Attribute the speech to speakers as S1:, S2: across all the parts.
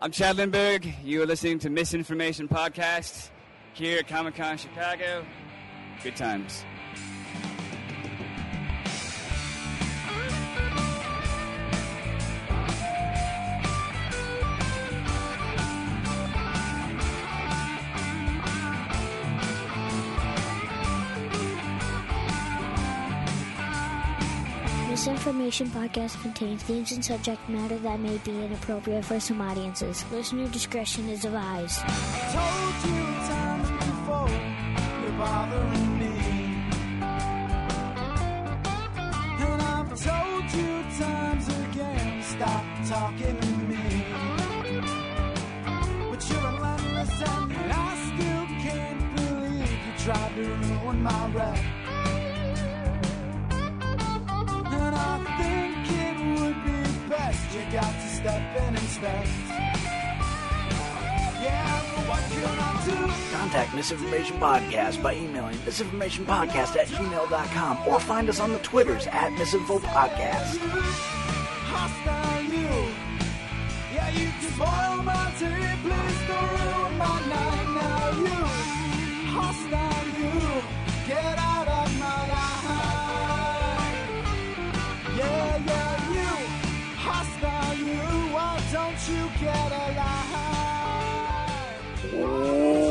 S1: I'm Chad Lindberg. You are listening to Misinformation Podcast here at Comic Con Chicago. Good times.
S2: Misinformation podcast contains themes and subject matter that may be inappropriate for some audiences. Listener discretion is advised.
S3: Told you times before, you're bothering me. And I've told you times again, stop talking to me. But you're relentless and I still can't believe you tried to ruin my rep. And I think it would be best you got to step in and inspect. Yeah, but what can I do?
S4: Contact Misinformation Podcast by emailing misinformationpodcast at gmail.com or find us on the Twitters at misinfopodcast.
S3: Hostile you. Yeah, you can spoil my day, please don't ruin my night. Now you, hostile you, get out of my life. Yeah, yeah, you, hostile you. Why don't you get alive?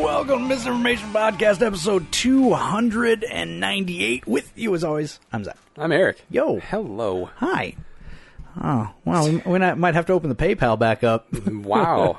S4: Welcome to Misinformation Podcast, episode 298. With you, as always, I'm Zach.
S5: I'm Eric.
S4: Yo.
S5: Hello.
S4: Hi. Oh, wow. We, we not- might have to open the PayPal back up.
S5: Wow.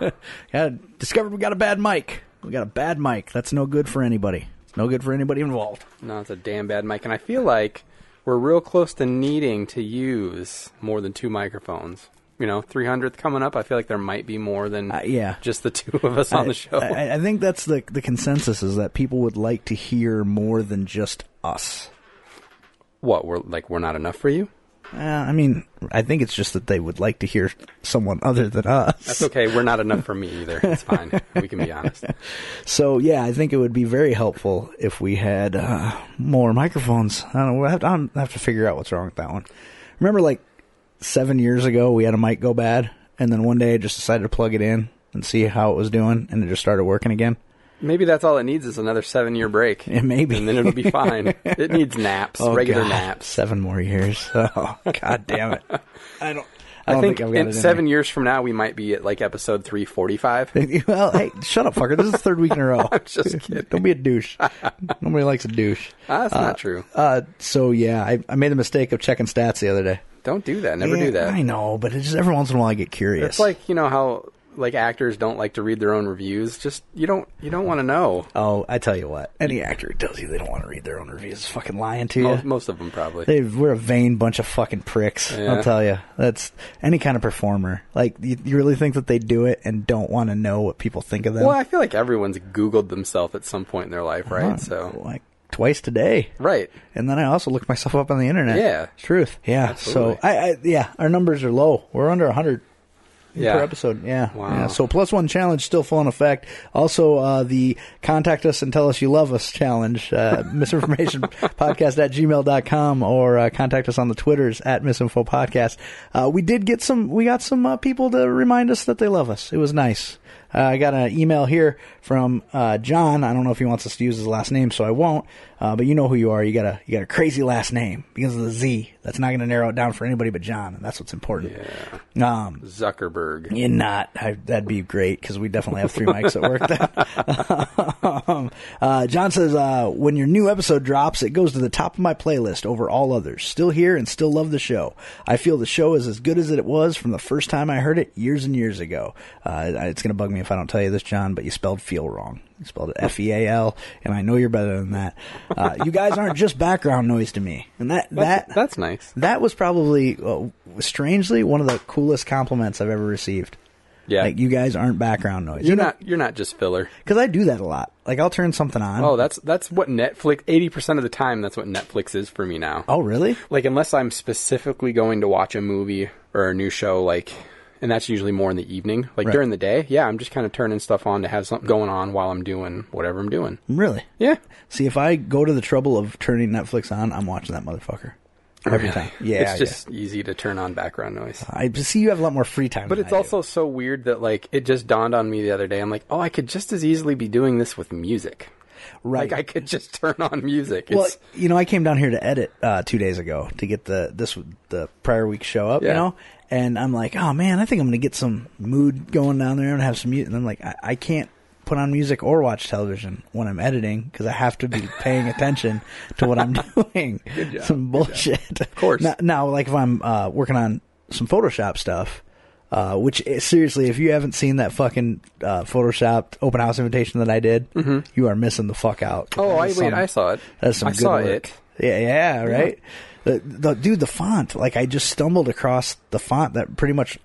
S4: yeah, discovered we got a bad mic. We got a bad mic. That's no good for anybody. No good for anybody involved.
S5: no, it's a damn bad mic. And I feel like we're real close to needing to use more than two microphones. You know, 300th coming up, I feel like there might be more than
S4: Uh, yeah.
S5: just the two of us on
S4: I-
S5: the show.
S4: I, I think that's the the consensus is that people would like to hear more than just us.
S5: what, we're like, we're not enough for you?
S4: Uh, I mean, I think it's just that they would like to hear someone other than us.
S5: That's okay. We're not enough for me either. It's fine. We can be honest.
S4: So yeah, I think it would be very helpful if we had uh, more microphones. I don't know. We'll have to, I'll have to figure out what's wrong with that one. Remember, like seven years ago, we had a mic go bad, and then one day I just decided to plug it in and see how it was doing, and it just started working again.
S5: Maybe that's all it needs is another seven year break.
S4: Yeah, maybe.
S5: And then it'll be fine. It needs naps, regular
S4: Oh, God.
S5: naps.
S4: Seven more years. Oh god damn it! I don't. I,
S5: I
S4: don't think,
S5: think,
S4: I've got
S5: in
S4: it In
S5: seven years from now, we might be at like episode 345.
S4: there. well, hey, shut up, fucker! This is the third week in a row.
S5: just kidding.
S4: Don't be a douche. Nobody likes a douche.
S5: Ah, that's not true.
S4: Uh, so yeah, I, I made the mistake of checking stats the other day.
S5: Don't do that. Never
S4: Yeah,
S5: do that.
S4: I know, but it's just every once in a while I get curious.
S5: It's like you know how like actors don't like to read their own reviews. Just you don't you don't want to know.
S4: oh, I tell you what, any actor who tells you they don't want to read their own reviews is fucking lying to you.
S5: Most, most of them probably.
S4: they we're a vain bunch of fucking pricks. I'll
S5: Yeah.
S4: tell you, that's any kind of performer. Like you, you really think that they do it and don't want to know what people think of them.
S5: well, I feel like everyone's Googled themselves at some point in their life, right?
S4: Huh,
S5: So
S4: like twice today.
S5: right.
S4: And then I also looked myself up on the internet.
S5: Yeah.
S4: truth. Yeah.
S5: Absolutely.
S4: So I, I, yeah, our numbers are low. We're under hundred.
S5: Yeah.
S4: per episode. Yeah.
S5: Wow.
S4: Yeah. So plus one challenge still full in effect. Also, uh, the contact us and tell us you love us challenge, uh, misinformation podcast at gmail.com or uh, contact us on the Twitters at misinfo podcast. Uh, we did get some, we got some uh, people to remind us that they love us. It was nice. Uh, I got an email here from uh, John. I don't know if he wants us to use his last name, so I won't. Uh, but you know who you are. You got a you got a crazy last name because of the Z. That's not going to narrow it down for anybody but John, and that's what's important. Um,
S5: Zuckerberg.
S4: you're not. I, that'd be great because we definitely have three mics at work. um, uh, John says, uh, when your new episode drops, it goes to the top of my playlist over all others. Still here and still love the show. I feel the show is as good as it was from the first time I heard it years and years ago. Uh, it's going to bug me if I don't tell you this, John, but you spelled feel wrong. You spelled it F E A L, and I know you're better than that. Uh, you guys aren't just background noise to me. And that, that,
S5: That's nice.
S4: that was probably uh, strangely one of the coolest compliments I've ever received.
S5: Yeah.
S4: Like you guys aren't background noise.
S5: you're not you're not just filler.
S4: because I do that a lot. Like I'll turn something on.
S5: Oh, that's that's what Netflix. Eighty percent of the time, that's what Netflix is for me now.
S4: oh, really?
S5: like unless I'm specifically going to watch a movie or a new show, like, and that's usually more in the evening. Like
S4: Right.
S5: during the day, yeah, I'm just kind of turning stuff on to have something going on while I'm doing whatever I'm doing.
S4: Really?
S5: Yeah,
S4: See, if I go to the trouble of turning Netflix on, I'm watching that motherfucker. every
S5: Really?
S4: time. Yeah,
S5: it's just easy to turn on background noise.
S4: yeah. I see you have a lot more free time.
S5: But
S4: than
S5: it's
S4: I do.
S5: also so weird that like it just dawned on me the other day. I'm like, oh, I could just as easily be doing this with music.
S4: right.
S5: Like I could just turn on music.
S4: well,
S5: It's-
S4: you know, I came down here to edit uh, two days ago to get the this the prior week show up. You
S5: Yeah.
S4: know, and I'm like, oh man, I think I'm gonna get some mood going down there and have some music. And I'm like, I, I can't put on music or watch television when I'm editing because I have to be paying attention to what I'm doing. Some bullshit. Of
S5: course.
S4: Now, now, like if I'm uh, working on some Photoshop stuff. Uh, which eh, seriously, if you haven't seen that fucking uh, Photoshopped open house invitation that I did, you are missing the fuck out.
S5: Mm-hmm. oh, I wait,
S4: That's some-
S5: I saw it.
S4: that's some
S5: I
S4: good
S5: saw
S4: work.
S5: it.
S4: Yeah, yeah, right. The, the dude, the font. Like I just stumbled across the font that pretty much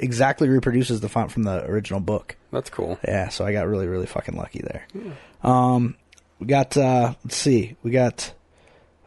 S4: exactly reproduces the font from the original book.
S5: That's cool.
S4: Yeah, so I got really, really fucking lucky there. Um, we got uh, let's see, we got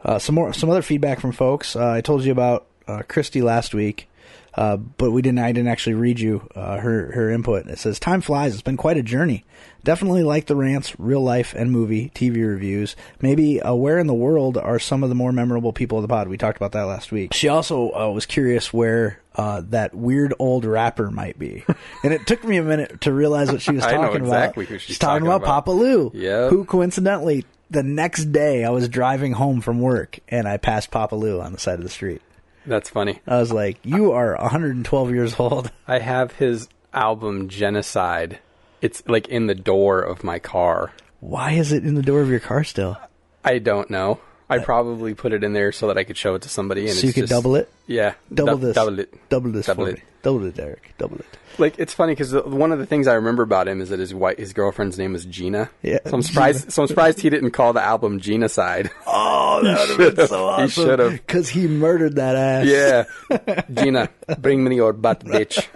S4: uh, some more, some other feedback from folks. Uh, I told you about uh, Christy last week, uh, but we didn't. I didn't actually read you uh, her her input. It says, "Time flies. It's been quite a journey. Definitely like the rants, real life and movie TV reviews. Maybe uh, where in the world are some of the more memorable people of the pod? We talked about that last week. She also uh, was curious where." Uh, that weird old rapper might be, and it took me a minute to realize what she was
S5: I
S4: talking
S5: know
S4: about.
S5: exactly who she's
S4: talking,
S5: talking
S4: about,
S5: about.
S4: Papa Lou,
S5: Yep.
S4: who coincidentally the next day I was driving home from work and I passed Papa Lou on the side of the street.
S5: That's funny.
S4: I was like, "You are 112 years old."
S5: I have his album Genocide. It's like in the door of my car.
S4: Why is it in the door of your car still?
S5: I don't know. I probably put it in there so that I could show it to somebody.
S4: Uh,
S5: And
S4: So
S5: it's
S4: you could
S5: just-
S4: double it?
S5: Yeah,
S4: Double
S5: dou-
S4: this.
S5: Double it.
S4: Double this.
S5: Double
S4: for
S5: it.
S4: me. Double it, Eric. Double it.
S5: Like it's funny because one of the things I remember about him is that his white his girlfriend's name is Gina.
S4: Yeah,
S5: So I'm surprised. So I'm surprised he didn't call the album Genocide.
S4: Oh, that would have been so
S5: He
S4: awesome.
S5: should've.
S4: because he murdered that ass.
S5: yeah, Gina, bring me your butt, bitch.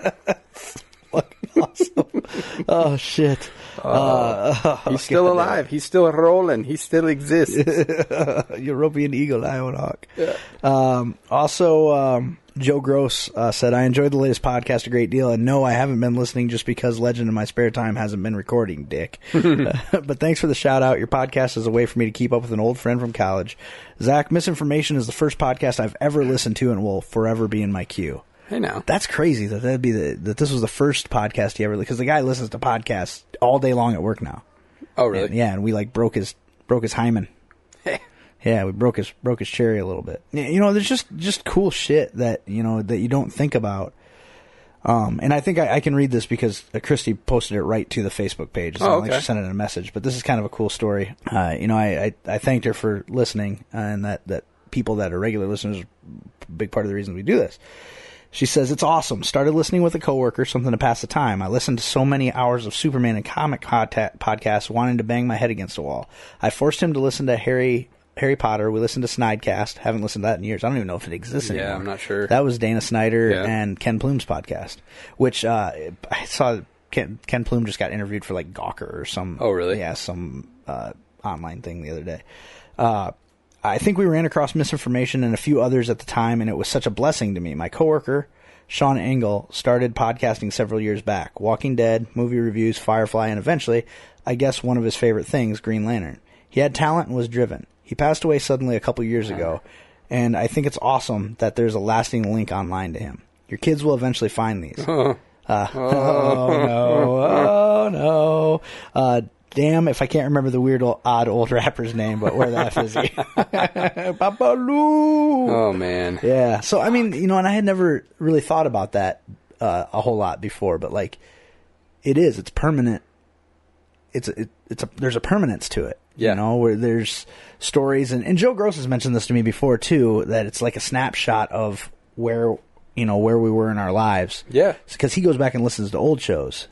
S4: Oh shit.
S5: He's still alive. He's still rolling. He still exists.
S4: European Eagle, Ion Hawk. Um, also, um, Joe Gross uh, said, I enjoyed the latest podcast a great deal, and no, I haven't been listening just because Legend in my spare time hasn't been recording, dick. Uh, but thanks for the shout out. Your podcast is a way for me to keep up with an old friend from college. Zach, Misinformation is the first podcast I've ever listened to and will forever be in my queue.
S5: I know.
S4: That's crazy that that'd be the, that this was the first podcast he ever because the guy listens to podcasts all day long at work now.
S5: Oh really?
S4: Yeah, and we like broke his broke his hymen. yeah, we broke his broke his cherry a little bit. Yeah, you know, there's just just cool shit that you know that you don't think about. Um, and I think I, I can read this because uh, Christy posted it right to the Facebook page. So
S5: Oh,
S4: not like
S5: okay.
S4: she sent it in a message, but this is kind of a cool story. Uh, you know, I, I, I thanked her for listening uh, and that, that people that are regular listeners are a big part of the reason we do this. She says, It's awesome. Started listening with a coworker, something to pass the time. I listened to so many hours of Superman and comic contact podcasts, wanting to bang my head against the wall. I forced him to listen to Harry Harry Potter. We listened to Snidecast. Haven't listened to that in years. I don't even know if it exists anymore.
S5: I'm not sure.
S4: That was Dana Snyder
S5: Yeah.
S4: and Ken Plume's podcast, which uh, I saw Ken, Ken Plume just got interviewed for like Gawker or some.
S5: Oh, really?
S4: Yeah, some uh, online thing the other day. Uh, I think we ran across misinformation and a few others at the time, and it was such a blessing to me. My coworker, Sean Engel, started podcasting several years back Walking Dead, movie reviews, Firefly, and eventually, I guess, one of his favorite things, Green Lantern. He had talent and was driven. He passed away suddenly a couple years ago, and I think it's awesome that there's a lasting link online to him. Your kids will eventually find these. Oh no! Oh no! Uh, damn! If I can't remember the weird, old, odd old rapper's name, but where the f is he? Papa Lou.
S5: Oh man.
S4: Yeah. So I mean, you know, and I had never really thought about that uh, a whole lot before, but like, it is. It's permanent. It's a, it, it's a there's a permanence to it.
S5: Yeah.
S4: You know, where there's stories and and Joe Gross has mentioned this to me before too that it's like a snapshot of where you know where we were in our lives.
S5: Yeah.
S4: Because he goes back and listens to old shows.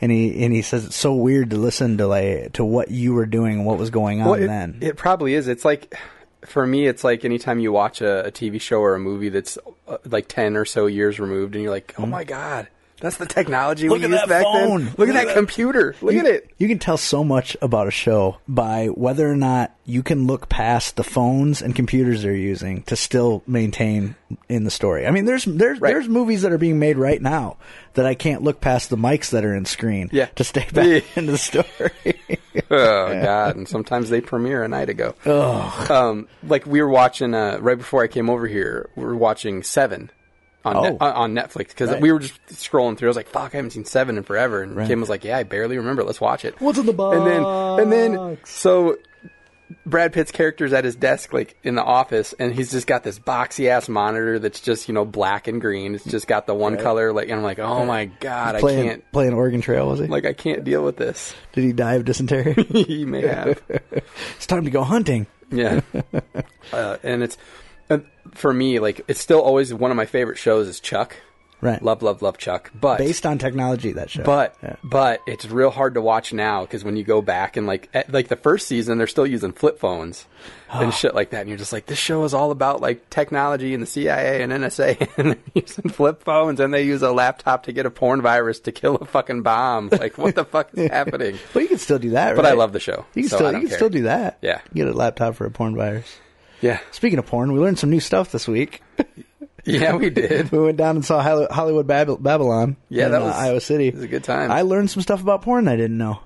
S4: And he and he says it's so weird to listen to like to what you were doing and what was going on
S5: Well, it,
S4: then.
S5: it probably is. It's like, for me, it's like anytime you watch a, a TV show or a movie that's uh, like 10 or so years removed and you're like, oh my God, That's the technology
S4: Hmm. Look
S5: we
S4: at
S5: used
S4: that
S5: back
S4: phone.
S5: then. Look, at that, computer. Look
S4: you,
S5: at it.
S4: You can tell so much about a show by whether or not you can look past the phones and computers they're using to still maintain in the story. I mean, there's there's
S5: Right.
S4: there's movies that are being made right now that I can't look past the mics that are in screen
S5: Yeah.
S4: to stay back
S5: Yeah.
S4: into the story.
S5: Oh God! And sometimes they premiere a night ago. Um, like we were watching uh, right before I came over here. We were watching Seven on
S4: Oh.
S5: Net- on- on Netflix because
S4: Right.
S5: we were just scrolling through. I was like, "Fuck, I haven't seen Seven in forever." And
S4: Right.
S5: Kim was like, "Yeah, I barely remember. it. Let's watch it."
S4: What's in the box?
S5: And then and then so Brad Pitt's character's at his desk, like in the office, and he's just got this boxy ass monitor that's just you know black and green. It's just got the one color. Like, and I'm like, "Oh my God, I
S4: playing
S5: can't."
S4: playing Oregon Trail was he?
S5: Like, I can't deal with this.
S4: Did he die of dysentery?
S5: he may have.
S4: it's time to go hunting.
S5: Yeah, uh, and it's and for me like it's still always one of my favorite shows is Chuck.
S4: Right.
S5: Love, love, love Chuck. But
S4: Based on technology, that show.
S5: but
S4: Yeah.
S5: but it's real hard to watch now because when you go back and like at, like the first season they're still using flip phones and shit like that and you're just like this show is all about like technology and the CIA and NSA and they're using flip phones and they use a laptop to get a porn virus to kill a fucking bomb. Like what the fuck is happening?
S4: But you can still do that,
S5: But I
S4: right?
S5: love the show,
S4: You can
S5: so
S4: still
S5: I
S4: you
S5: don't
S4: can
S5: care.
S4: still do that.
S5: Yeah.
S4: Get a laptop for a porn virus.
S5: Yeah.
S4: Speaking of porn, we learned some new stuff this week.
S5: Yeah, we did.
S4: We went down and saw Hol- Hollywood Bab- Babylon.
S5: Yeah,
S4: in,
S5: that
S4: uh,
S5: was-
S4: Iowa City.
S5: it was a good time.
S4: I learned some stuff about porn I didn't know.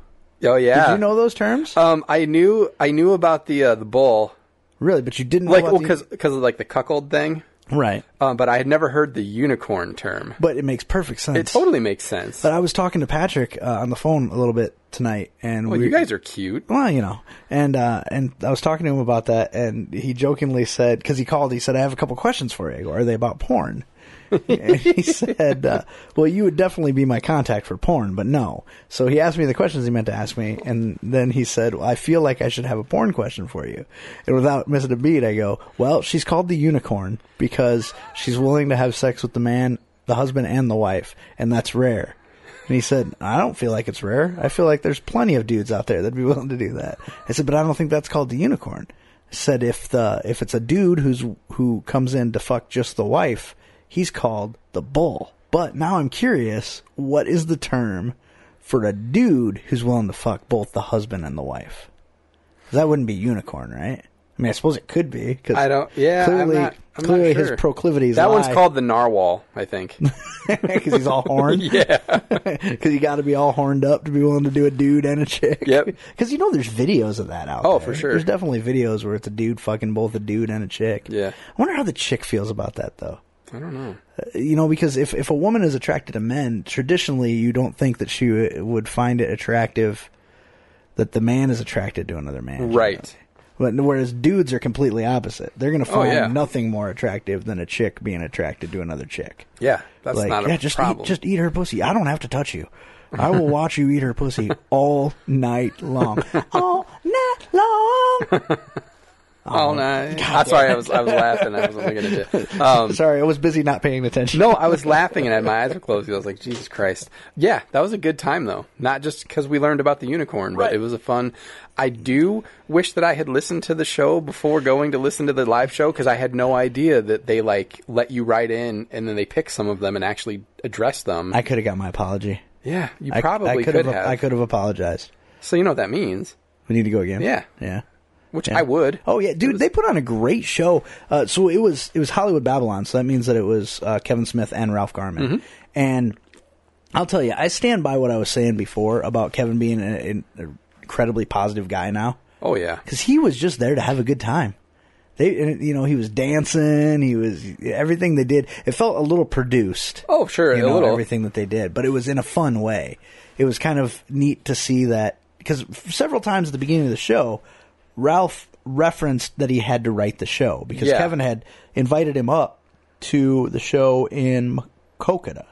S5: Oh yeah.
S4: Did you know those terms?
S5: Um, I knew I knew about the uh, the bull,
S4: really, but you didn't
S5: like
S4: know
S5: well,
S4: about
S5: because of like the cuckold thing.
S4: the- right.
S5: Um, but I had never heard the unicorn term.
S4: But it makes perfect sense.
S5: It totally makes sense.
S4: But I was talking to Patrick uh, on the phone a little bit tonight, and
S5: well,
S4: we
S5: you guys are cute.
S4: well, you know, and uh, and I was talking to him about that, and he jokingly said, because he called, he said, "I have a couple questions for you. I go, Are they about porn?" and he said, uh, "Well, you would definitely be my contact for porn, but no." So he asked me the questions he meant to ask me, and then he said, well, "I feel like I should have a porn question for you." And without missing a beat, I go, "Well, she's called the unicorn because she's willing to have sex with the man, the husband, and the wife, and that's rare." And he said, I don't feel like it's rare. I feel like there's plenty of dudes out there that'd be willing to do that. I said, but I don't think that's called the unicorn. I said, if the, if it's a dude who's, who comes in to fuck just the wife, he's called the bull. But now I'm curious, what is the term for a dude who's willing to fuck both the husband and the wife? 'Cause That wouldn't be unicorn, right? I mean, I suppose it could be. Cause
S5: I don't. Yeah, I'm
S4: clearly,
S5: not- I'm not
S4: clearly
S5: sure.
S4: his proclivities.
S5: That one's
S4: lie.
S5: called the narwhal, I think.
S4: because he's all horned.
S5: Yeah.
S4: because you got to be all horned up to be willing to do a dude and a chick.
S5: Yep.
S4: Because you know there's videos of that out.
S5: Oh,
S4: there.
S5: for sure.
S4: There's definitely videos where it's a dude fucking both a dude and a chick.
S5: Yeah.
S4: I wonder how the chick feels about that though. Uh,
S5: I don't know.
S4: You know, because if if a woman is attracted to men, traditionally you don't think that she w- would find it attractive that the man is attracted to another man.
S5: Right. Oh,
S4: But whereas dudes are completely opposite. They're going to find
S5: yeah.
S4: nothing more attractive than a chick being attracted to another chick
S5: Yeah, that's
S4: like,
S5: not a
S4: yeah, just
S5: problem.
S4: Eat, just eat her pussy. I don't have to touch you. I will watch you eat her pussy all night long. All night long. Oh,
S5: all night. I'm sorry. I was I was laughing. I wasn't looking at you. Um,
S4: Sorry, I was busy not paying attention.
S5: No, I was laughing and had my eyes were closed. I was like, Jesus Christ. Yeah, that was a good time though. Not just because we learned about the unicorn, but it was a fun. I do wish that I had listened to the show before going to listen to the live show because I had no idea that they like let you write in and then they pick some of them and actually address them.
S4: I could have got my apology.
S5: yeah, you
S4: I-
S5: probably
S4: I,
S5: could, have.
S4: I could have apologized.
S5: So you know what that means,
S4: We need to go again.
S5: Yeah.
S4: Yeah.
S5: which
S4: Yeah.
S5: I would.
S4: Oh yeah, dude, they put on a great show. Uh, so it was it was Hollywood Babylon. So that means that it was uh, Kevin Smith and Ralph Garman.
S5: Mm-hmm.
S4: And I'll tell you, I stand by what I was saying before about Kevin being an, an incredibly positive guy now.
S5: Oh yeah.
S4: because he was just there to have a good time. They, and, you know, he was dancing. He was everything they did. It felt a little produced.
S5: Oh, sure,
S4: you
S5: a
S4: know,
S5: little.
S4: everything that they did, but it was in a fun way. It was kind of neat to see that because several times at the beginning of the show, Ralph referenced that he had to write the show because
S5: Yeah.
S4: Kevin had invited him up to the show in Kokita,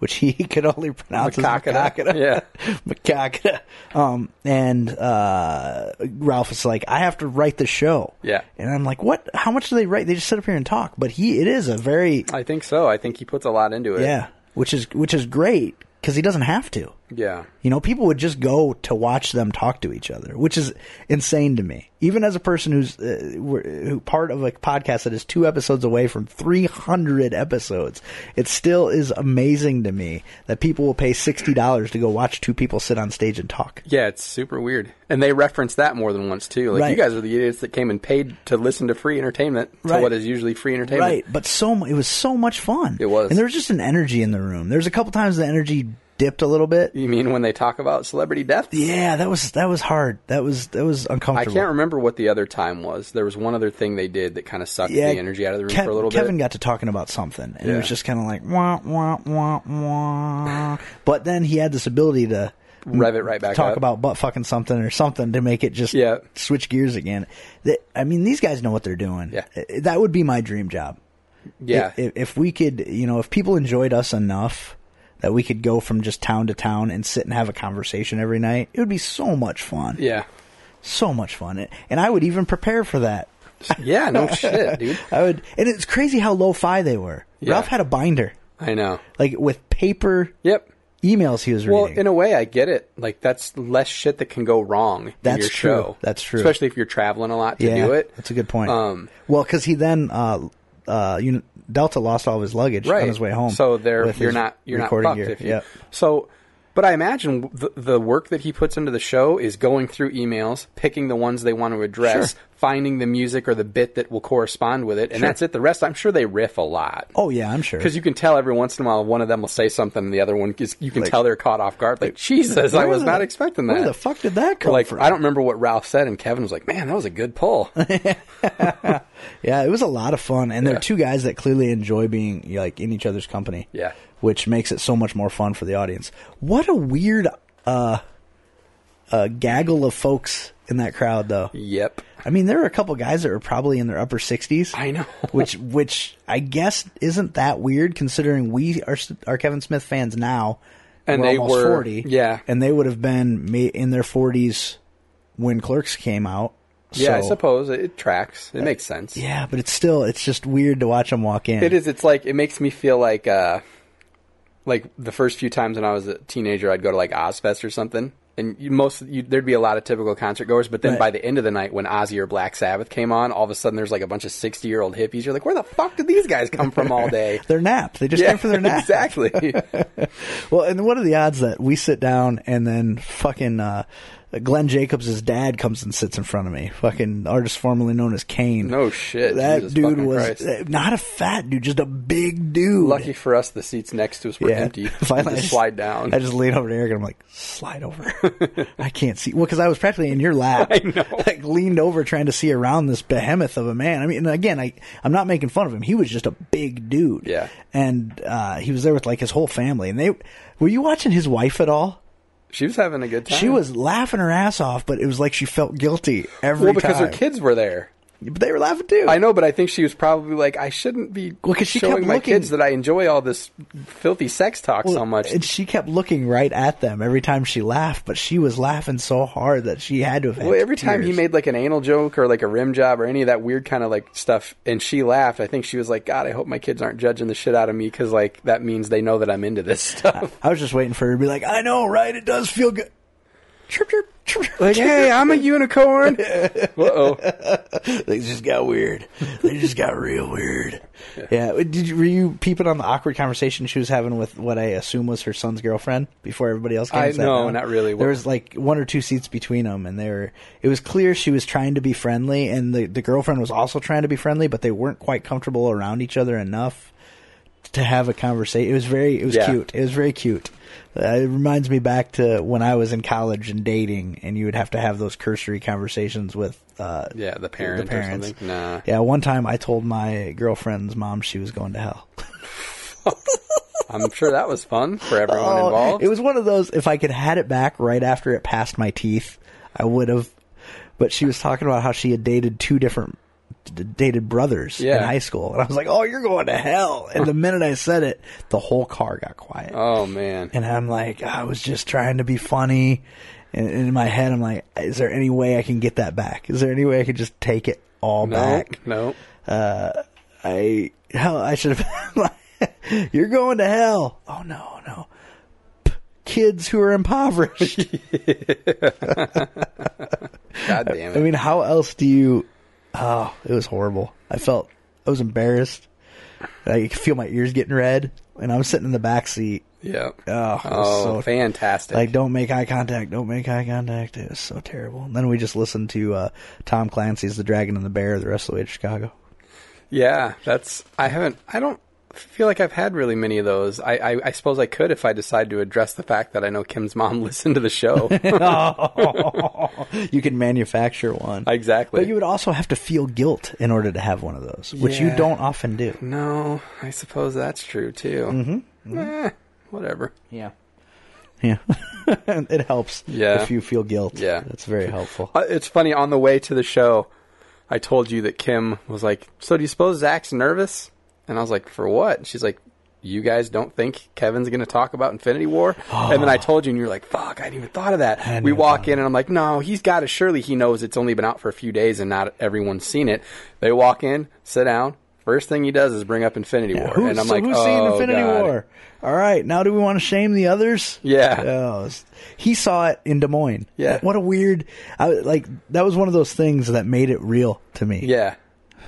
S4: which he could only pronounce as
S5: Makakata.
S4: Makakata.
S5: Yeah.
S4: Macaca. Um, and uh, Ralph is like, I have to write the show.
S5: Yeah.
S4: And I'm like, what? How much do they write? They just sit up here and talk. But he, it is a very
S5: I think so. I think he puts a lot into it.
S4: yeah, which is which is great because he doesn't have to.
S5: Yeah.
S4: You know, people would just go to watch them talk to each other, which is insane to me. Even as a person who's uh, we're- who part of a podcast that is two episodes away from 300 episodes, it still is amazing to me that people will pay $60 to go watch two people sit on stage and talk.
S5: Yeah, it's super weird. And they reference that more than once, too. Like,
S4: Right.
S5: you guys are the idiots that came and paid to listen to free entertainment to
S4: Right.
S5: what is usually free entertainment.
S4: Right, but so mu- it was so much fun.
S5: It was.
S4: and there was just an energy in the room. There was a couple times the energy dipped a little bit.
S5: You mean when they talk about celebrity deaths?
S4: Yeah, that was that was hard. That was that was
S5: I
S4: uncomfortable.
S5: can't remember what the other time was. There was one other thing they did that kind of sucked the energy out of the room
S4: Kev-
S5: for a little
S4: Kevin
S5: bit.
S4: got to talking about something, and it
S5: Yeah.
S4: was just kind of like wah wah wah wah. but then he had this ability to
S5: Rev it right back
S4: talk
S5: up.
S4: about butt fucking something or something to make it just
S5: Yeah.
S4: switch gears again. That I mean, these guys know what they're doing.
S5: Yeah.
S4: I- that would be my dream job.
S5: yeah,
S4: if, if we could, you know, if people enjoyed us enough that we could go from just town to town and sit and have a conversation every night, it would be so much fun.
S5: yeah,
S4: So much fun. And- And I would even prepare for that.
S5: yeah. No shit, dude.
S4: I would, and it's crazy how lo-fi they were.
S5: Yeah.
S4: Ralph had a binder,
S5: I know.
S4: like with paper
S5: Yep.
S4: emails he was
S5: Well,
S4: reading.
S5: in a way, I get it. Like that's less shit that can go wrong. in
S4: That's
S5: your
S4: true.
S5: Show.
S4: That's true.
S5: Especially if you're traveling a lot to do it.
S4: That's a good point.
S5: Um,
S4: well, because he then, uh, uh, you know, Delta lost all of his luggage
S5: right
S4: on his way home.
S5: So there,
S4: with
S5: you're
S4: his
S5: not you're not
S4: recording
S5: fucked.
S4: gear.
S5: If you,
S4: Yep.
S5: So, but I imagine the, the work that he puts into the show is going through emails, picking the ones they want to address, finding the music or the bit that will correspond with it, and that's it. The rest, I'm sure they riff a lot.
S4: Oh yeah, I'm sure.
S5: Because you can tell every once in a while one of them will say something and the other one is, you can tell they're caught off guard. Like, Jesus, I
S4: Where
S5: was
S4: the-
S5: not expecting that.
S4: Where the fuck did that come
S5: like,
S4: from?
S5: I don't remember what Ralph said, and Kevin was like, man, that was a good pull.
S4: Yeah, it was a lot of fun, and they're two guys that clearly enjoy being like in each other's company.
S5: Yeah.
S4: which makes it so much more fun for the audience. What a weird uh, uh, gaggle of folks in that crowd, though.
S5: yep.
S4: I mean, there were a couple guys that were probably in their upper sixties.
S5: I know.
S4: which which I guess isn't that weird considering we are s- are Kevin Smith fans now,
S5: And
S4: we're
S5: they
S4: almost
S5: were-
S4: forty,
S5: yeah.
S4: and they would have been ma- in their forties when Clerks came out.
S5: Yeah, I
S4: So-
S5: suppose it, it tracks. It makes sense.
S4: Yeah, but it's still it's just weird to watch them walk in.
S5: It is. It's like it makes me feel like, uh, like the first few times when I was a teenager, I'd go to like Ozfest or something, and you, most you, there'd be a lot of typical concert goers. But then
S4: Right.
S5: by the end of the night, when Ozzy or Black Sabbath came on, all of a sudden there's like a bunch of sixty year old hippies. You're like, where the fuck did these guys come from all day?
S4: Their nap. They just came for their nap.
S5: exactly.
S4: Well, and what are the odds that we sit down and then fucking uh, Glenn Jacobs' dad comes and sits in front of me? Fucking artist formerly known as Kane.
S5: No shit.
S4: That
S5: Jesus
S4: dude
S5: fucking
S4: was
S5: Christ.
S4: uh, not a fat dude, just a big dude.
S5: Lucky for us, the seats next to us were empty.
S4: Finally, I
S5: just
S4: just-
S5: slide down.
S4: I just lean over to Eric and I'm like, slide over. I can't see. Well, because I was practically in your lap. I know. Like leaned over trying to see around this behemoth of a man. I mean, and again, I I'm not making fun of him. He was just a big dude.
S5: Yeah.
S4: And uh, he was there with like his whole family. And they were you watching his wife at all?
S5: she was having a good time.
S4: She was laughing her ass off, but it was like she felt guilty every
S5: well because her
S4: time.
S5: kids were there.
S4: But they were laughing too.
S5: I know, but I think she was probably like, I shouldn't be
S4: Well, 'cause she
S5: showing
S4: kept
S5: my
S4: looking-
S5: kids that I enjoy all this filthy sex talk so much.
S4: And she kept looking right at them every time she laughed, but she was laughing so hard that she had to have. Had
S5: Well, every time he
S4: tears.
S5: made like an anal joke or like a rim job or any of that weird kind of like stuff, and she laughed, I think she was like, God, I hope my kids aren't judging the shit out of me because like that means they know that I'm into this stuff.
S4: I was just waiting for her to be like, I know, right? It does feel good. Chirp, chirp, chirp, chirp.
S5: like, hey, I'm a unicorn. oh.
S4: Things just got weird. They just got real weird. Yeah. Did you, were you peeping on the awkward conversation she was having with what I assume was her son's girlfriend before everybody else came?
S5: I-
S4: and sat
S5: no,
S4: down?
S5: not really.
S4: There was like one or two seats between them, and they were. It was clear she was trying to be friendly, and the the girlfriend was also trying to be friendly, but they weren't quite comfortable around each other enough to have a conversation. It was very. It was
S5: Yeah.
S4: cute. It was very cute. Uh, it reminds me back to when I was in college and dating, and you would have to have those cursory conversations with uh,
S5: Yeah, the parent or something. Nah.
S4: yeah, one time I told my girlfriend's mom she was going to hell.
S5: I'm sure that was fun for everyone involved.
S4: Oh, It was one of those. If I could had it back right after it passed my teeth, I would have. But she was talking about how she had dated two different d- dated brothers in
S5: Yeah.
S4: high school, and I was like, "Oh, you're going to hell!" And the minute I said it, the whole car got quiet.
S5: oh man.
S4: and I'm like, I was just trying to be funny. And and in my head, I'm like, is there any way I can get that back? Is there any way I could just take it all
S5: No,
S4: back?
S5: no.
S4: I hell, I should have. You're going to hell. Oh no, no. P- kids who are impoverished.
S5: God damn it.
S4: I mean, how else do you? Oh, it was horrible. I felt I was embarrassed. I could feel my ears getting red, and I'm sitting in the back seat.
S5: yeah.
S4: Oh, it was
S5: Oh,
S4: so
S5: fantastic.
S4: Like, don't make eye contact. Don't make eye contact. It was so terrible. And then we just listened to uh, Tom Clancy's The Dragon and the Bear the rest of the way to Chicago.
S5: Yeah, that's. I haven't. I don't feel like I've had really many of those. I, I, I suppose I could if I decide to address the fact that I know Kim's mom listened to the show.
S4: You can manufacture one.
S5: exactly.
S4: But you would also have to feel guilt in order to have one of those, which you
S5: Yeah.
S4: don't often do.
S5: no, I suppose that's true too. Mm-hmm. Eh, whatever.
S4: Yeah. Yeah. it helps
S5: Yeah.
S4: if you feel guilt.
S5: Yeah.
S4: That's very helpful.
S5: Uh, It's funny. On the way to the show, I told you that Kim was like, "So do you suppose Zach's nervous?" And I was like, "For what?" And she's like, "You guys don't think Kevin's going to talk about Infinity War?" And then I told you, and you were like, "Fuck, I hadn't even thought of that."
S4: hadn't
S5: We
S4: even
S5: walk
S4: thought
S5: in, and I'm like, "No, he's got to. Surely he knows it's only been out for a few days, and not everyone's seen it." They walk in, sit down. First thing he does is bring up Infinity War,
S4: Who's,
S5: and I'm
S4: so
S5: like,
S4: who's seen
S5: "Oh,
S4: Infinity
S5: God."
S4: War? All right. Now do we want to shame the others?
S5: Yeah.
S4: Oh, it's- he saw it in Des Moines.
S5: Yeah.
S4: What a weird, I, like, that was one of those things that made it real to me.
S5: Yeah,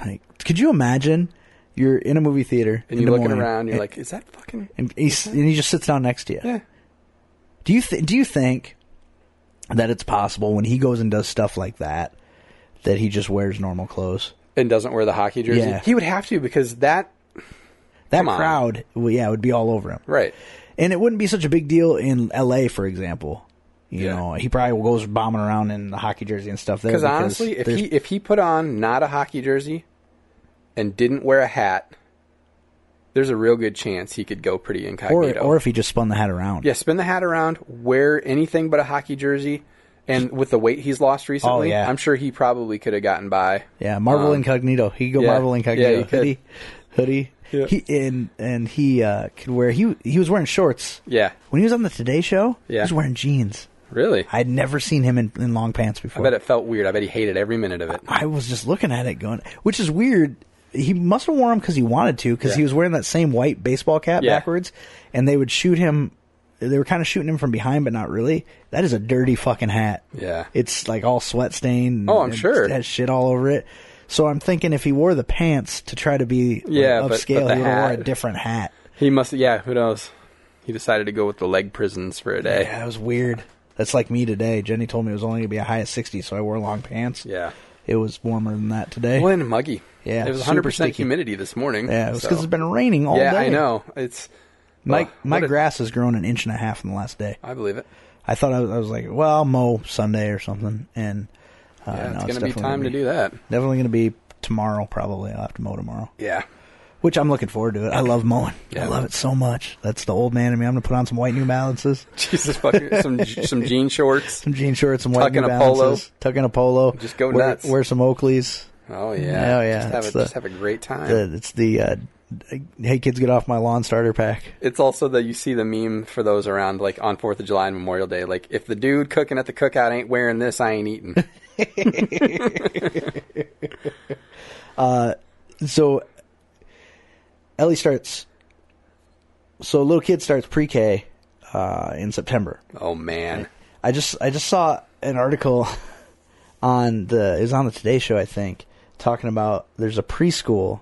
S4: Like, could you imagine you're in a movie theater in
S5: and you're
S4: Des
S5: looking
S4: Moines,
S5: around, you're
S4: and-
S5: like, "Is that fucking?"
S4: and, he's, and he just sits down next to you.
S5: Yeah.
S4: Do you th- do you think that it's possible when he goes and does stuff like that that he just wears normal clothes?
S5: and doesn't wear the hockey jersey.
S4: Yeah.
S5: He would have to because that
S4: That
S5: Come on.
S4: crowd, well, yeah, would be all over him,
S5: right.
S4: and it wouldn't be such a big deal in L.A., for example. You
S5: Yeah.
S4: know, he probably goes bombing around in the hockey jersey and stuff there.
S5: Because honestly, if
S4: there's-
S5: he if he put on not a hockey jersey and didn't wear a hat, there's a real good chance he could go pretty
S4: or
S5: incognito.
S4: or if he just spun the hat around,
S5: yeah, spin the hat around, wear anything but a hockey jersey, and with the weight he's lost recently,
S4: Oh, yeah.
S5: I'm sure he probably could have gotten by.
S4: Yeah, Marvel
S5: Um,
S4: Incognito. He could go
S5: yeah.
S4: Marvel Incognito
S5: Yeah, he could.
S4: hoodie, hoodie.
S5: Yeah.
S4: He and and he uh, could wear he he was wearing shorts
S5: Yeah,
S4: when he was on the Today Show.
S5: Yeah.
S4: he was wearing jeans.
S5: really. I,
S4: I'd never seen him in, in long pants before.
S5: bet it felt weird. I bet he hated every minute of it.
S4: I was just looking at it going, which is weird. He must have worn them because he wanted to, because
S5: Yeah.
S4: he was wearing that same white baseball cap
S5: Yeah.
S4: backwards, and they would shoot him. They were kind of shooting him from behind, but not really. That is a dirty fucking hat.
S5: Yeah.
S4: it's like all sweat stained.
S5: Oh, I'm
S4: and
S5: sure.
S4: it has shit all over it. So I'm thinking if he wore the pants to try to be like,
S5: Yeah, but- but
S4: upscale,
S5: the
S4: he would have wore a
S5: hat-
S4: different hat.
S5: He must. Yeah, who knows? He decided to go with the leg prisons for a day.
S4: Yeah, it was weird. That's like me today. Jenny told me it was only gonna be a high of sixty, so I wore long pants.
S5: yeah.
S4: It was warmer than that today.
S5: Well, and muggy.
S4: Eh. Yeah,
S5: it was
S4: super
S5: 100 percent
S4: sticky.
S5: humidity this morning.
S4: Yeah, it was
S5: so-
S4: because it's been raining all
S5: yeah,
S4: day.
S5: I know. It's
S4: My
S5: Ugh,
S4: my
S5: what a-
S4: grass has grown an inch and a half in the last day.
S5: I believe it.
S4: I thought I was, I was like, well, I'll mow Sunday or something, and uh,
S5: Yeah,
S4: no,
S5: it's going to be
S4: definitely
S5: time
S4: gonna
S5: to
S4: be-
S5: do that.
S4: Definitely going to be tomorrow. Probably I'll have to mow tomorrow,
S5: Yeah,
S4: which I'm looking forward to it. I love mowing.
S5: Yeah.
S4: I love it so much. That's the old man in me. I'm going to put on some white New Balances,
S5: Jesus fucking some some jean shorts.
S4: some jean shorts, some white
S5: Tuck in
S4: New
S5: a polo.
S4: Balances, tuck in a polo,
S5: Just go
S4: wear,
S5: nuts.
S4: wear some Oakleys.
S5: Oh yeah,
S4: Oh, yeah,
S5: Just have,
S4: it's
S5: a,
S4: the-
S5: just have a great time.
S4: The, it's the uh, hey kids, get off my lawn starter pack.
S5: it's also that you see the meme for those around like on Fourth of July and Memorial Day. Like if the dude cooking at the cookout ain't wearing this, I ain't eating.
S4: so Ellie starts. So little kid starts pre-K uh, in September.
S5: oh man,
S4: I just I just saw an article on the it was on the Today Show I think talking about there's a preschool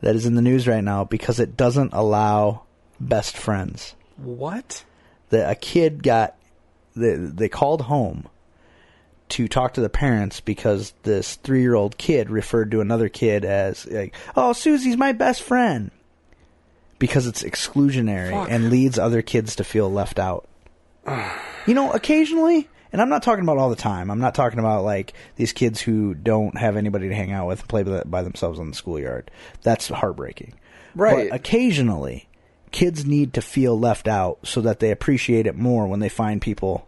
S4: that is in the news right now because it doesn't allow best friends.
S5: what?
S4: That a kid got they, they called home to talk to the parents because this three year old kid referred to another kid as like, "Oh, Susie's my best friend," because it's exclusionary
S5: Fuck.
S4: and leads other kids to feel left out. you know, occasionally, and I'm not talking about all the time. I'm not talking about like these kids who don't have anybody to hang out with and play by by themselves in the schoolyard. That's heartbreaking.
S5: Right.
S4: But occasionally, kids need to feel left out so that they appreciate it more when they find people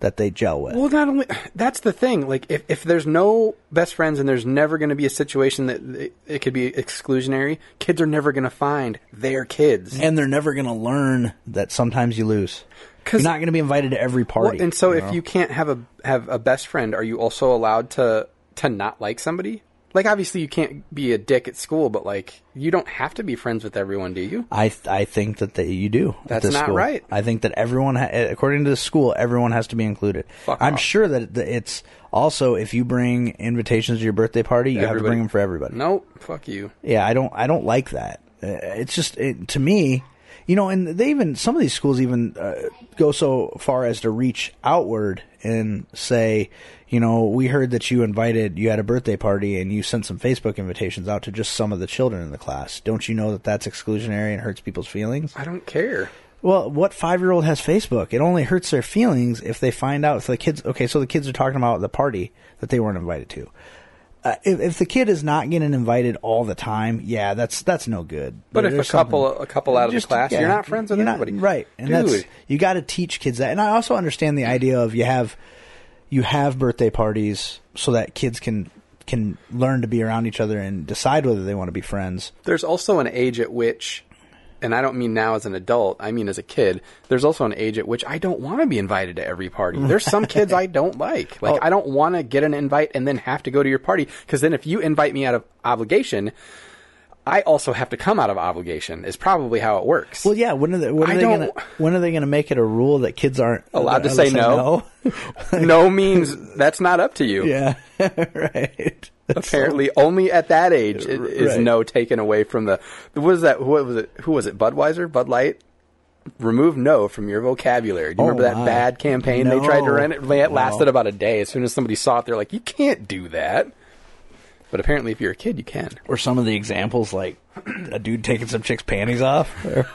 S4: that they gel with.
S5: Well, not only that's the thing. Like, if, if there's no best friends and there's never going to be a situation that it, it could be exclusionary, kids are never going to find their kids.
S4: and they're never going to learn that sometimes you lose. You're
S5: 'Cause-
S4: not going to be invited to every party.
S5: Well, and so,
S4: you
S5: if
S4: know?
S5: you can't have a have a best friend, are you also allowed to to not like somebody? Like, obviously, you can't be a dick at school, but like, you don't have to be friends with everyone, do you?
S4: I th- I think that they, you do. at
S5: That's
S4: this
S5: not
S4: school.
S5: right.
S4: I think that everyone, ha- eh, according to the school, everyone has to be included.
S5: Fuck
S4: I'm
S5: off.
S4: sure that that it's also if you bring invitations to your birthday party, you have to
S5: Everybody-
S4: bring them for everybody.
S5: Nope. Fuck you.
S4: Yeah, I don't I don't like that. Uh, It's just it, to me, you know, and they even some of these schools even uh, go so far as to reach outward and say, you know, we heard that you invited you had a birthday party and you sent some Facebook invitations out to just some of the children in the class. Don't you know that that's exclusionary and hurts people's feelings?
S5: I don't care.
S4: Well, what five year old has Facebook? It only hurts their feelings if they find out. If the kids, okay, so the kids are talking about the party that they weren't invited to. Uh, if, if the kid is not getting invited all the time, yeah, that's that's no good.
S5: But
S4: There-
S5: if
S4: there's
S5: a couple,
S4: something-
S5: a couple out of
S4: Just-
S5: the class,
S4: yeah,
S5: you're not friends with
S4: you're not-
S5: anybody,
S4: right? And
S5: Dude,
S4: that's you got to teach kids that. And I also understand the idea of you have you have birthday parties so that kids can can learn to be around each other and decide whether they want to be friends.
S5: there's also an age at which and I don't mean now as an adult, I mean as a kid. There's also an age at which I don't want to be invited to every party. There's some kids I don't like. Like I don't want to get an invite and then have to go to your party cuz then if you invite me out of obligation, I also have to come out of obligation. Is probably how it works.
S4: Well, yeah. When are they, when are
S5: I
S4: they
S5: don't-
S4: gonna when are they gonna make it a rule that kids aren't
S5: Allowed to
S4: uh,
S5: say no. no means that's not up to you.
S4: yeah, right. That's
S5: Apparently, only at that age i- is
S4: right.
S5: no taken away from the. What is that? What was it? Who was it? Budweiser, Bud Light. Remove no from your vocabulary. Do
S4: Oh,
S5: you remember that
S4: my.
S5: bad campaign they tried to
S4: No.
S5: run? It It lasted
S4: No.
S5: about a day. As soon as somebody saw it, they're like, "You can't do that." But apparently, if you're a kid, you can.
S4: or some of the examples like a dude taking some chick's panties off. or-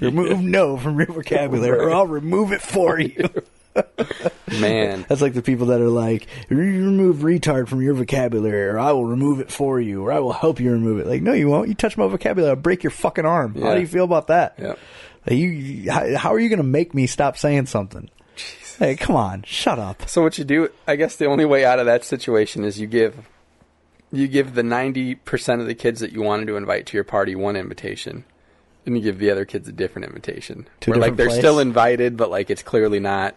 S4: remove no from your vocabulary, or I'll remove it for you.
S5: Man,
S4: That's like the people that are like, "You remove retard from your vocabulary, or I will remove it for you, or I will help you remove it. Like, no, you won't. You touch my vocabulary, I'll break your fucking arm. How
S5: Yeah.
S4: do you feel about that?
S5: Yeah.
S4: Like, you, how, how are you going to make me stop saying something? Hey, come on, shut up.
S5: So what you do, I guess the only way out of that situation is you give you give the 90% of the kids that you wanted to invite to your party one invitation and you give the other kids a different invitation.
S4: To a
S5: Where, like
S4: different
S5: they're
S4: place?
S5: still invited but like it's clearly not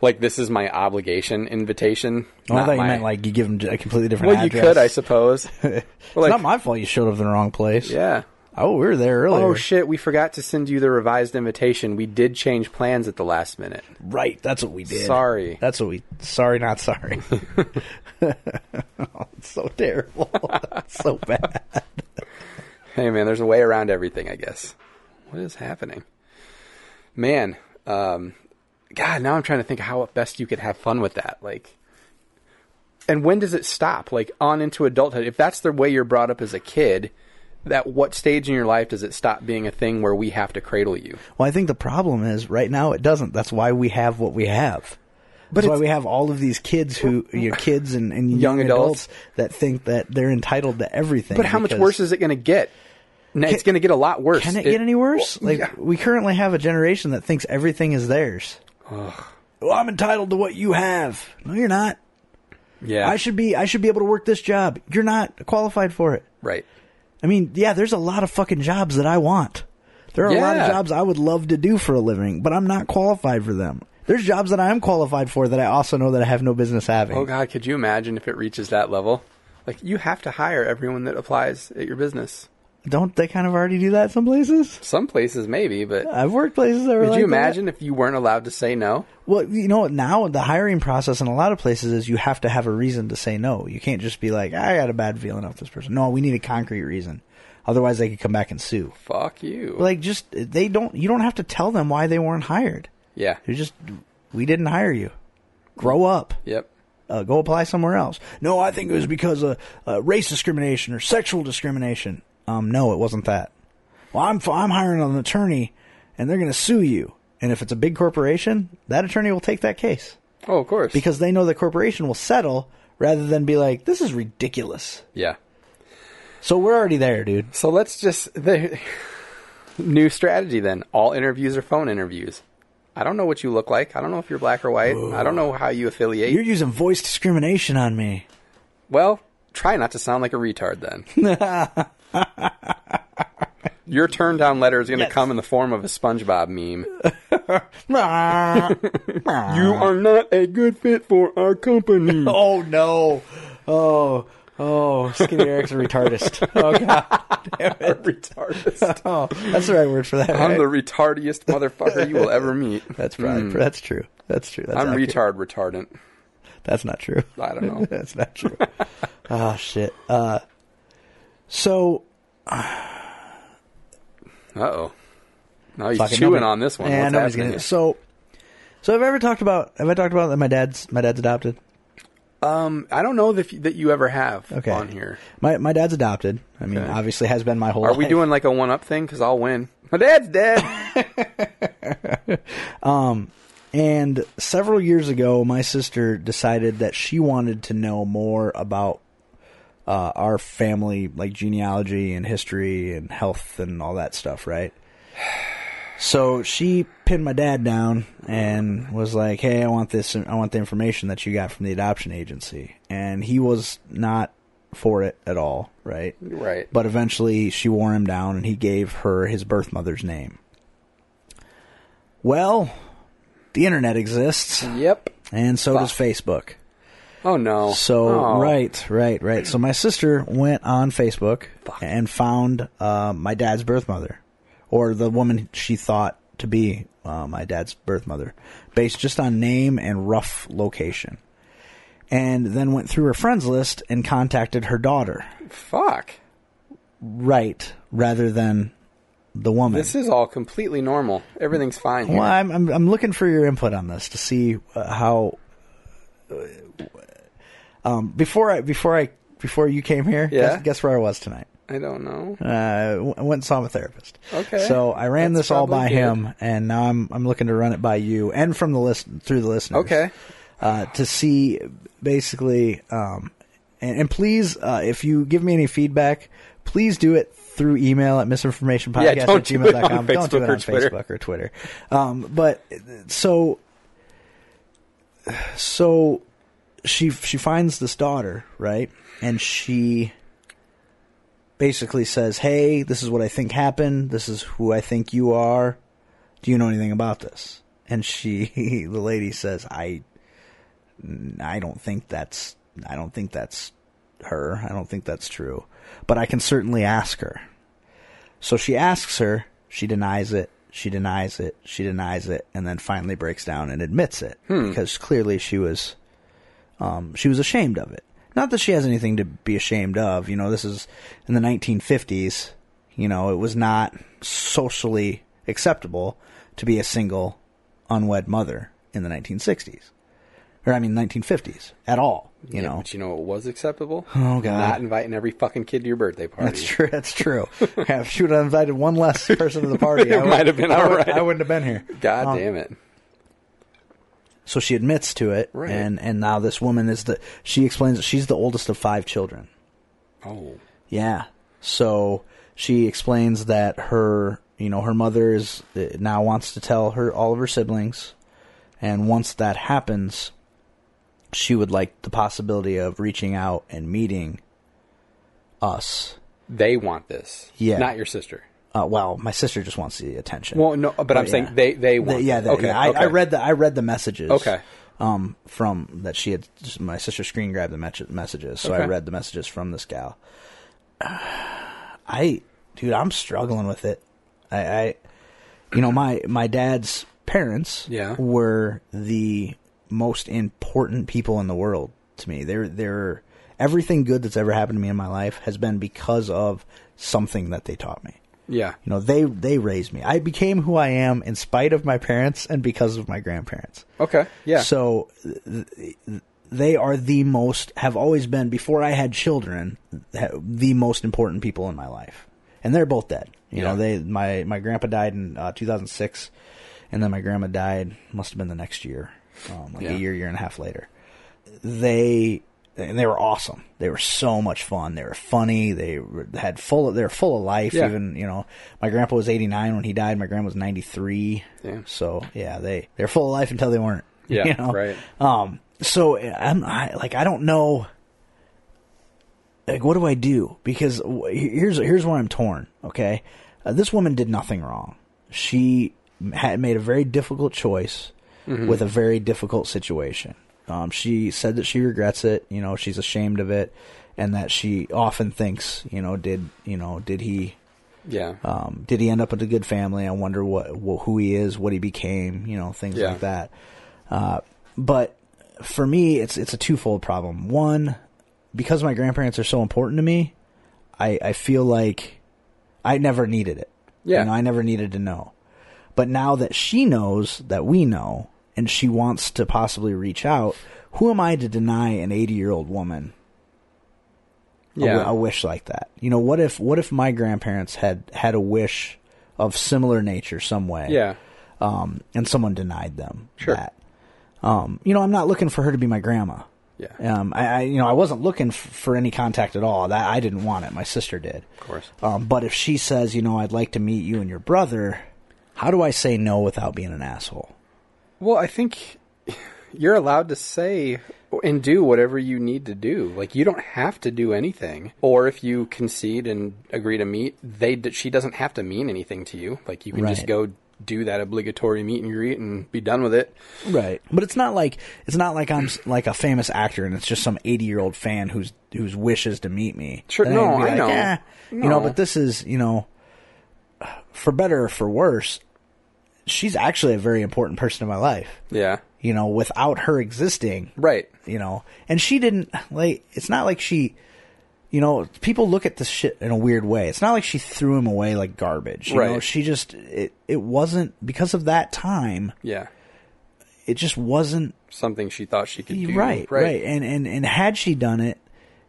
S5: like this is my obligation invitation.
S4: Well, I
S5: not
S4: thought you
S5: my-
S4: meant like you give them a completely different.
S5: Well, you
S4: address.
S5: could, I suppose. But,
S4: It's
S5: like,
S4: not my fault you showed up in the wrong place.
S5: yeah.
S4: Oh, we were there earlier.
S5: Oh shit, we forgot to send you the revised invitation. We did change plans at the last minute.
S4: Right. That's what we did.
S5: Sorry.
S4: That's what we. Sorry, not sorry. oh, it's so terrible. That's so bad.
S5: Hey man, there's a way around everything, I guess. What is happening? Man, um God, now I'm trying to think how best you could have fun with that. Like and when does it stop? Like on into adulthood. If that's the way you're brought up as a kid, at what stage in your life does it stop being a thing where we have to cradle you?
S4: Well, I think the problem is right now it doesn't. That's why we have what we have. But That's why
S5: it's-
S4: we have all of these kids who, your kids and, and young,
S5: Young
S4: adults.
S5: adults.
S4: that think that they're entitled to everything.
S5: But how much
S4: because-
S5: worse is it going to get? No, it's going to get a lot worse.
S4: Can it, get any worse? Like
S5: yeah.
S4: we currently have a generation that thinks everything is theirs. Well, I'm entitled to what you have. No, you're not.
S5: Yeah.
S4: I should be. I should be able to work this job. You're not qualified for it.
S5: right.
S4: I mean, yeah, there's a lot of fucking jobs that I want. There are a lot of
S5: Yeah.
S4: jobs I would love to do for a living, but I'm not qualified for them. There's jobs that I am qualified for that I also know that I have no business having.
S5: Oh God, could you imagine if it reaches that level? Like you have to hire everyone that applies at your business.
S4: Don't they kind of already do that some places?
S5: Some places maybe, but
S4: I've worked places that were
S5: could
S4: like
S5: you
S4: that.
S5: imagine if you weren't allowed to say no?
S4: Well, you know what? Now the hiring process in a lot of places is you have to have a reason to say no. You can't just be like, I got a bad feeling off this person. No, we need a concrete reason. Otherwise, they could come back and sue.
S5: Fuck you.
S4: Like, just they don't. You don't have to tell them why they weren't hired.
S5: yeah.
S4: You just we didn't hire you. Grow up.
S5: Yep.
S4: Uh, go apply somewhere else. No, I think it was because of uh, race discrimination or sexual discrimination. Um, no, it wasn't that. Well, I'm I'm hiring an attorney, and they're going to sue you. And if it's a big corporation, that attorney will take that case
S5: Oh, of course.
S4: because they know the corporation will settle rather than be like, this is ridiculous.
S5: yeah.
S4: So we're already there, dude.
S5: So let's just the new strategy then. All interviews are phone interviews. I don't know what you look like. I don't know if you're black or white. I don't know how you affiliate.
S4: You're using voice discrimination on me.
S5: well, try not to sound like a retard then. Your turn down letter is going to
S4: Yes.
S5: come in the form of a SpongeBob meme.
S4: oh
S5: You are not a good fit for our company.
S4: no. Oh, oh, Skinny Eric's a retardist. Oh god, damn
S5: A
S4: it.
S5: retardist.
S4: Oh, that's the right word for that.
S5: I'm
S4: right?
S5: the retardiest motherfucker you will ever meet. Hmm.
S4: that's probably that's true. That's true. That's
S5: I'm
S4: accurate.
S5: retard retardant.
S4: That's not true.
S5: I don't know.
S4: that's not true. oh shit. Uh, so
S5: Uh oh. Now you're
S4: fucking
S5: chewing
S4: nobody-
S5: on this one.
S4: Yeah,
S5: What's
S4: nobody's
S5: happening
S4: gonna. So, so have I ever talked about? Have I talked about that my dad's my dad's adopted?
S5: here? Um, I don't know if, that you ever have
S4: Okay.
S5: on here.
S4: My my dad's adopted. I mean,
S5: Okay.
S4: obviously has been my whole.
S5: Are we
S4: life.
S5: doing like a one up thing? Because I'll win. My dad's dead.
S4: And several years ago, my sister decided that she wanted to know more about uh, our family, like genealogy and history and health and all that stuff, right? So she pinned my dad down and was like, "Hey, I want this. I want the information that you got from the adoption agency." And he was not for it at all, right?
S5: right.
S4: But eventually she wore him down and he gave her his birth mother's name. Well, the internet exists
S5: Yep.
S4: and so does Facebook.
S5: Oh no.
S4: So,
S5: Oh.
S4: right, right, right. So my sister went on Facebook and found uh, my dad's birth mother or the woman she thought to be uh, my dad's birth mother based just on name and rough location. And then went through her friends list and contacted her daughter
S5: Fuck.
S4: right rather than the woman.
S5: This is all completely normal. Everything's fine. Here.
S4: well, I'm, I'm I'm looking for your input on this to see uh, how. uh, Um, before I before I before you came here,
S5: Yeah.
S4: guess, guess where I was tonight.
S5: I don't know.
S4: Uh, I w- I went and saw a therapist.
S5: Okay.
S4: so I ran
S5: That's
S4: this all by
S5: probably good.
S4: him, and now I'm I'm looking to run it by you and from the list through the listeners.
S5: Okay.
S4: uh, to see basically, um, and, and please, uh, if you give me any feedback, please do it through email at misinformationpodcast
S5: Yeah,
S4: at
S5: don't do it on
S4: gmail.com. Don't do it
S5: Facebook or
S4: on
S5: Twitter.
S4: Facebook or Twitter. Um, but so, so she, she finds this daughter, right? And she basically says, Hey, this is what I think happened. This is who I think you are. Do you know anything about this? And she, the lady says, I I don't think that's I don't think that's her. I don't think that's true. But I can certainly ask her. So she asks her, she denies it, she denies it, she denies it, and then finally breaks down and admits it because clearly she was um she was ashamed of it. Not that she has anything to be ashamed of, you know, this is in the 1950s, you know, it was not socially acceptable to be a single unwed mother in the 1960s or I mean 1950s at all. You
S5: Yeah,
S4: know,
S5: But you know what was acceptable?
S4: Oh, God.
S5: Not inviting every fucking kid to your birthday party.
S4: that's true. That's true. yeah, if she would have invited one less person to the party,
S5: It
S4: I would,
S5: might have been
S4: I,
S5: all
S4: would,
S5: right.
S4: I wouldn't have been here.
S5: God
S4: Um,
S5: damn it.
S4: So she admits to it,
S5: Right.
S4: and and now this woman is the. She explains that she's the oldest of five children.
S5: Oh.
S4: Yeah. So she explains that her, you know, her mother is uh, now wants to tell her all of her siblings, and once that happens, she would like the possibility of reaching out and meeting us.
S5: They want this.
S4: Yeah.
S5: Not your sister.
S4: Uh, well, my sister just wants the attention.
S5: Well, no, but I'm saying
S4: Oh, yeah.
S5: they they
S4: The-
S5: want.
S4: yeah,
S5: it.
S4: the-
S5: okay,
S4: yeah, I,
S5: okay.
S4: I read the I read the messages.
S5: Okay.
S4: Um, from that she had my sister screen grabbed the mes- messages, so I
S5: Okay.
S4: read the messages from this gal. I, dude, I'm struggling with it. I, I you know, my my dad's parents
S5: Yeah.
S4: were the most important people in the world to me. They're they're everything good that's ever happened to me in my life has been because of something that they taught me.
S5: Yeah.
S4: You know, they they raised me. I became who I am in spite of my parents and because of my grandparents.
S5: Okay. Yeah.
S4: So th- th- they are the most have always been before I had children th- the most important people in my life. And they're both dead. You
S5: Yeah.
S4: know, they my my grandpa died in uh, 2006 and then my grandma died must have been the next year. Um, like
S5: Yeah.
S4: a year year and a half later. They and they were awesome. They were so much fun. They were funny. They were- had full. Of, they were full of life.
S5: Yeah.
S4: Even you know, my grandpa was eighty nine when he died. My grandma was ninety three.
S5: Damn.
S4: So yeah, they they're full of life until they weren't.
S5: Yeah,
S4: you know?
S5: right.
S4: Um. So I'm I, like I don't know. Like what do I do? Because wh- here's here's where I'm torn. Okay, uh, this woman did nothing wrong.
S5: Mm-hmm.
S4: She had made a very difficult choice with a very difficult situation. Um, she said that she regrets it. You know, she's ashamed of it, and that she often thinks, you know, did you know, did he
S5: Yeah.
S4: um, did he end up with a good family? I wonder what, wh- who he is, what he became, you know, things
S5: Yeah.
S4: like that. Uh, but for me, it's it's a twofold problem. One, because my grandparents are so important to me, I I feel like I never needed it.
S5: Yeah.
S4: you know, I never needed to know. But now that she knows that we know, and she wants to possibly reach out, who am I to deny an eighty year old woman a
S5: yeah.
S4: wi- a wish like that. You know, what if what if my grandparents had had a wish of similar nature some way,
S5: yeah.
S4: um, and someone denied them
S5: Sure.
S4: that. Um, you know, I'm not looking for her to be my grandma.
S5: Yeah.
S4: Um, I, I you know I wasn't looking f- for any contact at all. That I didn't want it. My sister did.
S5: Of course.
S4: Um, but if she says, you know, I'd like to meet you and your brother, how do I say no without being an asshole?
S5: Well, I think you're allowed to say and do whatever you need to do. Like you don't have to do anything. Or if you concede and agree to meet, they d- she doesn't have to mean anything to you. Like you can just
S4: Right.
S5: go do that obligatory meet and greet and be done with it.
S4: Right. But it's not like it's not like I'm s- like a famous actor and it's just some 80-year-old fan who's whose wishes to meet me.
S5: Sure,
S4: And I'd
S5: no,
S4: be
S5: I
S4: like,
S5: know.
S4: "Eh." You know,
S5: No.
S4: but this is, you know, for better or for worse, she's actually a very important person in my life.
S5: Yeah.
S4: You know, without her existing,
S5: Right.
S4: you know. And she didn't like it's not like she you know, people look at this shit in a weird way. It's not like she threw him away like garbage. You know,
S5: Right.
S4: she just it it wasn't because of that time,
S5: Yeah.
S4: it just wasn't
S5: Something she thought she could do.
S4: right, right, And and and had she done it,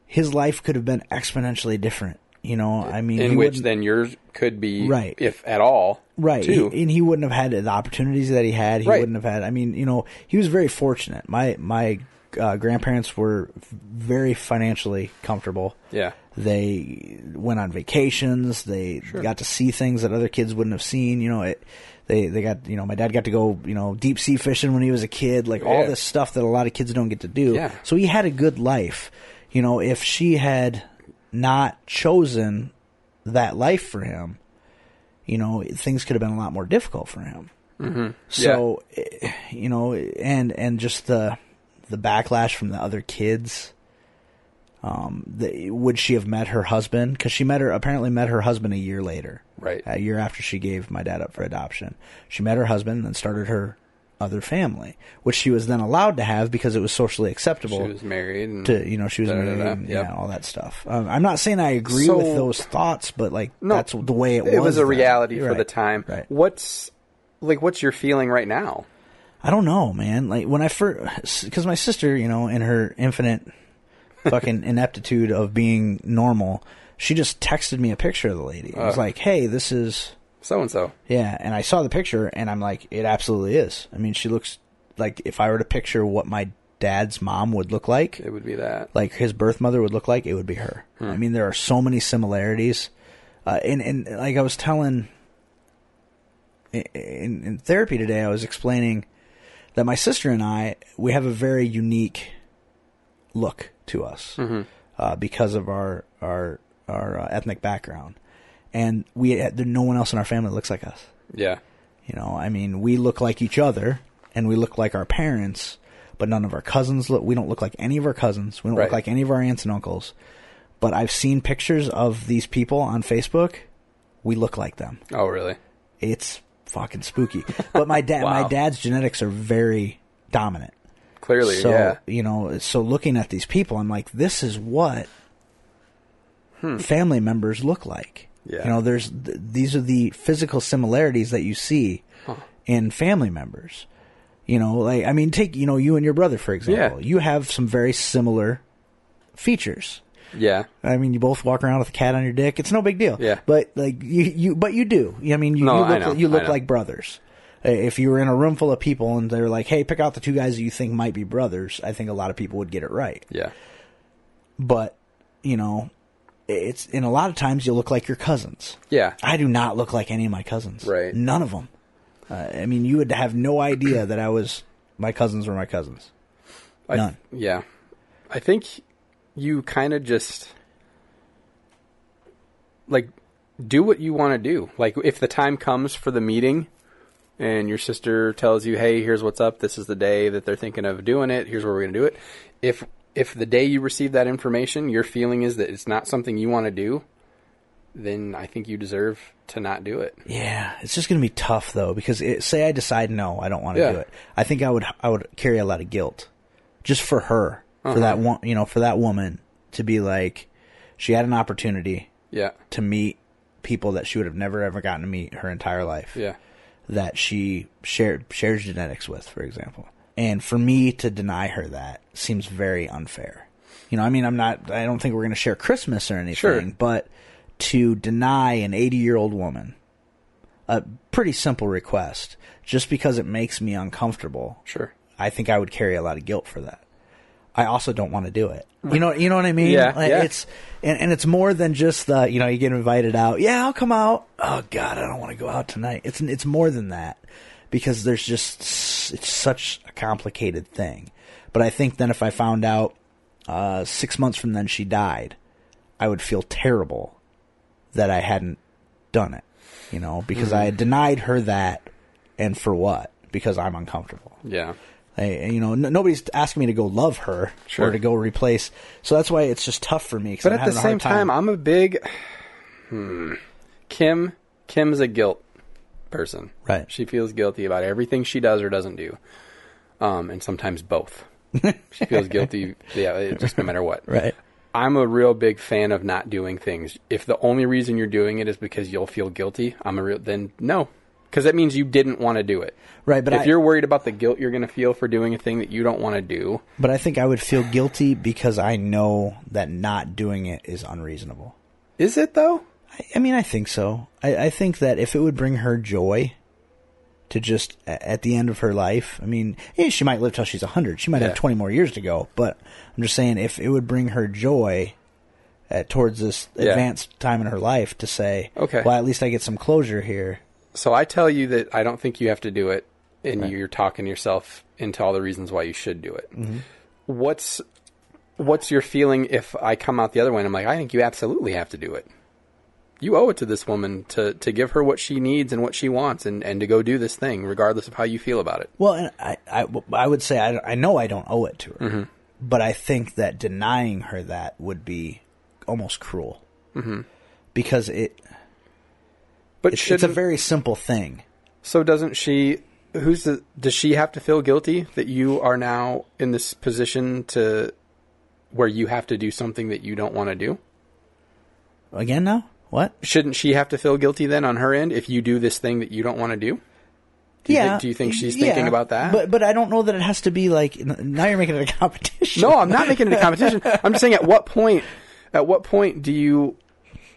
S4: his life could have been exponentially different. You know, I mean, he
S5: In which
S4: wouldn't-
S5: then yours could be
S4: Right.
S5: if at all.
S4: right,
S5: Too.
S4: he- and he wouldn't have had the opportunities that he had. He
S5: Right.
S4: wouldn't have had. I mean, you know, he was very fortunate. My my uh, grandparents were very financially comfortable.
S5: yeah.
S4: They went on vacations. They got to see things that other kids wouldn't have seen. You know, it, they they got you know my dad got to go you know deep sea fishing when he was a kid. Like all
S5: Yeah.
S4: this stuff that a lot of kids don't get to do.
S5: Yeah.
S4: So he had a good life. You know, if she had not chosen that life for him, you know things could have been a lot more difficult for him.
S5: Mm-hmm.
S4: So eh, you know, and and just the the backlash from the other kids. Um, the, would she have met her husband? Because she met her apparently met her husband a year later,
S5: Right.
S4: A year after she gave my dad up for adoption, she met her husband and then started her other family, which she was then allowed to have because it was socially acceptable
S5: She was married and
S4: to you know she was
S5: Mm-hmm. Da, da, da,
S4: married,
S5: da.
S4: and,
S5: Yep.
S4: yeah, all that stuff. Um, I'm not saying I agree
S5: So-
S4: with those thoughts, but like
S5: No,
S4: that's the way it was.
S5: it was a
S4: then.
S5: reality
S4: You're
S5: for the
S4: right.
S5: time.
S4: Right.
S5: What's like? What's your feeling right now?
S4: I don't know, man. Like when I first, because my sister, you know, in her infinite fucking ineptitude of being normal, she just texted me a picture of the lady. It
S5: Uh.
S4: was like, "Hey, this is
S5: So and so.
S4: yeah," and I saw the picture, and I'm like, "It absolutely is." I mean, she looks like if I were to picture what my dad's mom would look like,
S5: It would be that.
S4: like his birth mother would look like, it would be her. I mean, there are so many similarities. Uh, and, and like I was telling in, in, in therapy today, I was explaining that my sister and I, we have a very unique look to us uh, because of our, our, our uh, ethnic background. And we, no one else in our family looks like us.
S5: yeah.
S4: You know, I mean, we look like each other and we look like our parents, but none of our cousins look. We don't look like any of our cousins. We don't
S5: Right.
S4: look like any of our aunts and uncles. But I've seen pictures of these people on Facebook. We look like them.
S5: Oh, really?
S4: It's fucking spooky. But my dad,
S5: Wow.
S4: my dad's genetics are very dominant.
S5: Clearly,
S4: So
S5: yeah.
S4: you know, so looking at these people, I'm like, this is what family members look like.
S5: Hmm. Yeah.
S4: You know, there's th- these are the physical similarities that you see in family members. You know, like I mean, take you know you and your brother for example.
S5: Yeah.
S4: You have some very similar features.
S5: Yeah.
S4: I mean, you both walk around with a cat on your dick. It's no big deal.
S5: Yeah.
S4: But like you, you but you do. I mean, you,
S5: No,
S4: you
S5: I
S4: look,
S5: know.
S4: you
S5: I
S4: look
S5: know.
S4: like brothers. Uh, If you were in a room full of people and they're like, "Hey, pick out the two guys that you think might be brothers," I think a lot of people would get it right.
S5: Yeah.
S4: But you know, it's and a lot of times you look like your cousins.
S5: Yeah.
S4: I do not look like any of my cousins.
S5: Right.
S4: None of them. Uh, I mean, you would have no idea that I was my cousins were my cousins.
S5: I,
S4: None.
S5: Yeah. I think you kind of just like do what you want to do. Like if the time comes for the meeting and your sister tells you, "Hey, here's what's up. This is the day that they're thinking of doing it. Here's where we're going to do it." If if the day you receive that information, your feeling is that it's not something you want to do, then I think you deserve to not do it.
S4: Yeah, it's just going to be tough though because it, say I decide no, I don't want to
S5: Yeah.
S4: do it. I think I would I would carry a lot of guilt just for her, for that
S5: Uh-huh.
S4: one, you know, for that woman to be like she had an opportunity
S5: Yeah.
S4: to meet people that she would have never ever gotten to meet her entire life
S5: Yeah.
S4: that she shared shares genetics with, for example. And for me to deny her that seems very unfair. You know, I mean, I'm not. I don't think we're going to share Christmas or anything,
S5: Sure.
S4: but to deny an 80 year old woman a pretty simple request just because it makes me uncomfortable,
S5: Sure.
S4: I think I would carry a lot of guilt for that. I also don't want to do it. You know, you know what I mean?
S5: Yeah,
S4: Like,
S5: yeah.
S4: It's and, and it's more than just the you know you get invited out. Yeah, I'll come out. Oh God, I don't want to go out tonight. It's it's more than that because there's just s- it's such a complicated thing. But I think then if I found out uh, six months from then she died, I would feel terrible that I hadn't done it. You know, because
S5: Mm.
S4: I had denied her that, and for what? Because I'm uncomfortable.
S5: Yeah.
S4: I, you know, n- nobody's asking me to go love her
S5: Sure.
S4: or to go replace. So that's why it's just tough for me. 'cause
S5: But
S4: I'm
S5: at the
S4: having a hard
S5: same time, I'm a big hmm, Kim. Kim's a guilt person.
S4: Right.
S5: She feels guilty about everything she does or doesn't do, um, and sometimes both. she feels guilty. Yeah, it- just no matter what.
S4: right.
S5: I'm a real big fan of not doing things. If the only reason you're doing it is because you'll feel guilty, I'm a real then no, because that means you didn't want to do it.
S4: Right, but
S5: if
S4: I-
S5: you're worried about the guilt you're going to feel for doing a thing that you don't want to do,
S4: But I think I would feel guilty because I know that not doing it is unreasonable.
S5: is it though?
S4: I, I mean, I think so. I, I think that if it would bring her joy to just a- at the end of her life, I mean, yeah, she might live till she's 100. She might
S5: Yeah.
S4: have 20 more years to go. But I'm just saying, if it would bring her joy uh, towards this
S5: Yeah.
S4: advanced time in her life to say,
S5: Okay.
S4: well, at least I get some closure here.
S5: So I tell you that I don't think you have to do it, and you're talking yourself into all the reasons why you should do it.
S4: Mm-hmm.
S5: What's what's your feeling if I come out the other way and I'm like, I think you absolutely have to do it. You owe it to this woman to, to give her what she needs and what she wants and, and to go do this thing, regardless of how you feel about it.
S4: Well, and I, I, I would say I, I know I don't owe it to her,
S5: Mm-hmm.
S4: but I think that denying her that would be almost cruel
S5: Mm-hmm.
S4: because it
S5: But
S4: it's,
S5: should
S4: it's a very simple thing.
S5: so doesn't she who's the does she have to feel guilty that you are now in this position to where you have to do something that you don't want to do?
S4: Again, now what?
S5: shouldn't she have to feel guilty then on her end if you do this thing that you don't want to do? Do you Think, do you think she's thinking
S4: yeah,
S5: about that?
S4: But but I don't know that it has to be like n- now you're making it a competition.
S5: no, I'm not making it a competition. I'm just saying at what point, at what point do you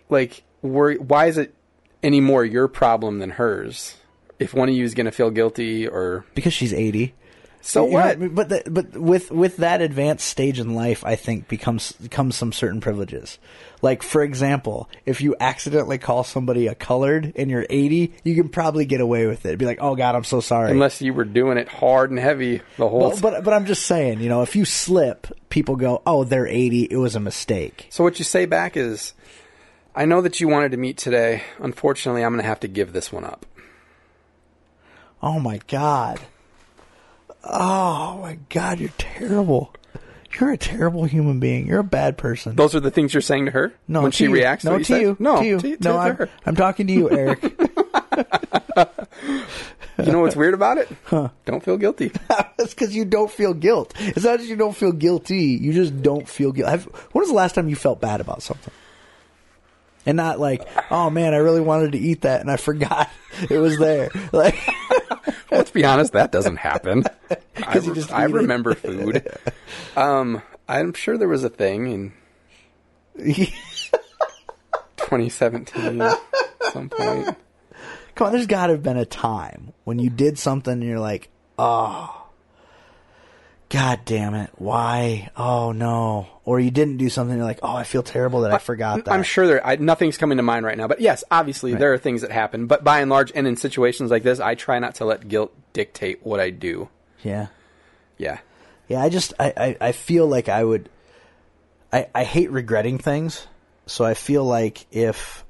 S5: like worry? Why is it any more your problem than hers? If one of you is going to feel guilty or
S4: because she's eighty.
S5: so
S4: You know,
S5: what?
S4: but the, but with with that advanced stage in life, I think becomes comes some certain privileges. Like for example, if you accidentally call somebody a colored and you're 80, you can probably get away with it. Be like, oh god, I'm so sorry.
S5: Unless you were doing it hard and heavy the whole.
S4: but, but but I'm just saying, you know, if you slip, people go, oh, they're 80. It was a mistake.
S5: So what you say back is, I know that you wanted to meet today. Unfortunately, I'm going to have to give this one up.
S4: Oh my god. Oh my god, you're terrible. You're a terrible human being. You're a bad person.
S5: Those are the things you're saying to her
S4: no,
S5: when
S4: to
S5: she
S4: you.
S5: reacts. to
S4: No,
S5: what
S4: to
S5: said?
S4: you.
S5: no,
S4: to you.
S5: to,
S4: no,
S5: to
S4: I'm,
S5: her.
S4: I'm talking to you, Eric.
S5: You know what's weird about it? Don't feel guilty.
S4: That's because you don't feel guilt. It's not that you don't feel guilty. You just don't feel guilt. Have, when was the last time you felt bad about something? And not like, oh man, I really wanted to eat that and I forgot it was there. Like,
S5: Let's be honest, that doesn't happen. I,
S4: 'Cause you just
S5: I
S4: eat it.
S5: remember food. Um, I'm sure there was a thing in 2017 at some point.
S4: Come on, there's got to have been a time when you did something and you're like, oh, god damn it, why? Oh no. Or you didn't do something and you're like, oh, I feel terrible that I, forgot that.
S5: I'm sure there. I, nothing's coming to mind right now, but yes, obviously there are things that happen. But by and large, and in situations like this, I try not to let guilt dictate what I do.
S4: Yeah.
S5: Yeah,
S4: Yeah, I just, I, I, I feel like I would, I, I hate regretting things. So I feel like if,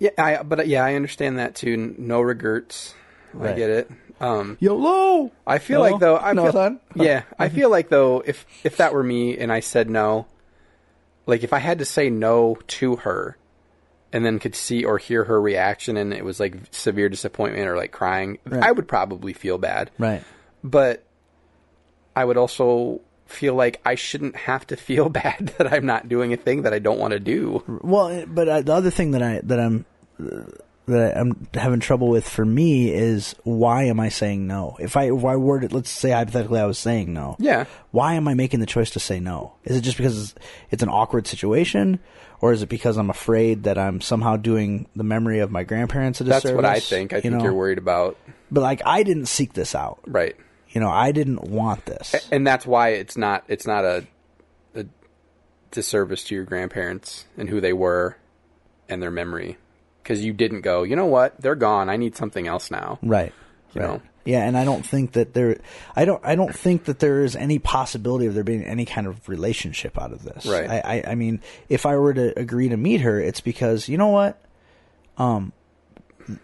S5: yeah. I, but yeah, I understand that too. N- No regrets. I
S4: Right.
S5: get it. Um,
S4: YOLO.
S5: I feel
S4: No?
S5: like though I
S4: No,
S5: feel,
S4: son?
S5: yeah I feel like though if if that were me and I said no, like if I had to say no to her, and then could see or hear her reaction and it was like severe disappointment or like crying, I would probably feel bad.
S4: Right.
S5: But I would also feel like I shouldn't have to feel bad that I'm not doing a thing that I don't want to do.
S4: Well, it- but uh, the other thing that I that I'm that I'm having trouble with for me is why am I saying no? If I why word it, let's say hypothetically I was saying no.
S5: Yeah.
S4: Why am I making the choice to say no? Is it just because it's, it's an awkward situation, or is it because I'm afraid that I'm somehow doing the memory of my grandparents a disservice?
S5: That's what I think. I
S4: you
S5: think
S4: know?
S5: you're worried about
S4: But like, I didn't seek this out.
S5: right.
S4: You know, I didn't want this.
S5: and that's why it's not it's not a, a disservice to your grandparents and who they were and their memory because you didn't go you know what they're gone i need something else now
S4: Right.
S5: You
S4: right.
S5: know?
S4: Yeah, and I don't think that there I don't I don't think that there is any possibility of there being any kind of relationship out of this.
S5: Right.
S4: I, I, I mean, if I were to agree to meet her, it's because you know what? Um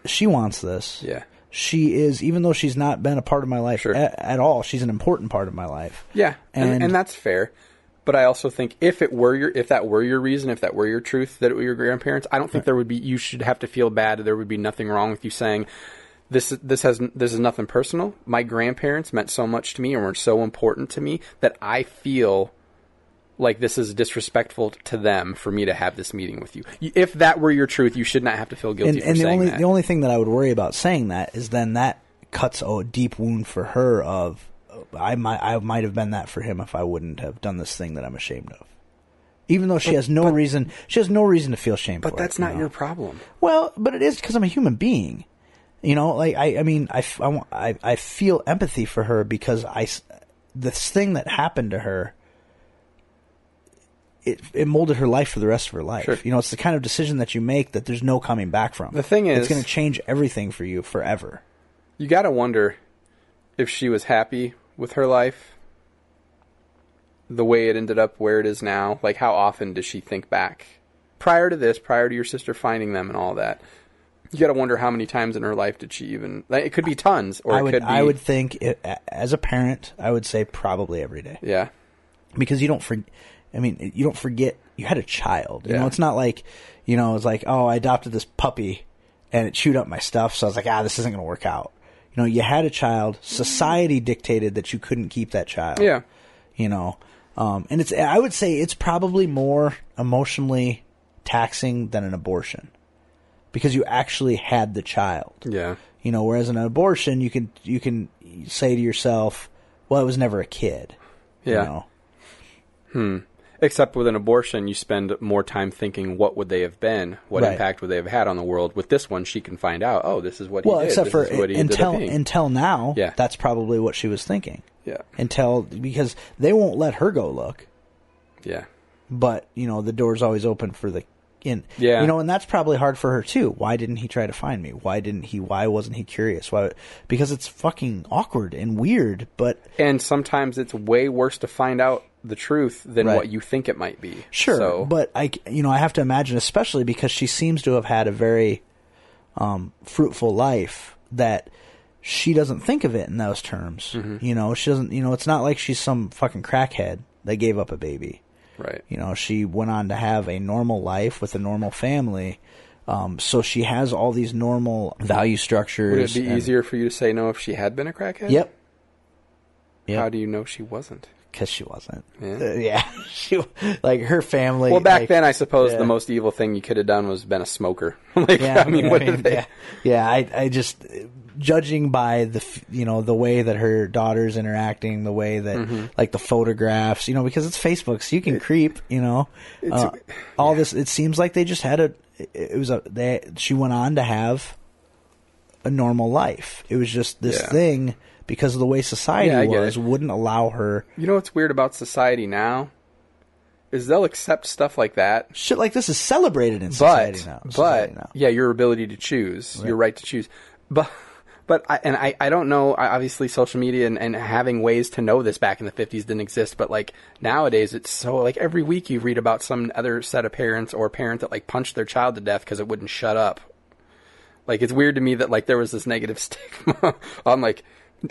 S4: she wants this.
S5: yeah
S4: She is even though she's not been a part of my life
S5: Sure.
S4: a- at, all, she's an important part of my life.
S5: yeah and, and,
S4: And-
S5: that's fair but i also think if it were your if that were your reason if that were your truth that it were your grandparents i don't think there would be you should have to feel bad there would be nothing wrong with you saying this this has this is nothing personal my grandparents meant so much to me and were so important to me that i feel like this is disrespectful to them for me to have this meeting with you. You- If that were your truth, you should not have to feel guilty
S4: And
S5: for
S4: and the
S5: saying
S4: only
S5: that.
S4: the only thing that I would worry about saying that is then that cuts a deep wound for her of I might I might have been that for him if I wouldn't have done this thing that I'm ashamed of. Even though she has no reason, she has no reason to feel shame.
S5: but
S4: for
S5: that's
S4: it, you
S5: not
S4: know?
S5: your problem.
S4: Well, but it is because I'm a human being. You know, like I, I mean, I, f- I, want- I, I feel empathy for her because I, s- this thing that happened to her, it, it molded her life for the rest of her life.
S5: Sure.
S4: You know, it's the kind of decision that you make that there's no coming back from.
S5: The thing is-
S4: it's going to change everything for you forever.
S5: You got to wonder if she was happy with her life, the way it ended up where it is now. Like, how often does she think back? Prior to this, prior to your sister finding them and all that, you got to wonder how many times in her life did she even. Like, it could be tons, or
S4: I
S5: it
S4: would,
S5: could be.
S4: I would think, it, a- as a parent, I would say probably every day.
S5: yeah.
S4: because you don't forget. I mean, you don't forget you had a child. You
S5: Yeah.
S4: know, it's not like you know, it's like oh, I adopted this puppy and it chewed up my stuff, so I was like, ah, this isn't going to work out. You know, you had a child. Society dictated that you couldn't keep that child.
S5: Yeah.
S4: You know, um, and it's I would say it's probably more emotionally taxing than an abortion because you actually had the child.
S5: Yeah.
S4: You know, whereas in an abortion, you can you can say to yourself, well, I was never a kid.
S5: Yeah.
S4: You know?
S5: Except with an abortion, you spend more time thinking what would they have been, what
S4: Right.
S5: impact would they have had on the world. With this one, she can find out. Oh, this is what
S4: Well,
S5: he did.
S4: except
S5: this
S4: for
S5: is what he ended
S4: until
S5: up being.
S4: until now,
S5: Yeah.
S4: that's probably what she was thinking.
S5: yeah,
S4: Until because they won't let her go look,
S5: yeah,
S4: but you know the door's always open for the in.
S5: Yeah.
S4: you know, and that's probably hard for her too. Why didn't he try to find me? Why didn't he? Why wasn't he curious? Why? Because it's fucking awkward and weird. But
S5: and sometimes it's way worse to find out the truth than
S4: Right.
S5: what you think it might be.
S4: Sure,
S5: so,
S4: but I, c- you know, I have to imagine, especially because she seems to have had a very um, fruitful life, that she doesn't think of it in those terms.
S5: Mm-hmm.
S4: You know, she doesn't. You know, it's not like she's some fucking crackhead that gave up a baby.
S5: right,
S4: You know, she went on to have a normal life with a normal family, um, so she has all these normal value structures.
S5: would it be
S4: and-
S5: easier for you to say no if she had been a crackhead?
S4: Yep.
S5: How do you know she wasn't?
S4: Because she wasn't.
S5: Yeah.
S4: Uh, yeah. she like her family.
S5: Well, back
S4: like-
S5: then, I suppose the
S4: yeah.
S5: most evil thing you could have done was been a smoker. like,
S4: Yeah,
S5: I mean, what did they?
S4: yeah, yeah. I, I just judging by the f- you know the way that her daughter's interacting, the way that
S5: Mm-hmm.
S4: like the photographs, you know, because it's Facebook, so you can creep, you know, Uh, all this. It seems like they just had a. It it was a. They she went on to have a normal life. It was just this
S5: Yeah.
S4: thing because of the way society
S5: Yeah, I get
S4: was
S5: it.
S4: wouldn't allow her
S5: You know what's weird about society now is they'll accept stuff like that
S4: shit like this is celebrated in
S5: but
S4: society now. society
S5: but
S4: now.
S5: yeah, your ability to choose, your right to choose, but. But I, and I, I don't know. I- Obviously, social media and, and having ways to know this back in the fifties didn't exist. But like nowadays, it's so like every week you read about some other set of parents or parent that like punched their child to death because it wouldn't shut up. Like it's weird to me that like there was this negative stigma on like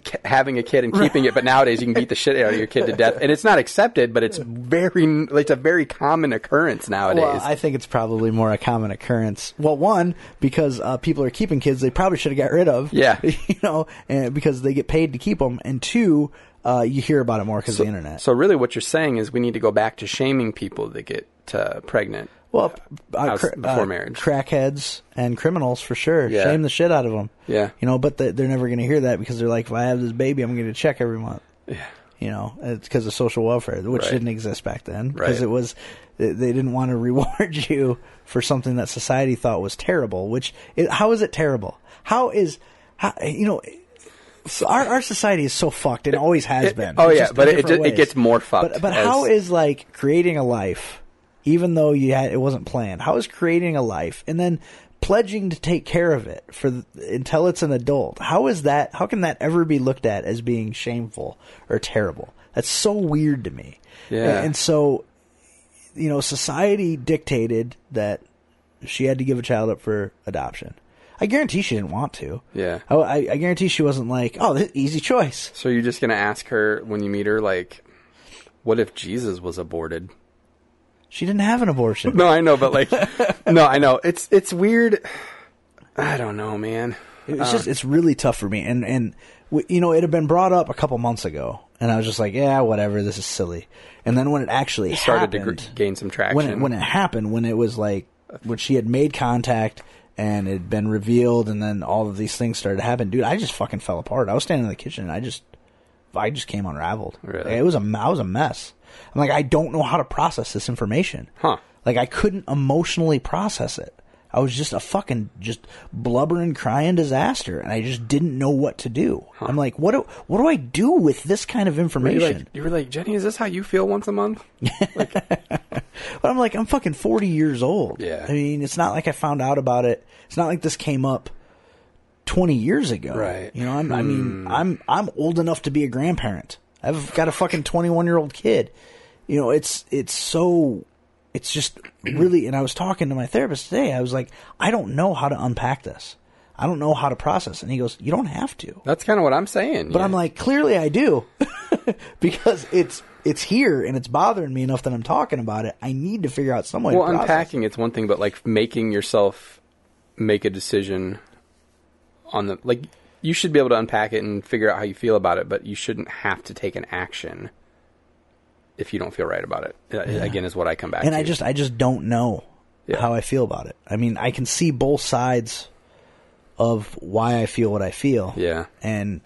S5: k- having a kid and keeping it, but nowadays you can beat the shit out of your kid to death, and it's not accepted, but it's very it's a very common occurrence nowadays.
S4: Well, I think it's probably more a common occurrence. Well, one because uh, people are keeping kids they probably should have got rid of.
S5: Yeah.
S4: you know, and because they get paid to keep them, and two, uh, you hear about it more because of the internet.
S5: so really, what you're saying is we need to go back to shaming people that get uh, pregnant.
S4: well,
S5: I
S4: uh,
S5: was-
S4: cr-
S5: before
S4: uh,
S5: marriage.
S4: crackheads and criminals for sure.
S5: Yeah.
S4: Shame the shit out of them.
S5: Yeah.
S4: you know, but they- they're never going to hear that because they're like, if I have this baby, I'm going to check every month. Yeah. You know, it's because of social welfare, which
S5: Right.
S4: didn't exist back then. Because
S5: Right.
S4: it was, they they didn't want to reward you for something that society thought was terrible. Which, it, how is it terrible? How is, how, you know, our our society is so fucked and always has
S5: it-
S4: been.
S5: oh,
S4: It's
S5: yeah,
S4: just in
S5: but it- it
S4: different
S5: ju- it
S4: ways.
S5: gets more fucked
S4: But, but
S5: as-
S4: how is like creating a life, even though you had it wasn't planned? How is creating a life and then pledging to take care of it for th- until it's an adult? How is that? How can that ever be looked at as being shameful or terrible? That's so weird to me.
S5: Yeah.
S4: and so you know, society dictated that she had to give a child up for adoption. I guarantee she didn't want to.
S5: Yeah.
S4: I, I, I guarantee she wasn't like, oh, this, easy choice.
S5: So you're just gonna ask her when you meet her, like, what if Jesus was aborted?
S4: She didn't have an abortion.
S5: No, I know, but like, no, I know. It's it's weird. I don't know, man. Um,
S4: It's just, it's really tough for me. And, and, w- you know, it had been brought up a couple months ago. And I was just like, yeah, whatever, this is silly. And then when it actually
S5: Started
S4: happened,
S5: to gr- gain some traction.
S4: when it, when it happened, when it was like when she had made contact and it had been revealed, and then all of these things started to happen. Dude, I just fucking fell apart. I was standing in the kitchen and I just, I just came unraveled.
S5: Really?
S4: It was a, I was a mess. I'm like, I don't know how to process this information.
S5: Huh.
S4: Like I couldn't emotionally process it. I was just a fucking just blubbering, crying disaster, and I just didn't know what to do. I'm like, what do what do I do with this kind of
S5: you
S4: information?
S5: were like, you were like, Jenny, is this how you feel once a month?
S4: But I'm like, I'm fucking 40 years old.
S5: Yeah.
S4: I mean, it's not like I found out about it. It's not like this came up 20 years ago.
S5: Right. Hmm.
S4: You know, I'm, I mean, I'm I'm old enough to be a grandparent. I've got a fucking 21 year old kid. You know, it's it's so it's just really. And I was talking to my therapist today. I was like, I don't know how to unpack this. I don't know how to process. And he goes, You don't have to.
S5: That's kind of what I'm saying.
S4: But I'm like, clearly I do, because it's it's here and it's bothering me enough that I'm talking about it. I need to figure out some way.
S5: well,
S4: to process
S5: unpacking it's one thing, but like making yourself make a decision on the like, you should be able to unpack it and figure out how you feel about it, but you shouldn't have to take an action if you don't feel right about it. Uh, Again, is what I come back.
S4: and
S5: to.
S4: I just I just don't know
S5: Yeah.
S4: how I feel about it. I mean, I can see both sides of why I feel what I feel.
S5: Yeah.
S4: And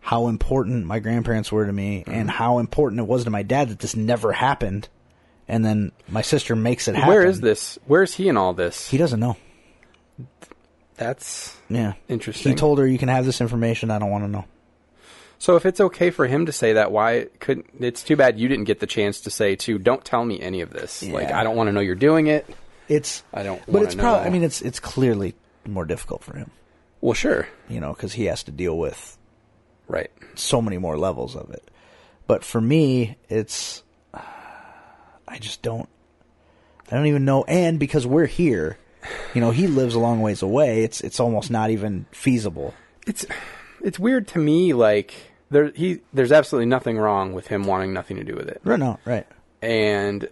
S4: how important my grandparents were to me
S5: Mm-hmm.
S4: and how important it was to my dad that this never happened and then my sister makes it happen.
S5: Where is this? Where is he in all this?
S4: He doesn't know.
S5: That's
S4: Yeah.
S5: Interesting.
S4: He told her you can have this information, I don't want to know.
S5: so. If it's okay for him to say that, why couldn't? It's too bad you didn't get the chance to say to. Don't tell me any of this. Like
S4: Yeah.
S5: I don't want to know you're doing it.
S4: It's
S5: I don't
S4: But
S5: wanna
S4: it's probably
S5: know.
S4: I mean it's it's clearly more difficult for him,
S5: Well, sure,
S4: you know, cuz he has to deal with
S5: right.
S4: so many more levels of it. But for me, it's I just don't I don't even know and because we're here, you know, he lives a long ways away, it's it's almost not even feasible.
S5: It's it's weird to me. Like there he there's absolutely nothing wrong with him wanting nothing to do with it,
S4: Right no, right.
S5: and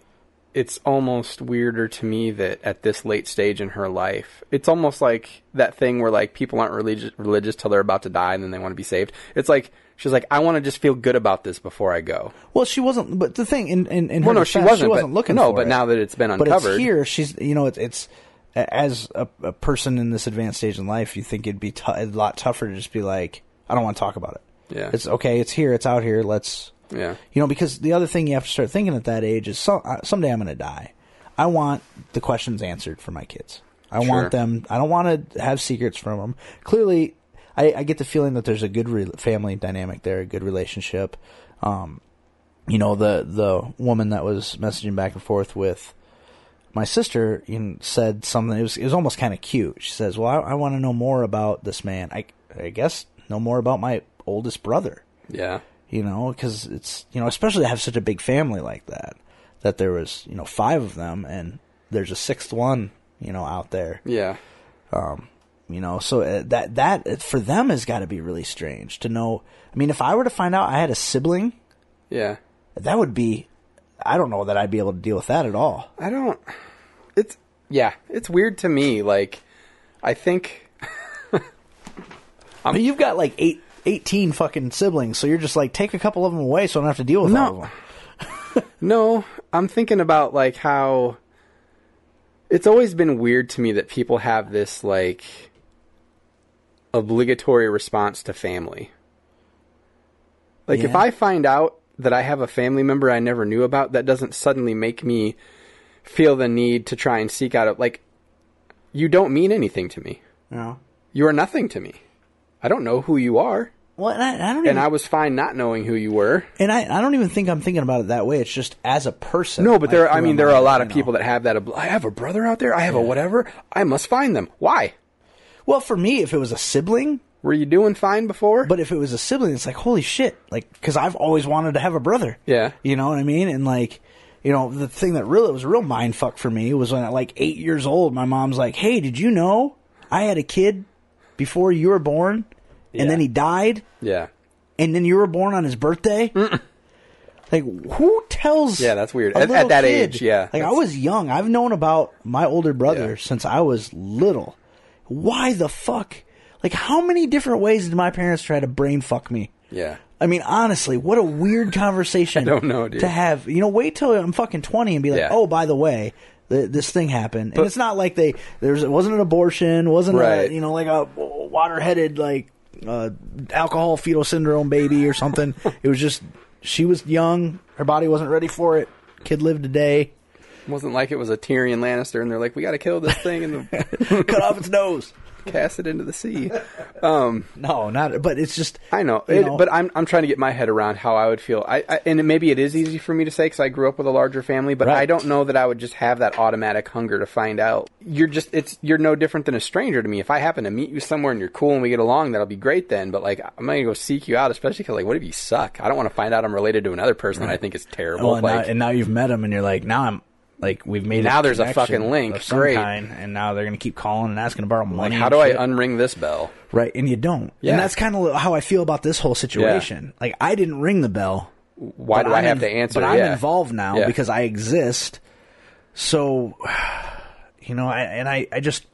S5: it's almost weirder to me that at this late stage in her life, it's almost like that thing where like people aren't religious religious till they're about to die and then they want to be saved. It's like she's like, I want to just feel good about this before I go.
S4: Well, she wasn't but the thing in in, in her
S5: Well, no, she
S4: defense,
S5: wasn't, but-
S4: looking
S5: no,
S4: for
S5: but
S4: it.
S5: now that it's been
S4: But
S5: uncovered-
S4: it's here she's you know, it's it's as a, a person in this advanced stage in life, you think it'd be tou- a lot tougher to just be like, I don't want to talk about it.
S5: Yeah.
S4: It's okay, it's here, it's out here, let's
S5: Yeah.
S4: You know, because the other thing you have to start thinking at that age is so, uh, someday I'm going to die. I want the questions answered for my kids. I
S5: Sure.
S4: want them. I don't want to have secrets from them. Clearly, I, I get the feeling that there's a good re- family dynamic there, a good relationship. Um, you know, the the woman that was messaging back and forth with my sister you know, said something. It was it was almost kind of cute. She says, "Well, I, I want to know more about this man. I I guess know more about my oldest brother."
S5: Yeah.
S4: you know, because it's you know, especially to have such a big family like that, that there was you know five of them, and there's a sixth one, you know, out there.
S5: Yeah.
S4: you know so uh, that that for them has got to be really strange to know i mean if i were to find out i had a sibling
S5: Yeah.
S4: that would be i don't know that i'd be able to deal with that at all
S5: I don't. It's yeah. It's weird to me. Like I think
S4: but you've got like eight, 18 fucking siblings so you're just like take a couple of them away so i don't have to deal with
S5: No.
S4: all of them
S5: No, I'm thinking about like how it's always been weird to me that people have this like obligatory response to family. Like if
S4: Yeah.
S5: I find out that I have a family member I never knew about, that doesn't suddenly make me feel the need to try and seek out it. Like you don't mean anything to me.
S4: you know
S5: You are nothing to me. I don't know who you are,
S4: well and i, I don't even
S5: and I was fine not knowing who you were.
S4: and I, I don't even think i'm thinking about it that way it's just as a person
S5: No, but there. I mean, there are a lot of
S4: people.
S5: people that have that. obli- I have a brother out there. I have a whatever. I must find them. Why?
S4: Well, for me, if it was a sibling,
S5: Were you doing fine before?
S4: but if it was a sibling, it's like holy shit, like because I've always wanted to have a brother.
S5: Yeah.
S4: you know what I mean. And like, you know, the thing that really it was a real mind fuck for me was when at like eight years old, my mom's like, "Hey, did you know I had a kid before you were born, and then
S5: Yeah.
S4: he died,
S5: yeah,
S4: and then you were born on his birthday." Like who tells?
S5: Yeah, that's weird.
S4: a
S5: At- at
S4: little
S5: that
S4: kid-
S5: age, yeah.
S4: Like I
S5: That's-
S4: was young. I've known about my older brother
S5: Yeah.
S4: since I was little. Why the fuck? Like how many different ways did my parents try to brain fuck me?
S5: yeah.
S4: I mean, honestly, what a weird conversation.
S5: I don't know, dude.
S4: To have, you know, wait till I'm fucking 20 and be like,
S5: Yeah.
S4: oh, by the way, th- this thing happened. and it's not like they, there's, it wasn't an abortion, wasn't
S5: Right.
S4: a, you know, like a water headed, like, uh, alcohol fetal syndrome baby or something. it was just, she was young. Her body wasn't ready for it. Kid lived a day.
S5: It wasn't like it was a Tyrion Lannister, and they're like, "We got to kill this thing and then
S4: Cut off its nose.
S5: cast it into the sea."
S4: No, not, but it's just,
S5: I know,
S4: you
S5: it, but I'm I'm trying to get my head around how I would feel. I, I and maybe it is easy for me to say because I grew up with a larger family, but I
S4: Right.
S5: don't know that I would just have that automatic hunger to find out. You're just it's you're no different than a stranger to me. If I happen to meet you somewhere and you're cool and we get along, that'll be great then. But like I'm not gonna go seek you out, especially because like what if you suck? I don't want to find out I'm related to another person that I think is terrible.
S4: well, and,
S5: like
S4: now, and now you've met him, and you're like, now I'm like, we've made
S5: Now there's a
S4: connection
S5: fucking link.
S4: of some
S5: Great.
S4: kind, and now they're gonna keep calling and asking to borrow money.
S5: like
S4: and
S5: how do I
S4: shit.
S5: unring this bell?
S4: right? And you don't.
S5: Yeah.
S4: And that's kind of how I feel about this whole situation. Like I didn't ring the bell.
S5: Why
S4: but
S5: do i
S4: I'm
S5: have
S4: in-
S5: to answer?
S4: But I'm
S5: Yeah.
S4: involved now
S5: Yeah.
S4: because I exist. So, you know, I, and I, I just,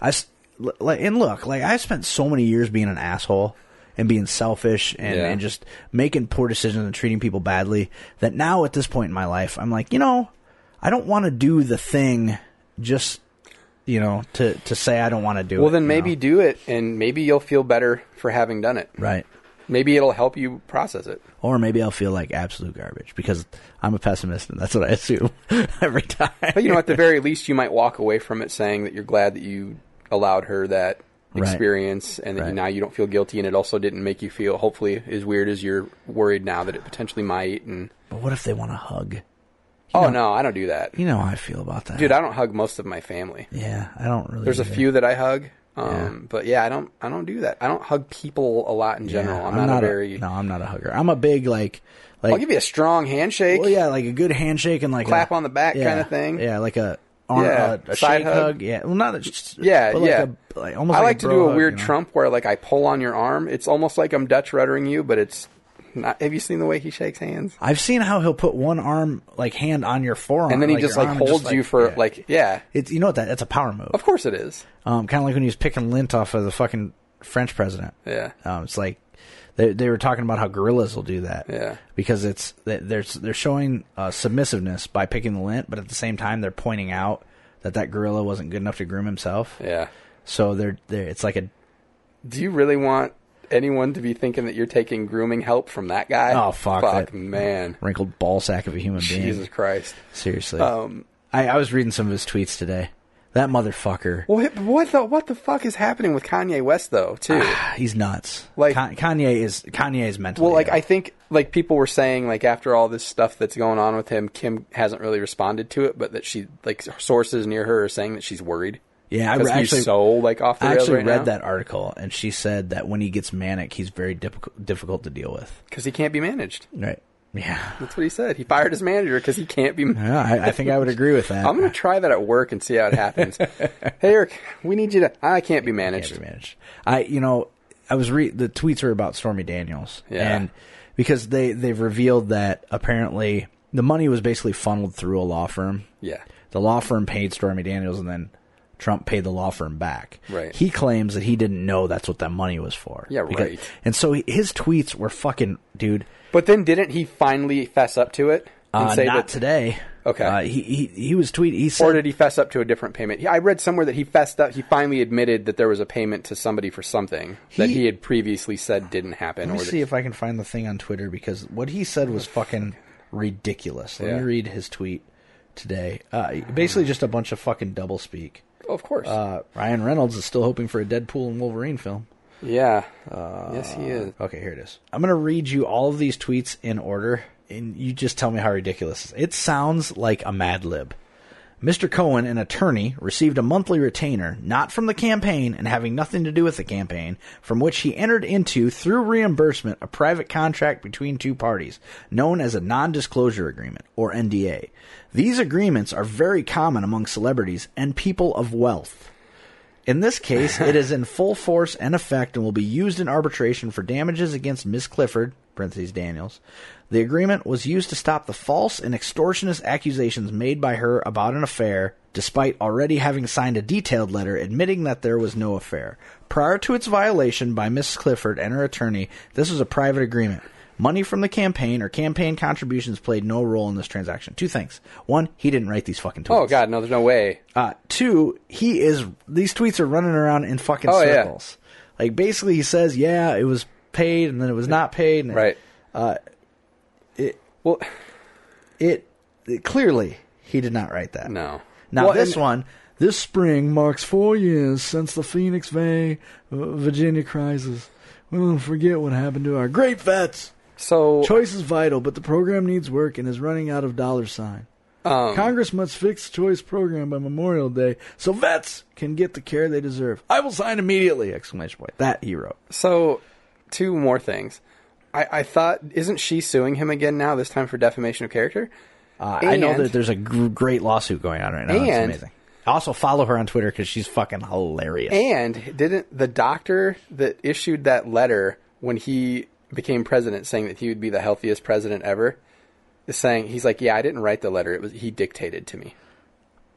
S4: I, s- l- like, and look, like I spent so many years being an asshole and being selfish and,
S5: Yeah.
S4: and just making poor decisions and treating people badly that now at this point in my life, I'm like, you know, I don't want to do the thing just, you know, to, to say I don't want to do it.
S5: Well, then
S4: you
S5: maybe
S4: know?
S5: do it, and maybe you'll feel better for having done it.
S4: Right.
S5: Maybe it'll help you process it.
S4: Or maybe I'll feel like absolute garbage because I'm a pessimist and that's what I assume every time.
S5: But you know, at the very least, you might walk away from it saying that you're glad that you allowed her that
S4: Right.
S5: experience, and that
S4: Right.
S5: now you don't feel guilty, and it also didn't make you feel, hopefully, as weird as you're worried now that it potentially might. And
S4: But what if they want to hug?
S5: oh no, I don't do that,
S4: You know how I feel about that.
S5: dude. I don't hug most of my family.
S4: yeah, I don't really.
S5: There's a
S4: either.
S5: few that I hug, um, but yeah, I don't. I don't do that. I don't hug people a lot in
S4: Yeah,
S5: general. I'm, not, a very.
S4: No, I'm not a hugger. I'm a big like like.
S5: I'll give you a strong handshake.
S4: well, yeah, like a good handshake and like
S5: Clap
S4: a-
S5: on the back
S4: yeah,
S5: kinda thing.
S4: Yeah, like a. Arm,
S5: Yeah,
S4: a, a
S5: side
S4: shake
S5: hug.
S4: hug. yeah. Well, not a, just-
S5: Yeah,
S4: but like
S5: yeah.
S4: A, like, almost
S5: I
S4: like,
S5: like
S4: a
S5: to
S4: bro
S5: do a
S4: hug,
S5: weird
S4: you know?
S5: Trump where like I pull on your arm. It's almost like I'm Dutch ruddering you, but it's not. Have you seen the way he shakes hands?
S4: I've seen how he'll put one arm, like hand, on your forearm,
S5: And then he just
S4: your
S5: like
S4: arm and
S5: holds
S4: just,
S5: you for
S4: yeah.
S5: like yeah.
S4: It's you know what that that's a power move.
S5: Of course it is.
S4: Um, kind of like when he was picking lint off of the fucking French president.
S5: Yeah.
S4: Um, it's like they they were talking about how gorillas will do that.
S5: Yeah.
S4: Because it's they- they're they're showing uh, submissiveness by picking the lint, but at the same time they're pointing out that that gorilla wasn't good enough to groom himself.
S5: Yeah.
S4: So they're they are it's like a
S5: Do you really want anyone to be thinking that you're taking grooming help from that guy?
S4: Oh, fuck that.
S5: man.
S4: wrinkled ball sack of a human being.
S5: Jesus Christ.
S4: Seriously.
S5: Um
S4: I, I was reading some of his tweets today. That motherfucker.
S5: what what the what the fuck is happening with Kanye West though, too?
S4: He's nuts.
S5: Like-
S4: Con- Kanye is Kanye is mentally.
S5: Well, like
S4: ill.
S5: I think like people were saying like after all this stuff that's going on with him, Kim hasn't really responded to it, but that she like sources near her are saying that she's worried.
S4: yeah, I
S5: 'Cause
S4: actually
S5: he's so like off the
S4: I
S5: rails
S4: actually
S5: right
S4: read that article, and she said that when he gets manic, he's very difficult difficult to deal with.
S5: because he can't be managed.
S4: Right. Yeah.
S5: That's what he said. He fired his manager because he can't be.
S4: Yeah, I, I think I would agree with that.
S5: I'm going to try that at work and see how it happens. hey, Eric, we need you to. I can't be managed.
S4: Can't be managed. I, you know, I was re the tweets were about Stormy Daniels,
S5: Yeah.
S4: and because they they've revealed that apparently the money was basically funneled through a law firm.
S5: Yeah.
S4: The law firm paid Stormy Daniels, and then Trump paid the law firm back.
S5: Right.
S4: He claims that he didn't know that's what that money was for.
S5: Yeah,
S4: Because-
S5: right.
S4: And so he- his tweets were fucking, dude.
S5: But then didn't he finally fess up to it and
S4: Uh,
S5: say
S4: not
S5: that?
S4: today.
S5: Okay.
S4: Uh, he, he he was tweeting. He
S5: Or
S4: said
S5: did he fess up to a different payment? He- I read somewhere that he fessed up. He finally admitted that there was a payment to somebody for something that
S4: He-
S5: he had previously said didn't
S4: Let
S5: happen. or
S4: me
S5: that-
S4: see if I can find the thing on Twitter because what he said was fucking ridiculous. Let
S5: Yeah.
S4: me read his tweet today. Uh, basically, just a bunch of fucking doublespeak.
S5: Oh, of course.
S4: Uh, Ryan Reynolds is still hoping for a Deadpool and Wolverine film.
S5: yeah. yes, he is.
S4: Okay, here it is. I'm going to read you all of these tweets in order, and you just tell me how ridiculous. It sounds like a Mad Lib. Mr. Cohen, an attorney, received a monthly retainer, not from the campaign and having nothing to do with the campaign, from which he entered into, through reimbursement, a private contract between two parties, known as a non disclosure agreement, or NDA. These agreements are very common among celebrities and people of wealth. In this case, it is in full force and effect and will be used in arbitration for damages against Miss Clifford, parentheses Daniels. The agreement was used to stop the false and extortionist accusations made by her about an affair, despite already having signed a detailed letter admitting that there was no affair. Prior to its violation by Miss Clifford and her attorney, this was a private agreement. Money from the campaign or campaign contributions played no role in this transaction. Two things. One, he didn't write these fucking tweets.
S5: Oh God, no, there's no way.
S4: Uh, two, he is these tweets are running around in fucking
S5: Oh, yeah.
S4: circles. Like basically, he says, "Yeah, it was paid, and then it was not paid." And
S5: Right.
S4: Well, it, it- clearly he did not write that.
S5: No.
S4: Now
S5: Well,
S4: this
S5: and-
S4: one, this spring marks four years since the Phoenix Bay, uh, Virginia crisis. We don't forget what happened to our great vets.
S5: So
S4: Choice is vital, but the program needs work and is running out of dollar sign.
S5: um,
S4: Congress must fix choice program by Memorial Day so vets can get the care they deserve. I will sign immediately! Exclamation point. That he wrote.
S5: So, two more things. I, I thought, isn't she suing him again now? This time for defamation of character.
S4: Uh, I know
S5: And-
S4: that there's a gr- great lawsuit going on right now. it's
S5: And-
S4: amazing. Also follow her on Twitter because she's fucking hilarious.
S5: And didn't the doctor that issued that letter when he became president, saying that he would be the healthiest president ever, is saying he's like, yeah, I didn't write the letter. It was he dictated to me.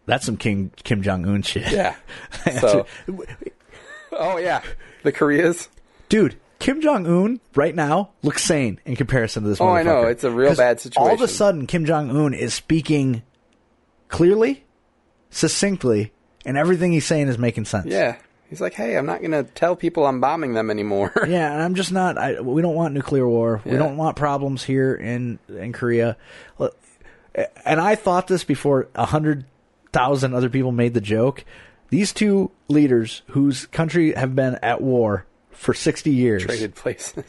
S4: That's some King Kim Jong Un shit.
S5: Yeah. so, oh yeah, the Koreas.
S4: Dude, Kim Jong Un right now looks sane in comparison to this.
S5: Oh, I know.
S4: motherfucker.
S5: It's a real
S4: 'Cause
S5: bad situation.
S4: All of a sudden, Kim Jong Un is speaking clearly, succinctly, and everything he's saying is making sense.
S5: Yeah. He's like, hey, I'm not gonna tell people I'm bombing them anymore.
S4: Yeah, and I'm just not. I, we don't want nuclear war. We
S5: Yeah.
S4: don't want problems here in in Korea. Look, And I thought this before a hundred thousand other people made the joke. These two leaders, whose country have been at war for sixty years,
S5: Traded places.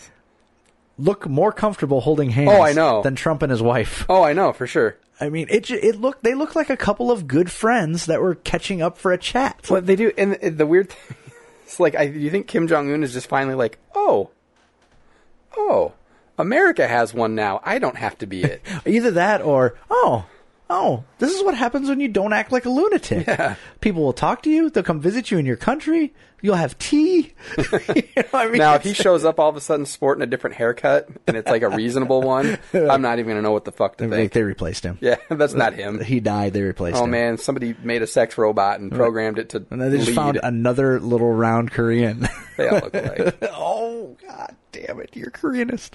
S4: look more comfortable holding hands.
S5: Oh, I know.
S4: Than Trump and his wife.
S5: Oh, I know for sure.
S4: I mean, it ju- it looked they looked like a couple of good friends that were catching up for a chat.
S5: Well, they do, and the weird thing is, like, I, you think Kim Jong Un is just finally like, oh, oh, America has one now. I don't have to be it.
S4: Either that or oh. Oh, this is what happens when you don't act like a lunatic. People will talk to you. They'll come visit you in your country. You'll have tea. you know, what I mean,
S5: now, if
S4: It's-
S5: he shows up all of a sudden sporting a different haircut and it's like a reasonable one, I'm not even gonna know what the fuck to
S4: like
S5: think.
S4: they replaced him.
S5: Yeah, that's not him.
S4: He died. They replaced
S5: Oh
S4: him.
S5: man, somebody made a sex robot and programmed it to
S4: And then they just
S5: lead.
S4: found another little round Korean.
S5: They all look alike.
S4: oh god damn it you're koreanist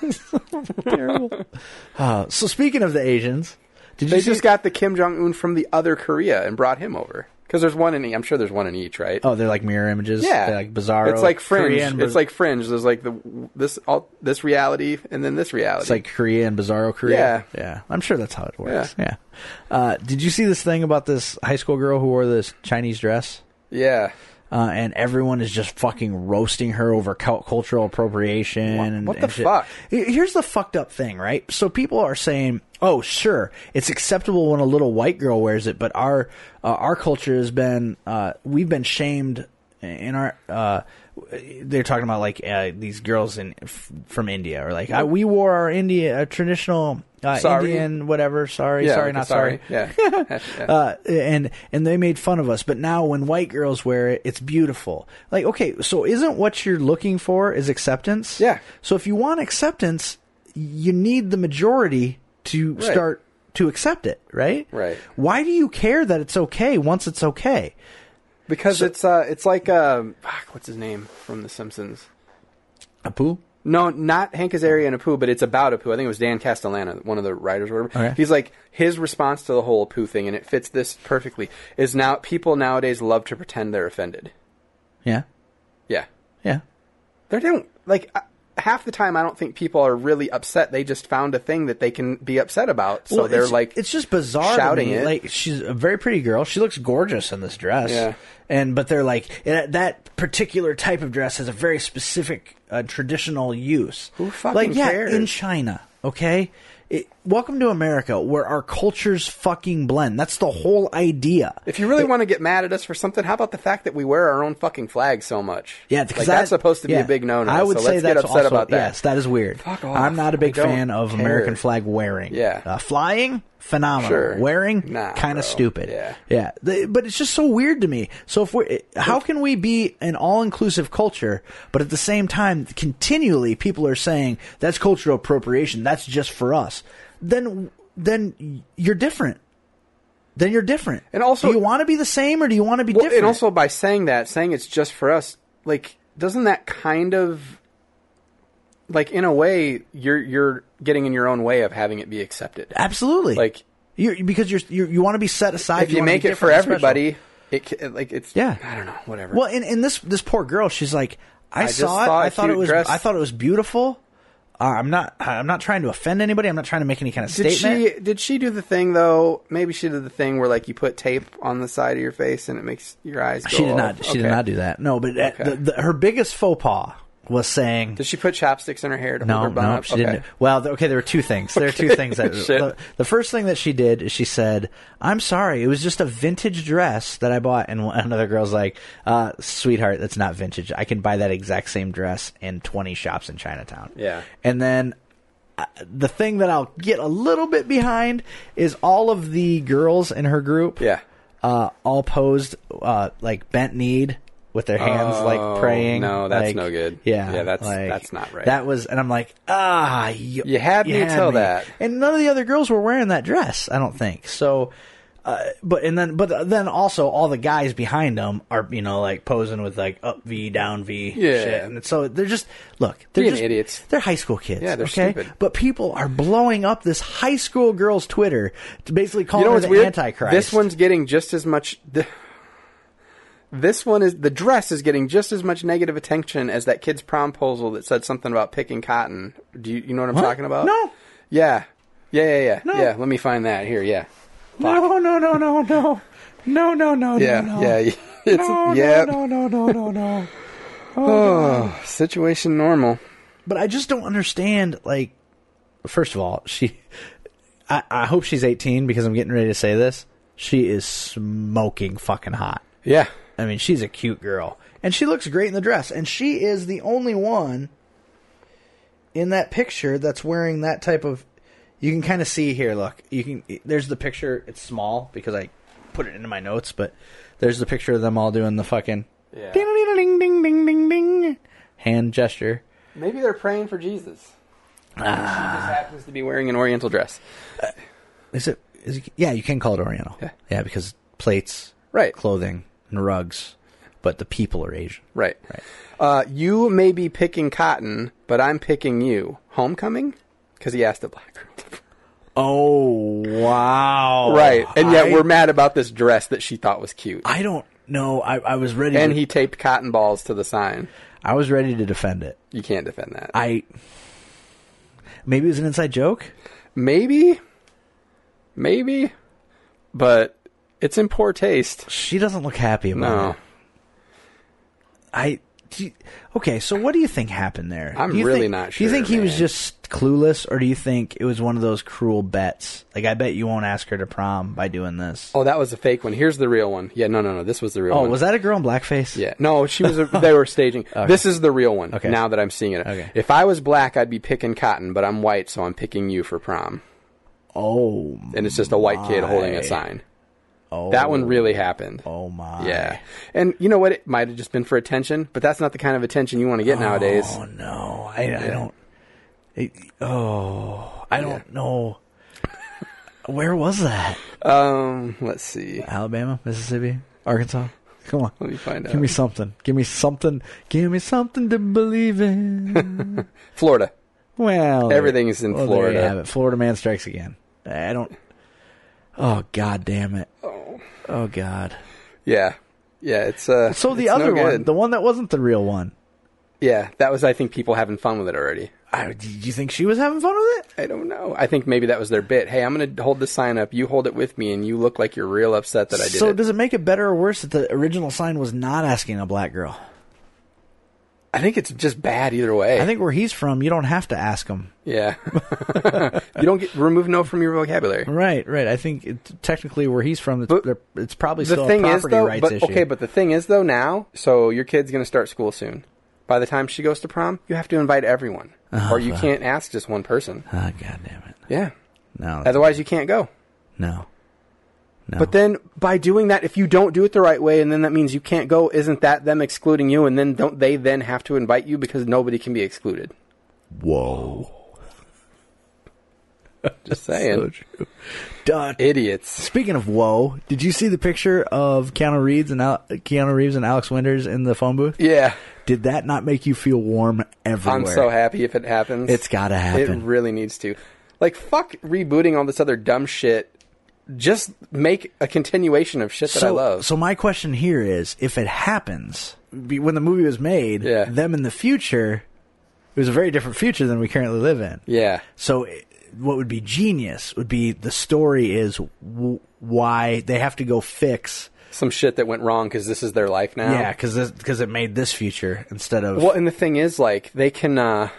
S4: terrible uh, so speaking of the asians did
S5: They
S4: you see-
S5: just got the Kim Jong Un from the other Korea and brought him over because there's one in. e- I'm sure there's one in each, right?
S4: oh they're like mirror images
S5: Yeah,
S4: They're like bizarro
S5: It's like fringe.
S4: Korean
S5: it's
S4: Bi-
S5: like fringe. There's like the this all this reality and then this reality.
S4: it's like Korea and Bizarro Korea.
S5: Yeah.
S4: yeah. I'm sure that's how it works. Yeah. Uh, did you see this thing about this high school girl who wore this Chinese dress?
S5: yeah.
S4: Uh, and everyone is just fucking roasting her over cul- cultural appropriation. And,
S5: what the
S4: and shit.
S5: fuck?
S4: He- Here's the fucked up thing, right? So people are saying, "Oh, sure, it's acceptable when a little white girl wears it, but our uh, our culture has been uh, we've been shamed in our uh, they're talking about like uh, these girls in f- from India or like I, we wore our India our traditional uh,
S5: Sorry.
S4: Indian whatever sorry
S5: Yeah,
S4: sorry
S5: like a
S4: not sorry,
S5: Yeah. Yeah.
S4: uh, and and they made fun of us but now when white girls wear it it's beautiful like okay so isn't what you're looking for is acceptance
S5: Yeah.
S4: so if you want acceptance you need the majority to
S5: Right.
S4: start to accept it right
S5: Right.
S4: why do you care that it's okay once it's okay
S5: because it's uh, it's like um, fuck, what's his name from The Simpsons?
S4: Apu
S5: No, not Hank Azaria and Apu, but it's about Apu. I think it was Dan Castellana, one of the writers, or whatever.
S4: Okay.
S5: He's like his response to the whole Apu thing, and it fits this perfectly. Is now people nowadays love to pretend they're offended.
S4: yeah
S5: Yeah,
S4: yeah
S5: they don't like uh, half the time. I don't think people are really upset. They just found a thing that they can be upset about, so
S4: Well,
S5: they're
S4: it's,
S5: like,
S4: it's just bizarre to
S5: shouting
S4: me.
S5: it.
S4: Like she's a very pretty girl. She looks gorgeous in this dress.
S5: Yeah.
S4: And but they're like eh, that particular type of dress has a very specific uh, traditional use.
S5: Who fucking
S4: like yeah
S5: cares?
S4: in China, okay? It, welcome to America, where our cultures fucking blend. That's the whole idea.
S5: If you really want to get mad at us for something, how about the fact that we wear our own fucking flag so much?
S4: Yeah,
S5: like,
S4: because
S5: that's
S4: that-
S5: supposed to be
S4: yeah.
S5: a big no-no.
S4: I would
S5: so
S4: say
S5: let's
S4: that's
S5: get upset
S4: also-
S5: about that.
S4: Yes, that is weird.
S5: Fuck off.
S4: I'm not a big
S5: I don't
S4: fan of
S5: care.
S4: American flag wearing.
S5: Yeah.
S4: uh, flying phenomenal.
S5: Sure.
S4: Wearing
S5: Nah,
S4: kind
S5: bro.
S4: of stupid.
S5: Yeah.
S4: yeah. They- but it's just so weird to me. So if we, are how can we be an all-inclusive culture, but at the same time, continually people are saying that's cultural appropriation. That's just for us. Then, then you're different. Then you're different.
S5: And also-
S4: do you want to be the same or do you want to be
S5: Well,
S4: different?
S5: and also by saying that, saying it's just for us, like doesn't that kind of like in a way you're you're getting in your own way of having it be accepted.
S4: Absolutely.
S5: Like
S4: you because you're, you you want to be set aside.
S5: if you
S4: wanna
S5: make
S4: be
S5: it for
S4: different and special.
S5: everybody, it, ca- like it's
S4: Yeah.
S5: I don't know, whatever.
S4: Well, and, and this this poor girl, she's like, I,
S5: just
S4: saw it.
S5: saw
S4: I
S5: a
S4: thought it
S5: cute
S4: was.
S5: dress."
S4: I thought it was beautiful. Uh, I'm not. I'm not trying to offend anybody. I'm not trying to make any kind of
S5: did
S4: statement.
S5: she did she do the thing though? Maybe she did the thing where like you put tape on the side of your face and it makes your eyes. Go
S4: She did
S5: off.
S4: not. She did
S5: Oh, Okay.
S4: not do that. No, but uh,
S5: Okay.
S4: the, the, her biggest faux pas was saying.
S5: Did she put chapsticks in her hair to
S4: no,
S5: hold her bun
S4: no,
S5: up?
S4: she didn't. do- Well, th- okay, there were two things. There are two things that.
S5: Shit.
S4: the, the first thing that she did is she said, "I'm sorry, it was just a vintage dress that I bought." And one, another girl's like, uh, "Sweetheart, that's not vintage. I can buy that exact same dress in 20 shops in Chinatown."
S5: Yeah.
S4: And then uh, the thing that I'll get a little bit behind is all of the girls in her group.
S5: Yeah.
S4: Uh, all posed uh, like bent kneed with their hands
S5: Oh,
S4: like praying.
S5: no, that's
S4: like-
S5: no good.
S4: Yeah,
S5: Yeah, that's-
S4: like,
S5: that's not right.
S4: That was, and I'm like, ah, you,
S5: You had me till that.
S4: And none of the other girls were wearing that dress. I don't think so. Uh, but and then but then also all the guys behind them are you know like posing with like up V down V
S5: Yeah.
S4: shit. and so they're just look they're
S5: Being
S4: just
S5: idiots.
S4: they're high school kids
S5: Yeah, they're
S4: okay
S5: stupid.
S4: but people are blowing up this high school girl's Twitter to basically call
S5: You know
S4: her
S5: what's
S4: Oh, the
S5: weird?
S4: Antichrist.
S5: This one's getting just as much. The, this one is the dress is getting just as much negative attention as that kid's promposal that said something about picking cotton. Do you, you know what I'm talking about?
S4: No.
S5: Yeah. Yeah. Yeah. Yeah.
S4: No.
S5: Yeah. Let me find that here. Yeah.
S4: No, no, no, no, no, no, no, no,
S5: Yeah.
S4: no, no.
S5: Yeah. It's,
S4: No,
S5: yep.
S4: no, no, no, no, no, no.
S5: Oh, situation normal.
S4: But I just don't understand. Like, first of all, she. I, I hope she's 18 because I'm getting ready to say this. She is smoking fucking hot.
S5: Yeah.
S4: I mean, she's a cute girl, and she looks great in the dress. And she is the only one in that picture that's wearing that type of. You can kind of see here. Look, you can. There's the picture. It's small because I put it into my notes, but there's the picture of them all doing the fucking
S5: Yeah.
S4: ding ding ding ding ding ding hand gesture.
S5: Maybe they're praying for Jesus.
S4: Ah.
S5: She just happens to be wearing an oriental dress.
S4: Is it? Is it? Yeah, you can call it Oriental.
S5: Yeah.
S4: yeah, because plates,
S5: Right.
S4: clothing, and rugs, but the people are Asian.
S5: Right. Right. Uh, you may be picking cotton, but I'm picking you. Homecoming? Because he asked a black girl.
S4: Oh wow!
S5: Right. And yet
S4: Oh, I-
S5: we're mad about this dress that she thought was cute.
S4: I don't know. I, I was ready.
S5: and
S4: to,
S5: he taped cotton balls to the sign.
S4: I was ready to defend it.
S5: You can't defend that.
S4: I maybe it was an inside joke.
S5: maybe. Maybe. But it's in poor taste.
S4: Oh, She doesn't look happy about
S5: No.
S4: it. I do you- okay, so what do you think happened there?
S5: I'm
S4: Do you
S5: really
S4: think-
S5: not
S4: Do you think
S5: sure,
S4: he was
S5: man.
S4: just clueless, or do you think it was one of those cruel bets? Like, I bet you won't ask her to prom by doing this.
S5: Oh, that was a fake one. Here's the real one. Yeah, no, no, no. This was the real
S4: Oh,
S5: one.
S4: was that a girl in blackface?
S5: Yeah. No, she was. A, they were staging. This is the real one.
S4: Okay.
S5: Now that I'm seeing it.
S4: Okay.
S5: If I was black, I'd be picking Cotton, but I'm white, so I'm picking you for prom.
S4: Oh,
S5: And it's just a white kid holding a sign.
S4: oh,
S5: That one really happened.
S4: Oh my.
S5: Yeah. And you know what? It might have just been for attention, but that's not the kind of attention you want to get nowadays.
S4: Oh no, I, I don't. it- oh, I don't know. Where was that?
S5: Um, let's see.
S4: Alabama, Mississippi, Arkansas. Come on.
S5: Let me find
S4: Give me
S5: out.
S4: something. Give me something. Give me something to believe in.
S5: Florida.
S4: Well,
S5: Everything is in
S4: well, Oh, There
S5: Florida.
S4: you have it. Florida man strikes again. I don't. Oh God damn it. Oh. Oh God.
S5: Yeah. Yeah, it's uh
S4: So the
S5: it's no
S4: other one,
S5: good.
S4: the one that wasn't the real one.
S5: Yeah, that was I think people having fun with it already.
S4: I, did you think she was having fun with it?
S5: I don't know. I think maybe that was their bit. Hey, I'm going to hold the sign up. You hold it with me, and you look like you're real upset that I did
S4: so
S5: it.
S4: does it make it better or worse that the original sign was not asking a black girl?
S5: I think it's just bad either way.
S4: I think where he's from, you don't have to ask him.
S5: yeah. you don't get remove no from your vocabulary.
S4: Right, right. I think it, technically where he's from, it's,
S5: But
S4: they're- it's probably
S5: The
S4: still
S5: thing
S4: a
S5: is,
S4: property
S5: though,
S4: rights
S5: but,
S4: issue.
S5: okay, but the thing is, though, now, so your kid's going to start school soon. By the time she goes to prom, you have to invite everyone,
S4: Uh-huh.
S5: or you can't ask just one person.
S4: Ah, God damn it.
S5: Yeah.
S4: No. that's-
S5: Otherwise, you can't go.
S4: no. No.
S5: But then, by doing that, if you don't do it the right way, and then that means you can't go, isn't that them excluding you? And then don't they then have to invite you because nobody can be excluded?
S4: Whoa.
S5: Just saying.
S4: Done.
S5: Idiots.
S4: Speaking of whoa, did you see the picture of Keanu Reeves and Al- Keanu Reeves and Alex Winters in the phone booth?
S5: Yeah.
S4: Did that not make you feel warm everywhere?
S5: I'm so happy if it happens.
S4: It's gotta happen.
S5: It really needs to. Like, fuck rebooting all this other dumb shit. Just make a continuation of shit that
S4: so,
S5: I love.
S4: So my question here is, if it happens be- when the movie was made,
S5: Yeah.
S4: them in the future, it was a very different future than we currently live in.
S5: yeah.
S4: So it, what would be genius would be the story is w- why they have to go fix
S5: Some shit that went wrong because this is their life now.
S4: yeah because because it made this future instead of
S5: Well, and the thing is, like, they can, uh,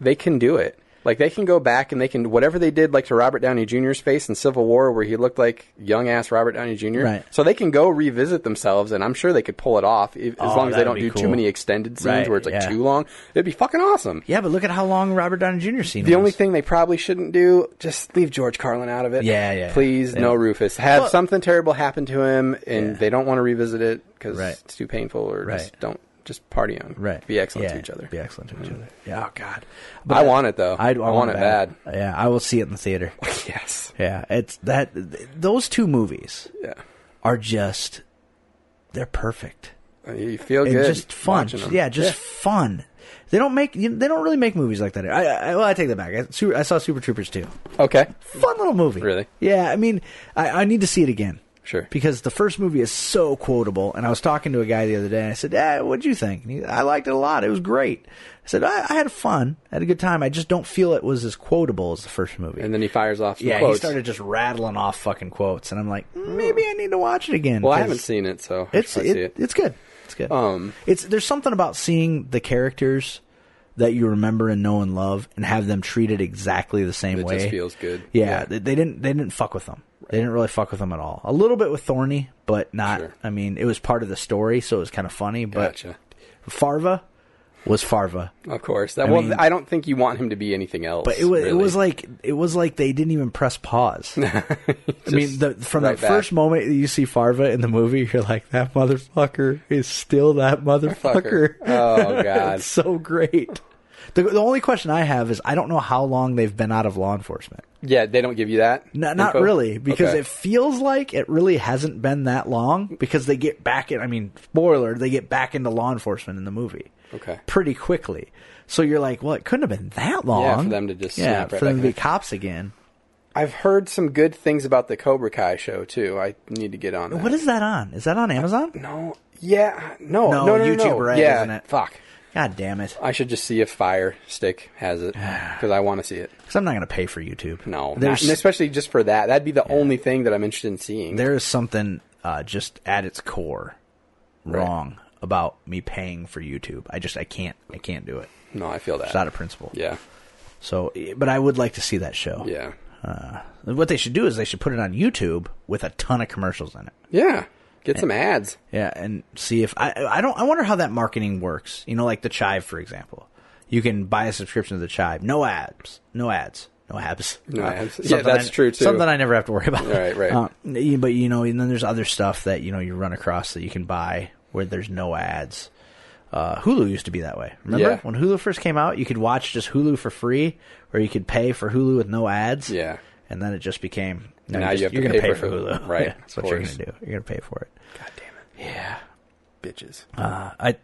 S5: they can do it. Like, they can go back and they can, whatever they did, like, to Robert Downey Jr.'s face in Civil War, where he looked like young ass Robert Downey Jr.
S4: Right.
S5: So they can go revisit themselves, and I'm sure they could pull it off if, as
S4: Oh,
S5: long as
S4: that
S5: they don't
S4: would
S5: do
S4: be
S5: too
S4: cool.
S5: many extended scenes
S4: Right,
S5: where it's, like,
S4: yeah.
S5: too long. It'd be fucking awesome.
S4: yeah but look at how long Robert Downey Jr. scene
S5: The
S4: was.
S5: only thing they probably shouldn't do, just leave George Carlin out of it.
S4: Yeah, yeah.
S5: Please,
S4: They
S5: no
S4: don't-
S5: Rufus. Have
S4: Well-
S5: something terrible happen to him, and
S4: Yeah.
S5: they don't want to revisit it because
S4: Right.
S5: it's too painful, or
S4: Right.
S5: just don't. Just party on.
S4: right
S5: Be excellent to
S4: Yeah,
S5: each other. Mm.
S4: be excellent to each other yeah oh god
S5: I want it, though. I want it
S4: yeah I will see it in the theater
S5: Yes.
S4: yeah it's that th- those two movies
S5: Yeah.
S4: are just they're perfect
S5: You feel
S4: and
S5: good.
S4: just fun.
S5: watching 'em.
S4: Yeah, just fun. They don't make you know, they don't really make movies like that. I, I well, I take that back. I, Super, I saw Super Troopers too.
S5: Okay.
S4: Fun little movie.
S5: Really?
S4: Yeah. I mean, I, I need to see it again.
S5: Sure.
S4: Because the first movie is so quotable, and I was talking to a guy the other day. And I said, eh, "What'd you think?" And he, I liked it a lot. It was great. I said, I, "I had fun. I had a good time. I just don't feel it was as quotable as the first movie."
S5: And then he fires off some
S4: yeah, he
S5: quotes.
S4: started just rattling off fucking quotes, and I'm like, maybe I need to watch it again.
S5: well, I
S4: 'cause-
S5: haven't seen it, so I
S4: it's
S5: should
S4: it,
S5: see it.
S4: it's good. It's good.
S5: Um,
S4: it's there's something about seeing the characters that you remember and know and love, and have them treated exactly the same
S5: It
S4: way.
S5: just feels good.
S4: Yeah,
S5: Yeah.
S4: They, they didn't they didn't fuck with them. They didn't really fuck with them at all. A little bit with Thorny, but not.
S5: Sure.
S4: I mean, it was part of the story, so it was kind of funny. But
S5: Gotcha.
S4: Farva was Farva,
S5: Of course. That,
S4: I
S5: well,
S4: mean-
S5: I don't think you want him to be anything else.
S4: but it was it
S5: really.
S4: was like it was like they didn't even press pause. I mean, the, from
S5: right
S4: the
S5: back.
S4: first moment that you see Farva in the movie, you're like, that motherfucker is still that motherfucker.
S5: Fucker. Oh God.
S4: It's so great. The, the only question I have is I don't know how long they've been out of law enforcement.
S5: yeah, they don't give you that.
S4: No, not
S5: info?
S4: really, because
S5: Okay.
S4: it feels like it really hasn't been that long because they get back in, I mean, spoiler, they get back into law enforcement in the movie
S5: Okay.
S4: pretty quickly. So you're like, well, it couldn't have been that long.
S5: them to just
S4: Yeah,
S5: snap right
S4: for them
S5: back
S4: to be
S5: in.
S4: cops again.
S5: I've heard some good things about the Cobra Kai show too. I need to get on that.
S4: What is that on? Is that on Amazon?
S5: No. Yeah. No.
S4: No,
S5: No. No. no,
S4: YouTube
S5: no.
S4: Red,
S5: yeah.
S4: isn't it?
S5: Fuck.
S4: God damn it.
S5: I should just see if Fire Stick has it because I want to see it.
S4: Because I'm not going to pay for YouTube.
S5: No, not,
S4: There's,
S5: and especially just for that. That'd be the only thing that I'm interested in seeing.
S4: there is something uh, just at its core wrong about me paying for YouTube. I just I can't I can't do it.
S5: No, I feel
S4: It's out
S5: that.
S4: of principle.
S5: Yeah.
S4: So, but I would like to see that show.
S5: Yeah.
S4: What they should do is they should put it on YouTube with a ton of commercials in it.
S5: Yeah. Get some ads.
S4: Yeah, and see if I I don't I wonder how that marketing works. You know, like the Chive, for example. You can buy a subscription to the Chive. No ads. No ads. No abs. Uh,
S5: No ads. Yeah,
S4: something
S5: that's
S4: I-
S5: true, too.
S4: Something I never have to worry about.
S5: Right, right.
S4: Uh, y- but you know, and then there's other stuff that you know you run across that you can buy where there's no ads. Uh, Hulu used to be that way. Remember
S5: Yeah.
S4: when Hulu first came out? You could watch just Hulu for free, or you could pay for Hulu with no ads.
S5: Yeah.
S4: And then it just became no,
S5: Now
S4: you,
S5: you have
S4: are
S5: to
S4: gonna
S5: pay
S4: pay
S5: for
S4: for
S5: Hulu.
S4: Hulu,
S5: Right,
S4: Yeah, that's
S5: of
S4: what you're
S5: course.
S4: gonna do. You're gonna pay for it.
S5: God damn it.
S4: Yeah
S5: Bitches.
S4: Uh, I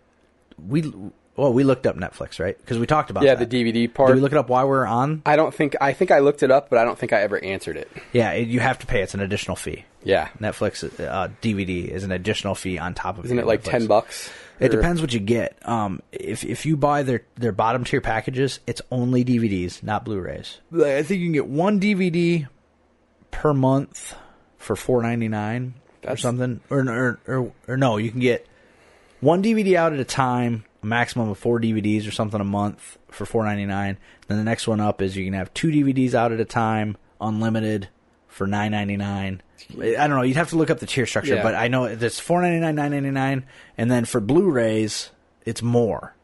S4: we well we looked up Netflix right because we talked about
S5: yeah, the
S4: that.
S5: DVD
S4: Did
S5: part.
S4: we look it up while we were on?
S5: I don't think I think I looked it up, but I don't think I ever answered it.
S4: Yeah, it, you have to pay. It's an additional fee.
S5: Yeah.
S4: Netflix uh, DVD is an additional fee on top of
S5: Isn't
S4: your
S5: it like
S4: Netflix.
S5: ten bucks?
S4: It
S5: Or-
S4: depends what you get. Um, if if you buy their their bottom tier packages, it's only DVDs, not Blu-rays. I think you can get one DVD per month for four ninety nine or
S5: That's-
S4: something, or, or or or no, you can get one DVD out at a time, a maximum of four DVDs or something a month for four ninety nine. Then the next one up is you can have two DVDs out at a time, unlimited for nine ninety nine. I don't know. You'd have to look up the tier structure,
S5: Yeah.
S4: but I know it's four ninety nine, nine ninety nine, and then for Blu-rays, it's more.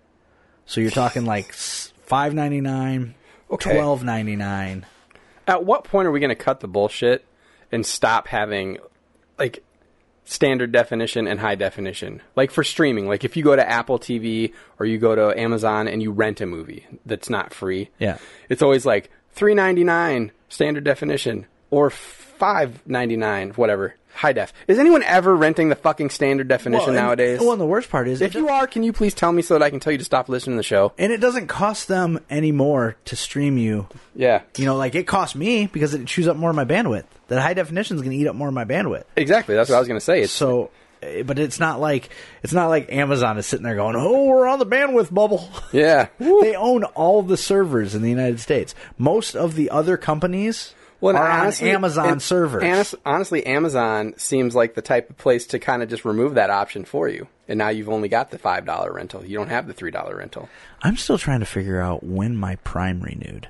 S4: So you're talking like five ninety nine,
S5: Okay.
S4: twelve ninety nine.
S5: At what point are we going to cut the bullshit and stop having like standard definition and high definition? Like for streaming, like if you go to Apple TV or you go to Amazon and you rent a movie that's not free,
S4: Yeah.
S5: it's always like three ninety nine standard definition or five ninety nine whatever high def. Is anyone ever renting the fucking standard definition
S4: and-
S5: nowadays?
S4: Well, and the worst part is
S5: if you are, can you please tell me so that I can tell you to stop listening to the show?
S4: and it doesn't cost them any more to stream you.
S5: Yeah,
S4: You know, like it costs me because it chews up more of my bandwidth. That high definition is going to eat up more of my bandwidth.
S5: exactly. That's what I was going to say. It's
S4: So, eh, but it's not like it's not like Amazon is sitting there going, "Oh, we're on the bandwidth bubble."
S5: yeah.
S4: they own all the servers in the United States. Most of the other companies
S5: Well, and
S4: are
S5: honestly-
S4: on Amazon
S5: and
S4: servers.
S5: honest- honestly, Amazon seems like the type of place to kind of just remove that option for you, and now you've only got the five dollar rental. You don't have the three dollar rental.
S4: I'm still trying to figure out when my Prime renewed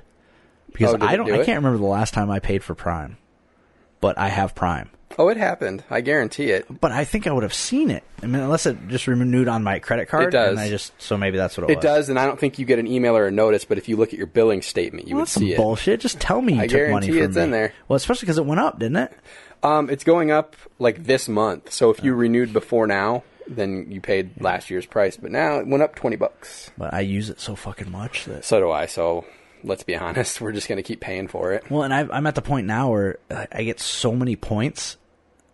S4: because
S5: Oh, did
S4: I
S5: it
S4: don't.
S5: do
S4: I
S5: it?
S4: can't remember the last time I paid for Prime, but I have Prime.
S5: Oh, it happened. I guarantee it.
S4: But I think I would have seen it. I mean, unless it just renewed on my credit card.
S5: It does.
S4: And I just so maybe that's what it,
S5: It
S4: was.
S5: does, and I don't think you get an email or a notice. But if you look at your billing statement, you
S4: Well,
S5: would
S4: that's some
S5: see it.
S4: bullshit. Just tell me you
S5: I
S4: took money
S5: guarantee
S4: from
S5: it's in
S4: me.
S5: there.
S4: Well, especially because it went up, didn't it?
S5: Um, it's going up like this month. So if you renewed before now, then you paid last year's price. But now it went up twenty bucks.
S4: But I use it so fucking much that.
S5: So do I. So let's be honest, we're just going to keep paying for it.
S4: Well, and i I'm at the point now where I I get so many points.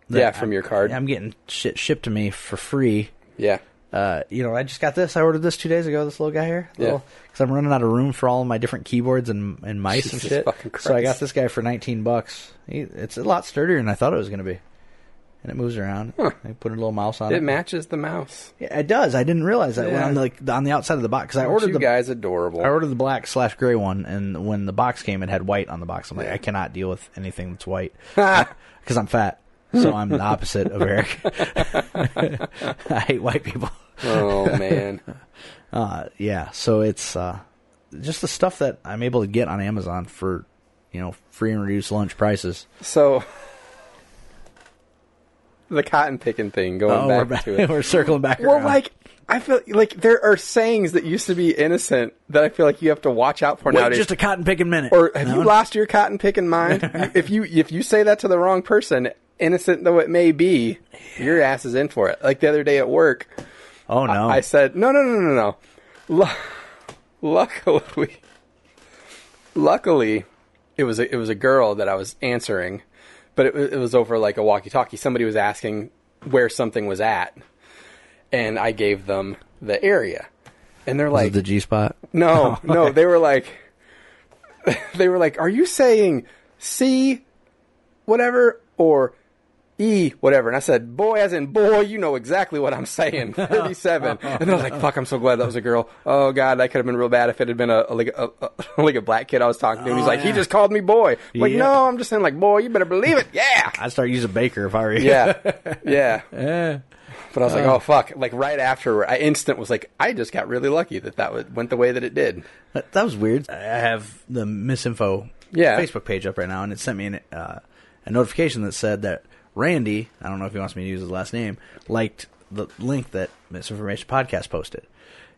S4: that
S5: Yeah, from
S4: I-
S5: your card.
S4: I'm getting shit shipped to me for free.
S5: Yeah.
S4: Uh, you know, I just got this. I ordered this two days ago. This little guy here,
S5: Yeah.
S4: Because I'm running out of room for all of my different keyboards and and mice
S5: Jesus
S4: and shit.
S5: fucking
S4: So I
S5: Christ.
S4: got this guy for 19 bucks. He, it's a lot sturdier than I thought it was going to be, and it moves around. I put a little mouse on it.
S5: It matches the mouse.
S4: Yeah, it does. I didn't realize that when
S5: Yeah.
S4: on the, like on the outside of the box because I
S5: Ordered
S4: ordered
S5: you
S4: the
S5: guys adorable.
S4: I ordered the black slash gray one, and when the box came, it had white on the box. I'm like, I cannot deal with anything that's white because I'm fat, so I'm the opposite of Eric. I hate white people.
S5: oh man.
S4: Uh, yeah, so it's uh, just the stuff that I'm able to get on Amazon for you know free and reduced lunch prices.
S5: So the cotton picking thing going
S4: oh,
S5: back,
S4: we're, back,
S5: to it.
S4: we're circling back.
S5: well,
S4: around.
S5: like I feel like there are sayings that used to be innocent that I feel like you have to watch out for
S4: Wait,
S5: nowadays.
S4: just a cotton picking minute.
S5: or have you lost your cotton picking mind? You- if you if you say that to the wrong person, innocent though it may be, your ass is in for it. Like the other day at work,
S4: oh no,
S5: I said, no, no, no, no, no. Lu- luckily, luckily, it was a, it was a girl that I was answering, but it, wa- it was over like a walkie-talkie. Somebody was asking where something was at, and I gave them the area, and they're
S4: Was it
S5: like,
S4: the G spot.
S5: no, no, they were like, they were like, are you saying C, whatever, or E, whatever? And I said, boy, as in boy, you know exactly what I'm saying. 37. and I was like, fuck, I'm so glad that was a girl. Oh God, that could have been real bad if it had been a, a like a, a like a black kid I was talking to. And he's like, he
S4: yeah.
S5: just called me boy. I'm Like,
S4: Yeah.
S5: no, I'm just saying like boy, you better believe it. Yeah.
S4: I'd start using Baker if I were you.
S5: Yeah. Yeah. But I was like, oh fuck! Like right after, I instant was like, I just got really lucky that that w- went the way that it did.
S4: That, that was weird. I have the misinfo
S5: Yeah.
S4: Facebook page up right now, and it sent me an, uh, a notification that said that Randy, I don't know if he wants me to use his last name, liked the link that Misinformation Podcast posted,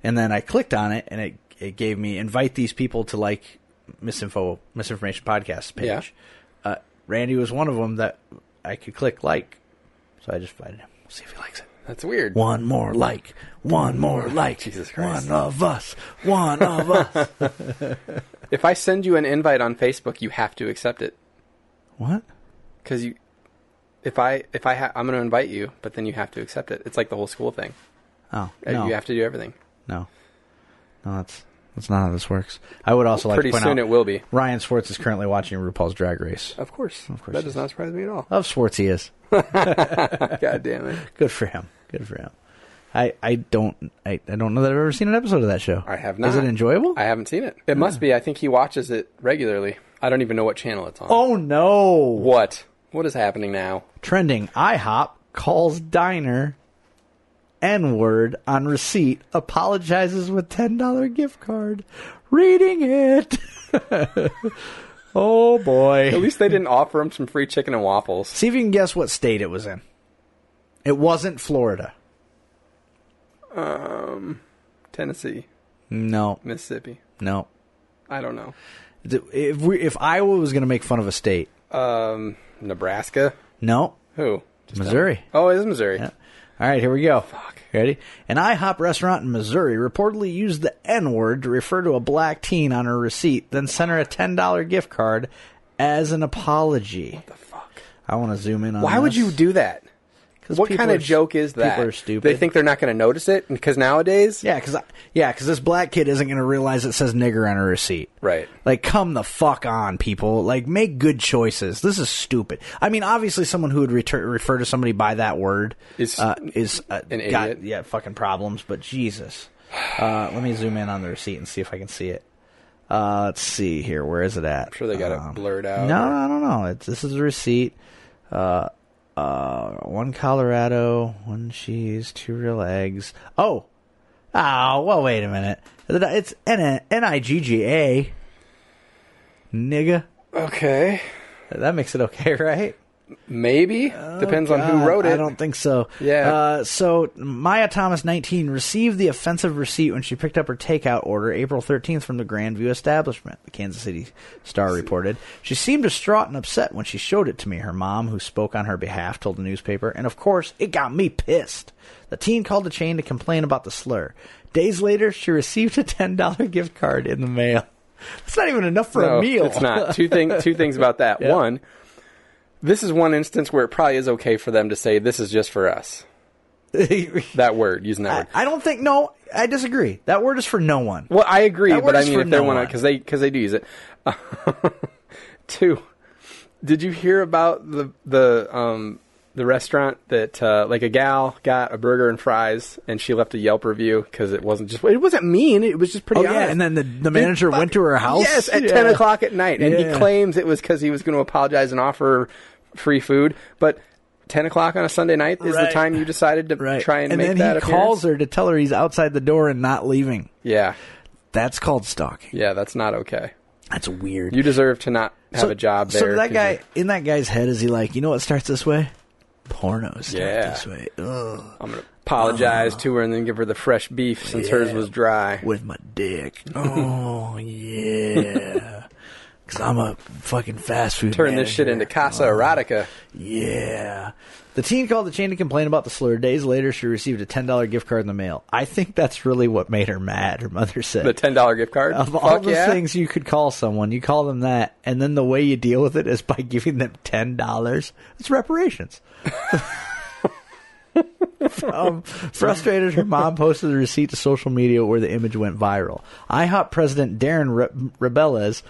S4: and then I clicked on it, and it it gave me invite these people to like misinfo Misinformation Podcast page.
S5: Yeah.
S4: Uh, Randy was one of them that I could click like, so I just invited him. We'll see if he likes it.
S5: That's weird.
S4: One more like, one more like,
S5: Jesus Christ.
S4: one of us, one of us.
S5: If I send you an invite on Facebook, you have to accept it
S4: what?
S5: because you. If I if I ha- I'm going to invite you, but then you have to accept it. It's like the whole school thing.
S4: Oh
S5: Uh,
S4: no,
S5: You have to do everything.
S4: no, no. That's that's not how this works. I would also like
S5: Pretty
S4: to point
S5: soon
S4: out
S5: it will be.
S4: Ryan Swartz is currently watching RuPaul's Drag Race.
S5: Of course. Of
S4: course
S5: That
S4: it
S5: does
S4: is.
S5: not surprise me at all.
S4: Of Swartz, he is.
S5: God damn it.
S4: Good for him. Good for him. I, I don't I, I don't know that I've ever seen an episode of that show.
S5: I have not.
S4: Is it enjoyable?
S5: I haven't seen it. It must be. I think he watches it regularly. I don't even know what channel it's on.
S4: oh no!
S5: What? What is happening now?
S4: Trending IHOP calls diner N word on receipt. Apologizes with ten dollar gift card. Reading it. oh boy.
S5: At least they didn't offer him some free chicken and waffles.
S4: See if you can guess what state it was in. It wasn't Florida.
S5: Um, Tennessee,
S4: No,
S5: Mississippi.
S4: no.
S5: I don't know.
S4: Th- If we, if Iowa was going to make fun of a state,
S5: Um, Nebraska.
S4: no,
S5: Who? Just tell
S4: Missouri.
S5: me. Oh, it is Missouri.
S4: Yeah. All right, here we go. Fuck. Ready? An IHOP restaurant in Missouri reportedly used the N word to refer to a black teen on her receipt, then sent her a ten dollar gift card as an apology.
S5: The fuck.
S4: I want to zoom in on.
S5: Why would you do that? What kind of joke is that?
S4: People are stupid.
S5: They think they're not going to notice it because nowadays.
S4: Yeah, because yeah, 'cause this black kid isn't going to realize it says nigger on her receipt.
S5: Right.
S4: Like, come the fuck on, people. Like, make good choices. This is stupid. I mean, obviously, someone who would retur- refer to somebody by that word
S5: Is-
S4: uh, is uh,
S5: an
S4: got,
S5: idiot.
S4: Yeah, fucking problems. But Jesus, uh, let me zoom in on the receipt and see if I can see it. Uh, let's see here. Where is it at? Um,
S5: I'm sure they got it blurred out.
S4: No, no, no, no. It's, this is a receipt. Uh, uh, one Colorado, one cheese, two real eggs. Oh, oh. Well, wait a minute. It's N N I G G A. Nigga,
S5: Okay.
S4: that makes it okay, right?
S5: Maybe. Depends on who
S4: Oh, God,
S5: wrote it.
S4: I don't think so.
S5: Yeah.
S4: Uh, so Maya Thomas, 19, received the offensive receipt when she picked up her takeout order April 13th from the Grand View establishment. The Kansas City Star reported she seemed distraught and upset when she showed it to me. Her mom, who spoke on her behalf, told the newspaper, and of course, it got me pissed. The teen called the chain to complain about the slur. Days later, she received a $10 gift card in the mail. That's not even enough for
S5: No,
S4: a meal.
S5: It's not. Two thing two things about that. One, this is one instance where it probably is okay for them to say this is just for us. That word, using that
S4: I,
S5: word.
S4: I don't think. No, I disagree. That word is for no one.
S5: Well, I agree,
S4: That
S5: but
S4: word
S5: I
S4: is
S5: mean
S4: for
S5: if they
S4: no
S5: want to
S4: one.
S5: cuz they cuz they do use it. Two, did you hear about the the um the restaurant that uh, like a gal got a burger and fries and she left a Yelp review because it wasn't just it wasn't mean it was just pretty
S4: Oh, yeah,
S5: honest.
S4: and then the- the
S5: They
S4: manager went to her house?
S5: yes at
S4: Yeah.
S5: 10 o'clock at night and
S4: Yeah.
S5: he claims it was because he was going to apologize and offer free food but 10 o'clock on a Sunday night is
S4: Right.
S5: the time you decided to
S4: Right.
S5: try and, make
S4: then
S5: that
S4: he
S5: appearance?
S4: calls her to tell her he's outside the door and not leaving.
S5: yeah
S4: That's called stalking.
S5: yeah that's not okay
S4: That's weird.
S5: you deserve to not have
S4: so,
S5: a job there
S4: So that
S5: 'cause
S4: guy
S5: you-
S4: in that guy's head is he like, you know what starts this way? Pornos start
S5: Yeah.
S4: this way. Ugh.
S5: I'm going to apologize to her and then give her the fresh beef since hers was dry
S4: With my dick. Oh yeah. Cause I'm a fucking fast food.
S5: turn this shit
S4: manager.
S5: into casa erotica
S4: Yeah. The teen called the chain to complain about the slur. Days later, she received a $10 gift card in the mail. I think that's really what made her mad, her mother said.
S5: the $10 gift card
S4: of all
S5: Fuck
S4: the
S5: yeah.
S4: things you could call someone, you call them that, and then the way you deal with it is by giving them ten dollars. It's reparations. um, frustrated, her mom posted the receipt to social media where the image went viral. IHOP president Darren Re- Rebeles,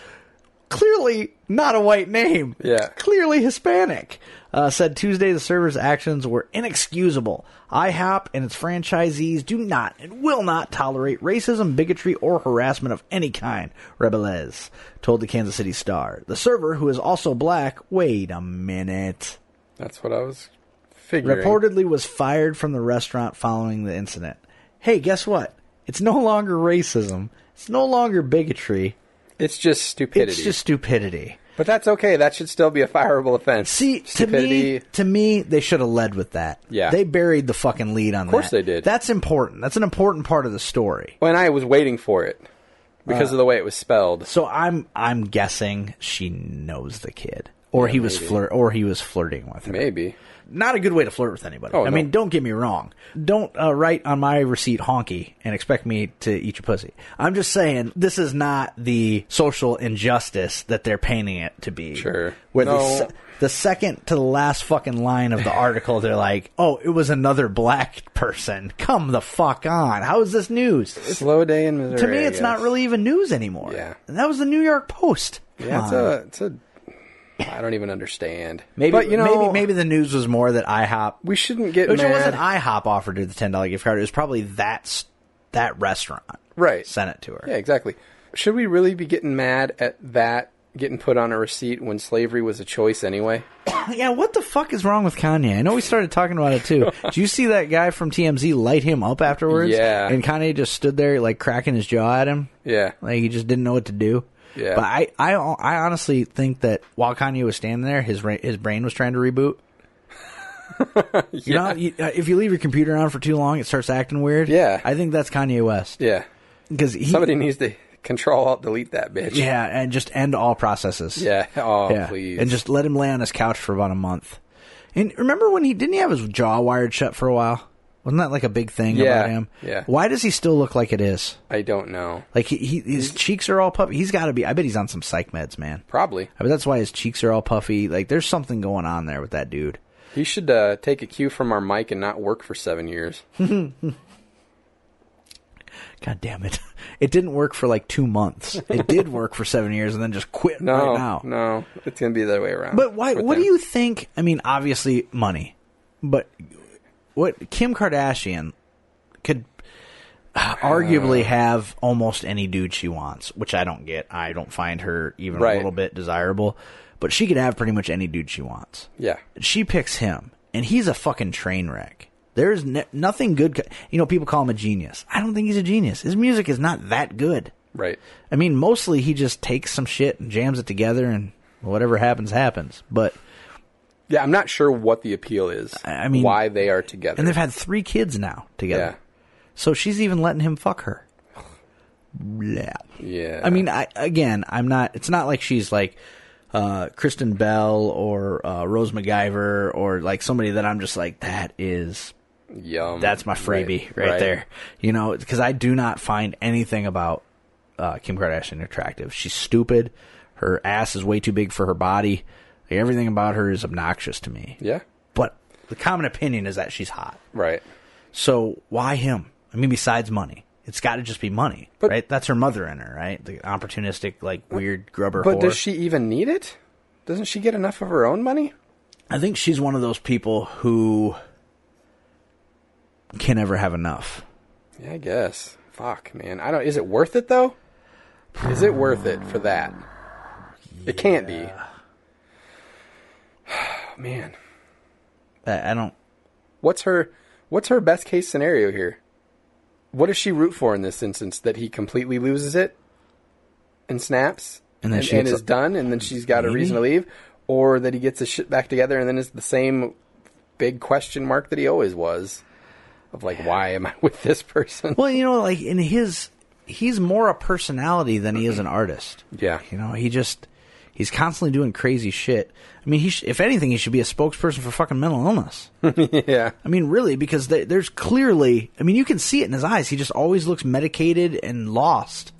S4: clearly not a white name,
S5: Yeah.
S4: clearly Hispanic, uh, said Tuesday the server's actions were inexcusable. IHOP and its franchisees do not and will not tolerate racism, bigotry, or harassment of any kind, Rebeles told the Kansas City Star. The server, who is also black, wait a minute.
S5: that's what I was Figuring.
S4: reportedly was fired from the restaurant following the incident. Hey, guess what? It's no longer racism. It's no longer bigotry.
S5: It's just stupidity.
S4: It's just stupidity.
S5: but that's okay. That should still be a fireable offense.
S4: See, to
S5: stupidity.
S4: me, to me, they should have led with that.
S5: Yeah.
S4: they buried the fucking lead on that. Of
S5: course they did.
S4: That's important. That's an important part of the story.
S5: when I was waiting for it because
S4: Uh.
S5: of the way it was spelled.
S4: So I'm I'm guessing she knows the kid, or he was flirt, or he was flirting with her.
S5: Maybe.
S4: Not a good way to flirt with anybody.
S5: Oh,
S4: I mean,
S5: no.
S4: don't get me wrong. Don't uh, write on my receipt honky and expect me to eat your pussy. I'm just saying this is not the social injustice that they're painting it to be.
S5: Sure.
S4: Where the,
S5: No.
S4: se- the second to the last fucking line of the article, they're like, "Oh, it was another black person." Come the fuck on. How is this news?
S5: Slow day in Missouri.
S4: to me,
S5: I
S4: it's not
S5: guess.
S4: really even news anymore.
S5: Yeah.
S4: And that was the New York Post.
S5: Yeah, it's
S4: Come on.
S5: a. It's a. I don't even understand.
S4: maybe
S5: but you know,
S4: maybe maybe the news was more that IHOP,
S5: we shouldn't get
S4: which
S5: mad.
S4: it wasn't IHOP offered her the ten dollar gift card. It was probably that s- that restaurant
S5: right.
S4: sent it to her.
S5: Yeah, exactly. Should we really be getting mad at that getting put on a receipt when slavery was a choice anyway?
S4: Yeah, what the fuck is wrong with Kanye? I know we started talking about it too. Do you see that guy from TMZ light him up afterwards?
S5: Yeah.
S4: and Kanye just stood there like cracking his jaw at him.
S5: Yeah.
S4: Like he just didn't know what to do.
S5: Yeah.
S4: But I, I, I honestly think that while Kanye was standing there, his ra- his brain was trying to reboot. You know, you, uh, if you leave your computer on for too long, it starts acting weird.
S5: Yeah.
S4: I think that's Kanye West
S5: Yeah.
S4: because he,
S5: Somebody needs to control alt delete that bitch.
S4: yeah, and just end all processes.
S5: Yeah. Oh,
S4: yeah,
S5: please.
S4: and just let him lay on his couch for about a month. And remember when he didn't he have his jaw wired shut for a while? Wasn't that like a big thing
S5: Yeah,
S4: about him?
S5: yeah.
S4: Why does he still look like it is?
S5: I don't know.
S4: Like he, he his cheeks are all puffy. He's got to be. I bet he's on some psych meds, man.
S5: Probably.
S4: I mean, that's why his cheeks are all puffy. Like, there's something going on there with that dude.
S5: He should uh, take a cue from our mic and not work for seven years.
S4: God damn it. It didn't work for like two months. It did work for seven years and then just quit
S5: No,
S4: right now.
S5: no, it's gonna be the other way around.
S4: But why?
S5: with
S4: What
S5: them.
S4: do you think? I mean, obviously, money. But what Kim Kardashian could uh, arguably have almost any dude she wants, which I don't get. I don't find her even
S5: Right.
S4: a little bit desirable. But she could have pretty much any dude she wants.
S5: Yeah,
S4: she picks him, and he's a fucking train wreck. There's n nothing good. co- You know, people call him a genius. I don't think he's a genius. His music is not that good.
S5: right.
S4: I mean, mostly he just takes some shit and jams it together, and whatever happens, happens. But
S5: Yeah, I'm not sure what the appeal is.
S4: I mean-
S5: why they are together.
S4: and they've had three kids now together,
S5: yeah,
S4: so she's even letting him fuck her. Yeah.
S5: yeah.
S4: I mean, I again, I'm not. It's not like she's like uh, Kristen Bell or uh, Rose MacGyver or like somebody that I'm just like that is
S5: yum.
S4: that's my freebie right, there. You know, because I do not find anything about uh, Kim Kardashian attractive. She's stupid. Her ass is way too big for her body. Like, everything about her is obnoxious to me.
S5: Yeah,
S4: But the common opinion is that she's hot.
S5: right.
S4: So why him? I mean, besides money, it's got to just be money,
S5: But-
S4: right? That's her mother in her, right? The opportunistic, like weird grubber.
S5: But
S4: whore.
S5: does she even need it? Doesn't she get enough of her own money?
S4: I think she's one of those people who can never have enough.
S5: Yeah, I guess. Fuck, man. I don't. Is it worth it though? Is it worth it for that? It can't be. man,
S4: I, I don't.
S5: what's her what's her best case scenario here? What does she root for in this instance? That he completely loses it and snaps
S4: And then
S5: and,
S4: she gets
S5: is
S4: a-
S5: done, and then she's got a
S4: Maybe?
S5: reason to leave, or that he gets his shit back together and then is the same big question mark that he always was of like, why am I with this person?
S4: Well, you know, like in his, he's more a personality than he is an artist.
S5: Yeah.
S4: You know, he just, he's constantly doing crazy shit. I mean, he, sh- if anything, he should be a spokesperson for fucking mental illness.
S5: yeah.
S4: I mean, really, because there there's clearly, I mean, you can see it in his eyes. He just always looks medicated and lost.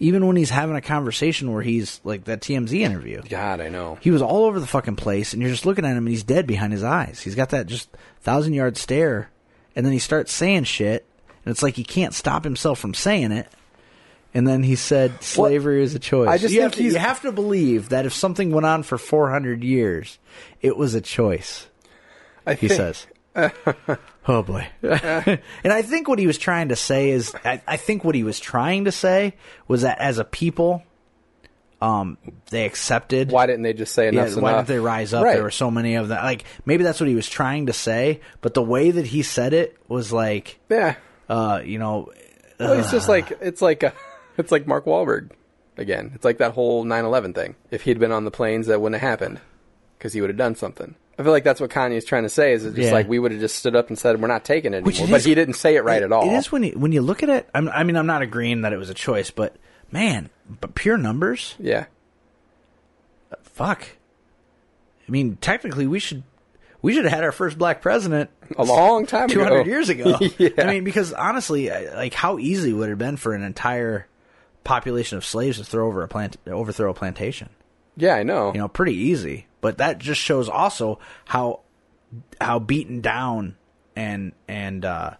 S4: Even when he's having a conversation where he's like that TMZ interview.
S5: God, I know.
S4: He was all over the fucking place, and you're just looking at him, and he's dead behind his eyes. He's got that just thousand yard stare, and then he starts saying shit, and it's like he can't stop himself from saying it. And then he said, "Slavery is a choice."
S5: I just
S4: you
S5: think
S4: have to,
S5: he's-
S4: you have to believe that if something went on for 400 years, it was a choice.
S5: I
S4: He
S5: think-
S4: says. oh boy! and I think what he was trying to say is, I, I think what he was trying to say was that as a people, um, they accepted.
S5: Why didn't they just say
S4: Yeah,
S5: enough's
S4: why
S5: enough?
S4: didn't they rise up?
S5: Right.
S4: There were so many of them. Like maybe that's what he was trying to say, but the way that he said it was like,
S5: yeah.
S4: uh, you know,
S5: Well, Oh, it's just like it's like a, it's like Mark Wahlberg again. It's like that whole 9/11 thing. If he'd been on the planes, that wouldn't have happened because he would have done something. I feel like that's what Kanye's trying to say. Is it's just
S4: Yeah.
S5: like we would have just stood up and said we're not taking it
S4: Which
S5: anymore.
S4: it
S5: But
S4: is-
S5: he didn't say it right
S4: It-
S5: at all.
S4: It is when you when you look at it. I'm, I mean, I'm not agreeing that it was a choice, but man, but pure numbers,
S5: yeah.
S4: fuck. I mean, technically, we should we should have had our first black president
S5: A long time ago.
S4: 200 years ago.
S5: Yeah.
S4: I mean, because honestly, I- like how easy would it have been for an entire population of slaves to throw over a plant, overthrow a plantation?
S5: Yeah, I know.
S4: You know, pretty easy. But that just shows also how how beaten down and and uh,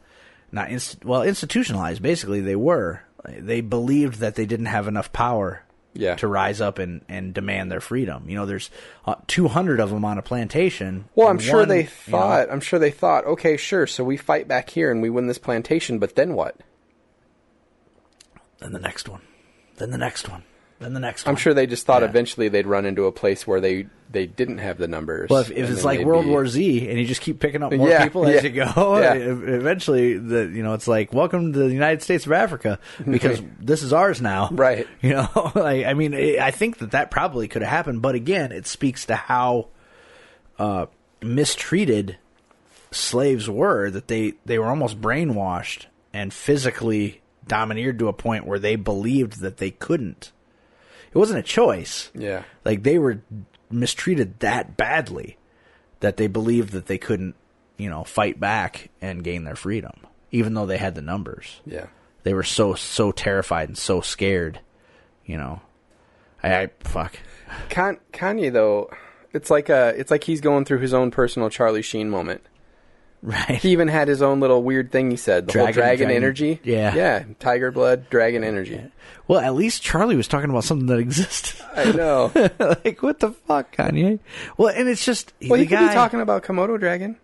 S4: not inst- well institutionalized. Basically, they were. They believed that they didn't have enough power
S5: Yeah.
S4: to rise up and, and demand their freedom. You know, there's uh, 200 of them on a plantation.
S5: Well, I'm
S4: and
S5: sure
S4: one,
S5: they
S4: you know,
S5: thought. I'm sure they thought. Okay, sure. So we fight back here and we win this plantation, but then what?
S4: then the next one, then the next one, then the next one.
S5: I'm sure they just thought eventually they'd run into a place where they they didn't have the numbers.
S4: Well, if, if
S5: and
S4: it's
S5: then
S4: like
S5: they'd
S4: World
S5: be-
S4: War Z and you just keep picking up more
S5: Yeah,
S4: people as
S5: yeah,
S4: you go,
S5: yeah.
S4: e- eventually the you know it's like welcome to the United States of Africa because this is ours now.
S5: Right.
S4: You know, like I mean, i I think that that probably could have happened, but again, it speaks to how uh, mistreated slaves were that they they were almost brainwashed and physically domineered to a point where they believed that they couldn't. It wasn't a choice.
S5: Yeah.
S4: Like they were mistreated that badly that they believed that they couldn't, you know, fight back and gain their freedom, even though they had the numbers.
S5: Yeah.
S4: They were so so terrified and so scared, you know. I, I fuck.
S5: Kan- Kanye though, it's like a it's like he's going through his own personal Charlie Sheen moment.
S4: Right.
S5: He even had his own little weird thing he said. The whole
S4: Dragon-
S5: dragon,
S4: dragon-
S5: energy.
S4: yeah.
S5: Yeah. Tiger blood, dragon energy.
S4: Well, at least Charlie was talking about something that existed.
S5: I know.
S4: like what the fuck, Kanye? Well, and it's just
S5: well,
S4: the
S5: he could
S4: guy.
S5: be talking about Komodo dragon.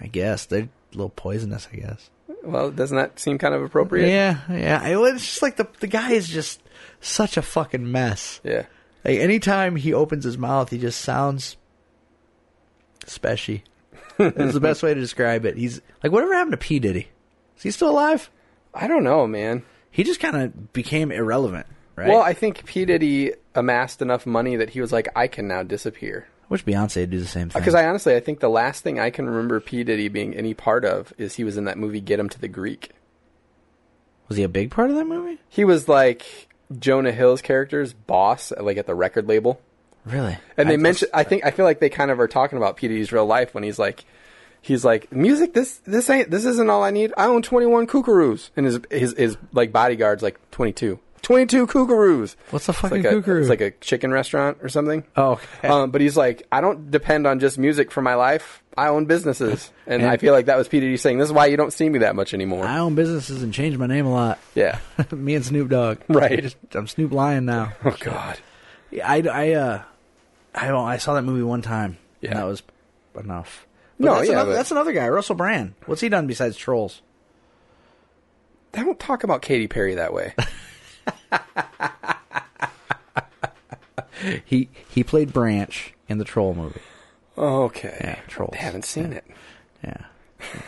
S4: I guess they're a little poisonous. I guess.
S5: Well, doesn't that seem kind of appropriate?
S4: Yeah, yeah. I- well, It's just like the the guy is just such a fucking mess.
S5: Yeah.
S4: Like anytime he opens his mouth, he just sounds speshy. That's the best way to describe it. He's like, whatever happened to P Diddy? Is he still alive?
S5: I don't know, man.
S4: He just kind of became irrelevant, right?
S5: Well, I think P Diddy amassed enough money that he was like, I can now disappear.
S4: wish Beyonce would do the same thing.
S5: Because I honestly, I think the last thing I can remember P Diddy being any part of is he was in that movie Get Him to the Greek.
S4: was he a big part of that movie?
S5: He was like Jonah Hill's character's boss, like at the record label.
S4: Really?
S5: And they
S4: I-
S5: mentioned, I think, I feel like they kind of are talking about P Diddy's real life when he's like, he's like, music, this, this ain't, this isn't all I need. I own 21 kookaroos. And his, his, his like bodyguard's like 22. 22 kookaroos.
S4: What's a
S5: It's
S4: fucking
S5: like
S4: kookaroo?
S5: It's like a chicken restaurant or something.
S4: Oh, okay.
S5: Um, but he's like, I don't depend on just music for my life. I own businesses. And,
S4: And-
S5: I feel like that was P Diddy saying, this is why you don't see me that much anymore.
S4: I own businesses and changed my name a lot.
S5: yeah. Oh,
S4: Me and Snoop Dogg.
S5: Right.
S4: I'm Snoop Lion now.
S5: Oh God.
S4: Yeah, I, I, uh, I, don't, I saw that movie one time.
S5: Yeah.
S4: And that was enough.
S5: No,
S4: that's
S5: yeah,
S4: another,
S5: but-
S4: that's another guy, Russell Brand. What's he done besides Trolls?
S5: They don't talk about Katy Perry that way.
S4: He he played Branch in the Troll movie.
S5: okay.
S4: Yeah, trolls.
S5: They haven't seen it.
S4: Yeah.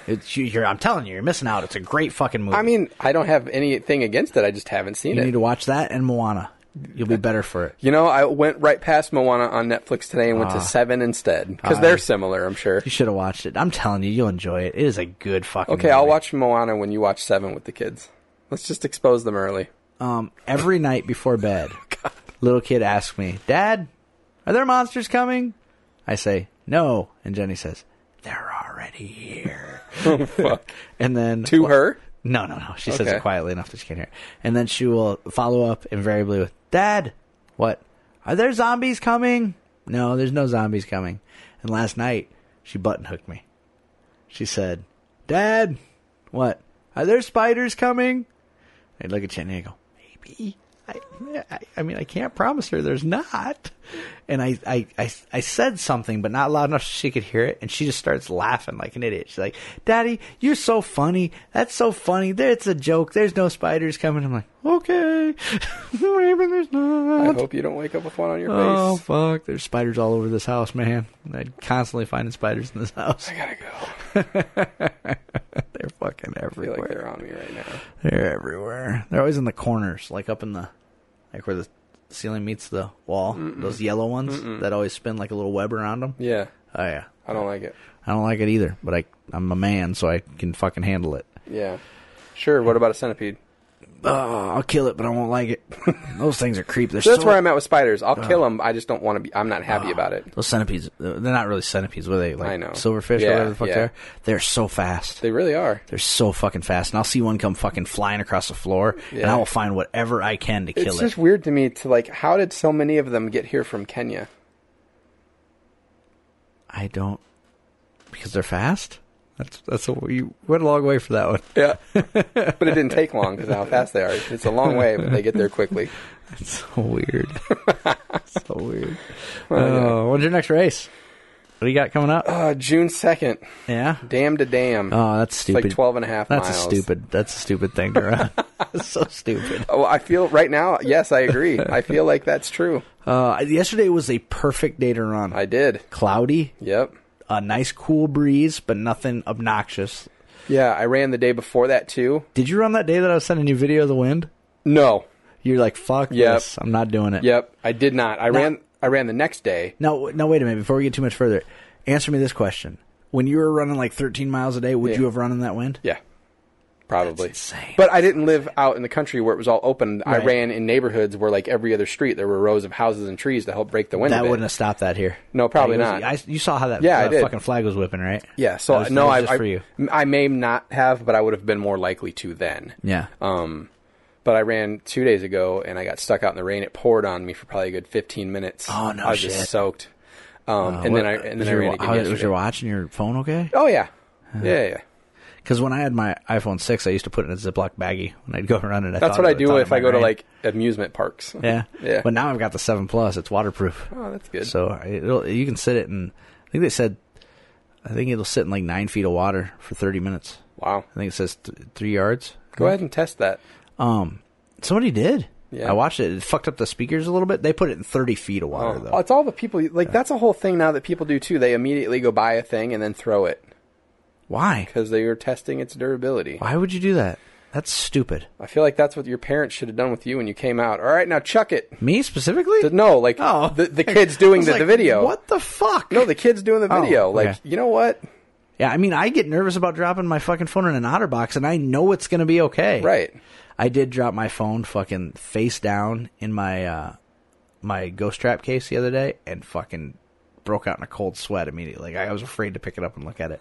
S4: It's, you- you're, I'm telling you, you're missing out. It's a great fucking movie.
S5: I mean, uh, I don't have anything against it. I just haven't seen
S4: you
S5: it.
S4: need to watch that and Moana. You'll be better for it.
S5: You know, I went right past Moana on Netflix today and went to Seven instead because they're similar, I'm sure.
S4: Ah. You should have watched it. I'm telling you, you'll enjoy it. It is a good fucking.
S5: Okay, I'll
S4: movie.
S5: watch Moana when you watch Seven with the kids. Let's just expose them early.
S4: Um, every night before bed, little kid asks me, Dad, are there monsters coming? I say, No. And Jenny says, They're already here. and then
S5: To her?
S4: No, no, no. She says
S5: Okay.
S4: it quietly enough that she can't hear. it. And then she will follow up invariably with, Dad, what? Are there zombies coming? No, there's no zombies coming. And last night, she button hooked me. She said, Dad, what? Are there spiders coming? I look at you and I go, maybe. I I, I, I mean, I can't promise her there's not. And I, I, I, I said something, but not loud enough so she could hear it. And she just starts laughing like an idiot. She's like, Daddy, you're so funny. That's so funny. There, it's a joke. There's no spiders coming. I'm like, okay. Maybe there's not.
S5: I hope you don't wake up with one on your face.
S4: Oh fuck! There's spiders all over this house, man. I'm constantly finding spiders in this house.
S5: I gotta go. I
S4: They're fucking
S5: feel
S4: everywhere.
S5: like they're on me right now.
S4: They're everywhere. They're always in the corners, like up in the, like where the ceiling meets the wall. Those yellow ones that always spin like a little web around them.
S5: Yeah,
S4: Oh yeah,
S5: I don't like it.
S4: I don't like it either, but I I'm a man, so I can fucking handle it.
S5: Yeah, sure. What about a centipede?
S4: Oh, I'll kill it, but I won't like it. Those things are creepy. They're
S5: So that's
S4: so- Uh. Ah.
S5: where I'm at with spiders. I'll 'em. kill them. I just don't want to be. I'm not happy about it.
S4: Those centipedes, they're not really centipedes, were they? Like
S5: I know.
S4: silverfish
S5: Yeah,
S4: or whatever the fuck
S5: yeah.
S4: they are. They're so fast.
S5: They really are.
S4: They're so fucking fast, and I'll see one come fucking flying across the floor, and
S5: Yeah.
S4: I will find whatever I can to kill
S5: It's
S4: it.
S5: just weird to me to like. How did so many of them get here from Kenya?
S4: I don't because they're fast. That's that's a, you went a long way for that one.
S5: Yeah, but it didn't take long because how fast they are. It's a long way, but they get there quickly.
S4: It's so weird. so weird.
S5: yeah.
S4: Uh, when's your next race? What do you got coming up?
S5: Uh, June second,
S4: Yeah.
S5: dam to dam.
S4: Oh, that's
S5: it's
S4: stupid.
S5: like 12 and a half
S4: That's
S5: miles.
S4: a stupid. That's a stupid thing to run. That's so stupid.
S5: Oh, I feel right now. Yes, I agree. I feel like that's true.
S4: Uh, yesterday was a perfect day to run.
S5: I did.
S4: Cloudy,
S5: Yep.
S4: a nice cool breeze, but nothing obnoxious.
S5: Yeah, I ran the day before that too.
S4: Did you run that day that I was sending you video of the wind?
S5: No.
S4: You're like, fuck
S5: Yep.
S4: this. I'm not doing it.
S5: Yep. I did not. I ran. I ran the next day.
S4: Now, now wait a minute. Before we get too much further, answer me this question: When you were running like 13 miles a day, would
S5: Yeah.
S4: you have run in that wind?
S5: Yeah. Probably.
S4: insane.
S5: But I didn't live out in the country where it was all open. I
S4: Right.
S5: ran in neighborhoods where, like every other street, there were rows of houses and trees to help break the wind. a
S4: That
S5: bit.
S4: wouldn't have stopped that here.
S5: No, probably
S4: Like, it was-
S5: not.
S4: I, you saw how that,
S5: Yeah, I
S4: that
S5: did.
S4: fucking flag was whipping, right?
S5: Yeah. So
S4: That was-
S5: no,
S4: that was
S5: I,
S4: just
S5: I,
S4: for you.
S5: I may not have, but I would have been more likely to then.
S4: Yeah.
S5: Um, but I ran two days ago and I got stuck out in the rain. It poured on me for probably a good 15 minutes.
S4: Oh, no
S5: I was
S4: shit.
S5: just soaked.
S4: Uh,
S5: Um, and
S4: What-
S5: then I
S4: was
S5: and then I
S4: your
S5: ran
S4: wa-
S5: again
S4: how-
S5: yesterday.
S4: Was your watch and your phone okay?
S5: Oh yeah, yeah, yeah. yeah.
S4: Because when I had my iPhone 6, I used to put it in a Ziploc baggie when I'd go run it.
S5: That's
S4: thought
S5: what I
S4: it- thought
S5: do
S4: it
S5: if I
S4: might
S5: go to
S4: rain.
S5: like amusement parks.
S4: Yeah.
S5: yeah.
S4: But now I've got the 7 Plus. It's waterproof.
S5: oh, that's good.
S4: So I- it'll, you can sit it in, I think they said, I think it'll sit in like nine feet of water for 30 minutes.
S5: wow.
S4: I think it says th- three yards.
S5: Go ahead and test that.
S4: Um, somebody did.
S5: Yeah.
S4: I watched it. It fucked up the speakers a little bit. They put it in 30 feet of water,
S5: Oh,
S4: though.
S5: it's all the people like. That's a whole thing now that people do too. They immediately go buy a thing and then throw it
S4: Why?
S5: because they are testing its durability.
S4: Why would you do that? That's stupid.
S5: I feel like that's what your parents should have done with you when you came out. All right, now chuck it.
S4: Me specifically?
S5: No, like
S4: Oh.
S5: the the kids doing
S4: I was
S5: the,
S4: like,
S5: the video.
S4: What the fuck?
S5: No, the kid's doing the
S4: Oh,
S5: video. like,
S4: okay.
S5: you know what?
S4: yeah, I mean, I get nervous about dropping my fucking phone in an OtterBox, and I know it's going to be okay.
S5: Right.
S4: I did drop my phone fucking face down in my uh my ghost trap case the other day and fucking broke out in a cold sweat immediately. Like I was afraid to pick it up and look at it.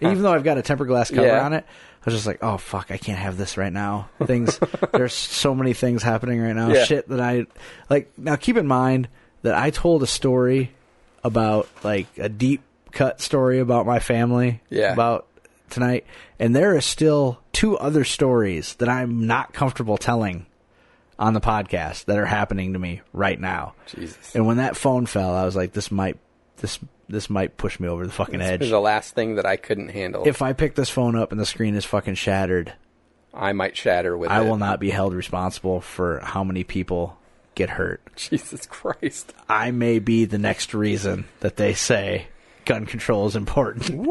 S4: Even though I've got a tempered glass cover
S5: Yeah.
S4: on it, I was just like, "Oh fuck, I can't have this right now." Things there's so many things happening right now.
S5: Yeah.
S4: Shit that I like now keep in mind that I told a story about like a deep cut story about my family
S5: Yeah.
S4: about tonight, and there are still two other stories that I'm not comfortable telling on the podcast that are happening to me right now.
S5: Jesus.
S4: And when that phone fell, I was like, "This might this this might push me over the fucking
S5: This is
S4: edge."
S5: the last thing that I couldn't handle.
S4: If I pick this phone up and the screen is fucking shattered,
S5: I might shatter with
S4: I
S5: it.
S4: will not be held responsible for how many people get hurt.
S5: Jesus Christ.
S4: I may be the next reason that they say gun control is important.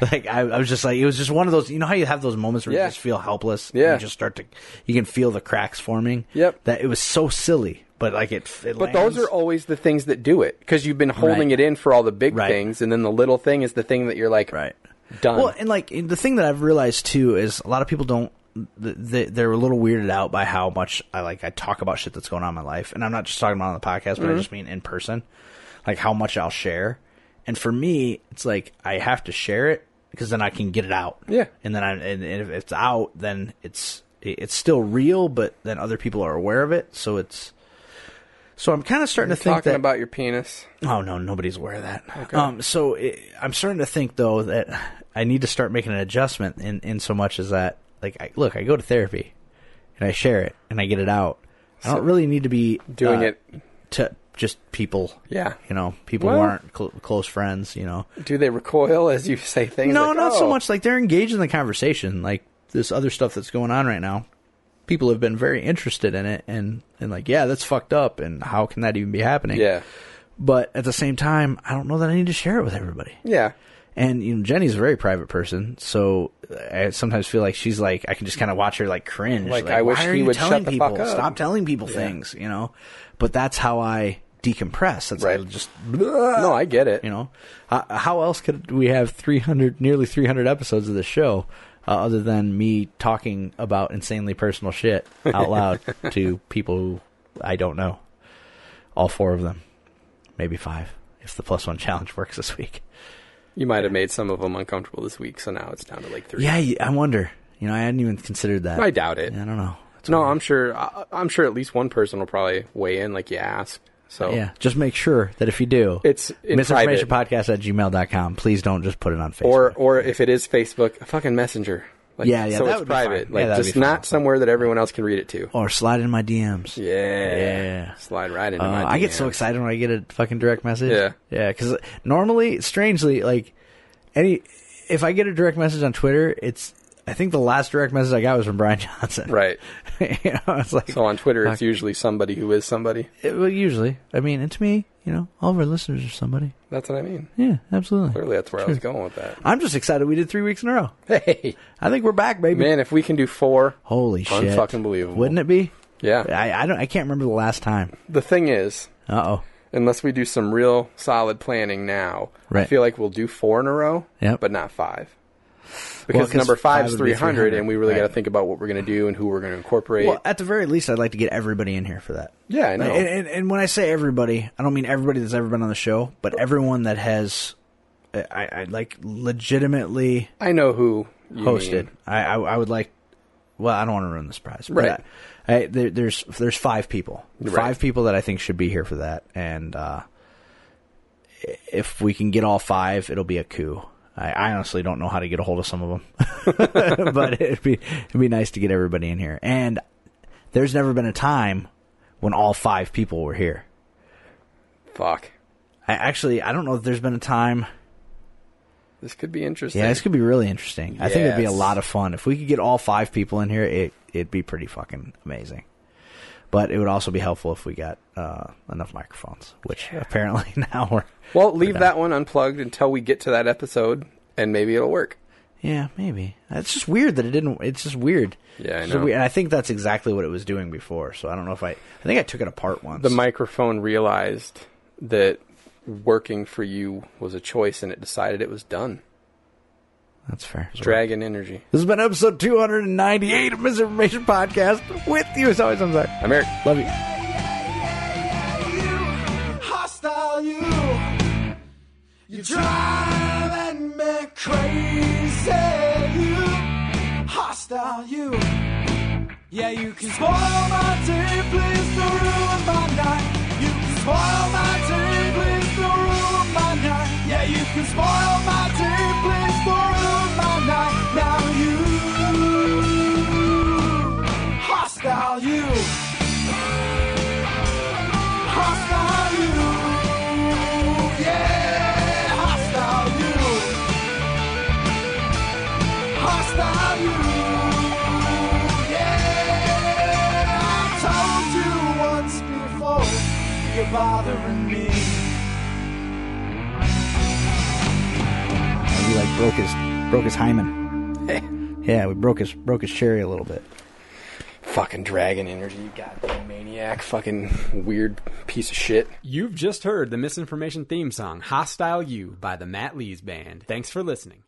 S4: like I, I was just like it was just one of those. You know how you have those moments where
S5: Yeah.
S4: you just feel helpless. and
S5: Yeah.
S4: you just start to you can feel the cracks forming.
S5: Yep.
S4: that it was so silly, but like it. it
S5: But those
S4: lands.
S5: are always the things that do it because you've been holding
S4: Right.
S5: it in for all the big
S4: Right.
S5: things, and then the little thing is the thing that you're like,
S4: right.
S5: done.
S4: Well, and like the thing that I've realized too is a lot of people don't. th- th- They're a little weirded out by how much I like I talk about shit that's going on in my life, and I'm not just talking about it on the podcast, but
S5: Mm-hmm.
S4: I just mean in person, like how much I'll share. And for me, it's like I have to share it because then I can get it out.
S5: Yeah.
S4: and then I and, and if it's out, then it's it's still real, but then other people are aware of it, so it's. So I'm kind of starting to think
S5: Talking
S4: that
S5: about your penis.
S4: Oh no, nobody's aware of that. Um, so it, I'm starting to think though that I need to start making an adjustment in in so much as that like I, look, I go to therapy and I share it and I get it out. I don't really need to be
S5: Doing
S4: uh,
S5: it.
S4: to just people.
S5: Yeah.
S4: You know, people
S5: Well-
S4: who aren't cl- close friends. You know,
S5: Do they recoil as you say things?
S4: no,
S5: like,
S4: not so
S5: "Oh."
S4: much. Like they're engaged in the conversation. Like this other stuff that's going on right now. People have been very interested in it, and and like, yeah, that's fucked up, and how can that even be happening?
S5: Yeah.
S4: But at the same time, I don't know that I need to share it with everybody.
S5: Yeah.
S4: And you know, Jenny's a very private person, so I sometimes feel like she's like I can just kind of watch her like cringe.
S5: Like, I wish
S4: why are
S5: he
S4: you
S5: would
S4: telling
S5: shut the
S4: people?
S5: fuck up."
S4: Stop telling people things, you know. But that's how I decompress. That's
S5: Right.
S4: I just
S5: No, I get it.
S4: Uh, you know, how, how else could we have three hundred, nearly three hundred episodes of this show, uh, other than me talking about insanely personal shit out loud to people who I don't know? All four of them, maybe five, if the plus one challenge works this week.
S5: You might have made some of them uncomfortable this week, so now it's down to like three.
S4: Yeah, y- I wonder. You know, I hadn't even considered that.
S5: I doubt it.
S4: I don't know.
S5: No, I'm sure. I, I'm sure at least one person will probably weigh in, like you asked. So
S4: Yeah, just make sure that if you do,
S5: Oh. It's in private.
S4: misinformationpodcast at gmail.com. Please don't just put it on Facebook.
S5: or or if it is Facebook, a fucking Messenger. Like,
S4: Yeah, yeah,
S5: So
S4: that
S5: it's
S4: would be
S5: private,
S4: fine.
S5: like
S4: Yeah, that'd
S5: just
S4: be fine.
S5: not somewhere that everyone else can read it to.
S4: or slide in my DMs.
S5: Yeah,
S4: Yeah.
S5: Slide right into
S4: Uh,
S5: my.
S4: I get so
S5: DMs.
S4: excited when I get a fucking direct message.
S5: Yeah.
S4: yeah. Because normally, strangely, like any, if I get a direct message on Twitter, it's I think the last direct message I got was from Brian Johnson.
S5: Right.
S4: you know, it's like
S5: So on Twitter, it's usually somebody who is somebody.
S4: it- well, usually, I mean, it's me. You know, all of our listeners are somebody.
S5: That's what I mean.
S4: Yeah, absolutely.
S5: Clearly, that's where I was going with that.
S4: I'm just excited. We did three weeks in a row.
S5: Hey,
S4: I think we're back, baby.
S5: man, if we can do four,
S4: Holy shit!
S5: Unfucking believable.
S4: Wouldn't it be?
S5: yeah.
S4: I, I don't. I can't remember the last time.
S5: The thing is,
S4: Uh oh.
S5: unless we do some real solid planning now, I
S4: Right.
S5: feel like we'll do four in a row,
S4: Yep.
S5: but not five. Because
S4: 'cause
S5: number five
S4: five
S5: is
S4: would be
S5: 300,
S4: 300,
S5: and we really
S4: right.
S5: got to think about what we're going to do and who we're going to incorporate.
S4: Well, at the very least, I'd like to get everybody in here for that.
S5: Yeah, I know.
S4: And, and, and when I say everybody, I don't mean everybody that's ever been on the show, but everyone that has, I, I like legitimately
S5: I know who you
S4: hosted.
S5: mean.
S4: I, I, I would like. Well, I don't want to ruin the surprise. but
S5: Right.
S4: I, I, there, there's there's five people,
S5: Right.
S4: five people that I think should be here for that, and uh, if we can get all five, it'll be a coup. I, I honestly don't know how to get a hold of some of them, but it'd be it'd be nice to get everybody in here. And there's never been a time when all five people were here.
S5: Fuck.
S4: I actually I don't know if there's been a time.
S5: This could be interesting.
S4: Yeah, this could be really interesting. I think it'd be a
S5: Yes.
S4: lot of fun if we could get all five people in here. It it'd be pretty fucking amazing. But it would also be helpful if we got uh, enough microphones, which apparently now we're.
S5: well, leave that one unplugged until we get to that episode, and maybe it'll work.
S4: Yeah, maybe. It's just weird that it didn't. It's just weird.
S5: Yeah, I
S4: It's just
S5: know.
S4: weird. And I think that's exactly what it was doing before. So I don't know if I. I think I took it apart once.
S5: The microphone realized that working for you was a choice, and it decided it was done.
S4: That's fair.
S5: Dragon energy.
S4: This has been episode 298 of Misinformation Podcast with you as always. I'm Zach.
S5: I'm Eric.
S4: Love you.
S3: hostile you you driving me crazy you hostile you yeah you can spoil my day please don't ruin my night you can spoil my day please don't ruin my night yeah you can spoil my day please don't ruin my night now you hostile you Hostile you, yeah, hostile you, hostile you, yeah. I told you once before, you're bothering me.
S4: He like broke his broke his hymen. yeah, we broke his broke his cherry a little bit.
S5: Fucking dragon energy, you goddamn maniac. Fucking weird piece of shit.
S6: You've just heard the misinformation theme song Hostile You by the Matt Lees Band. Thanks for listening.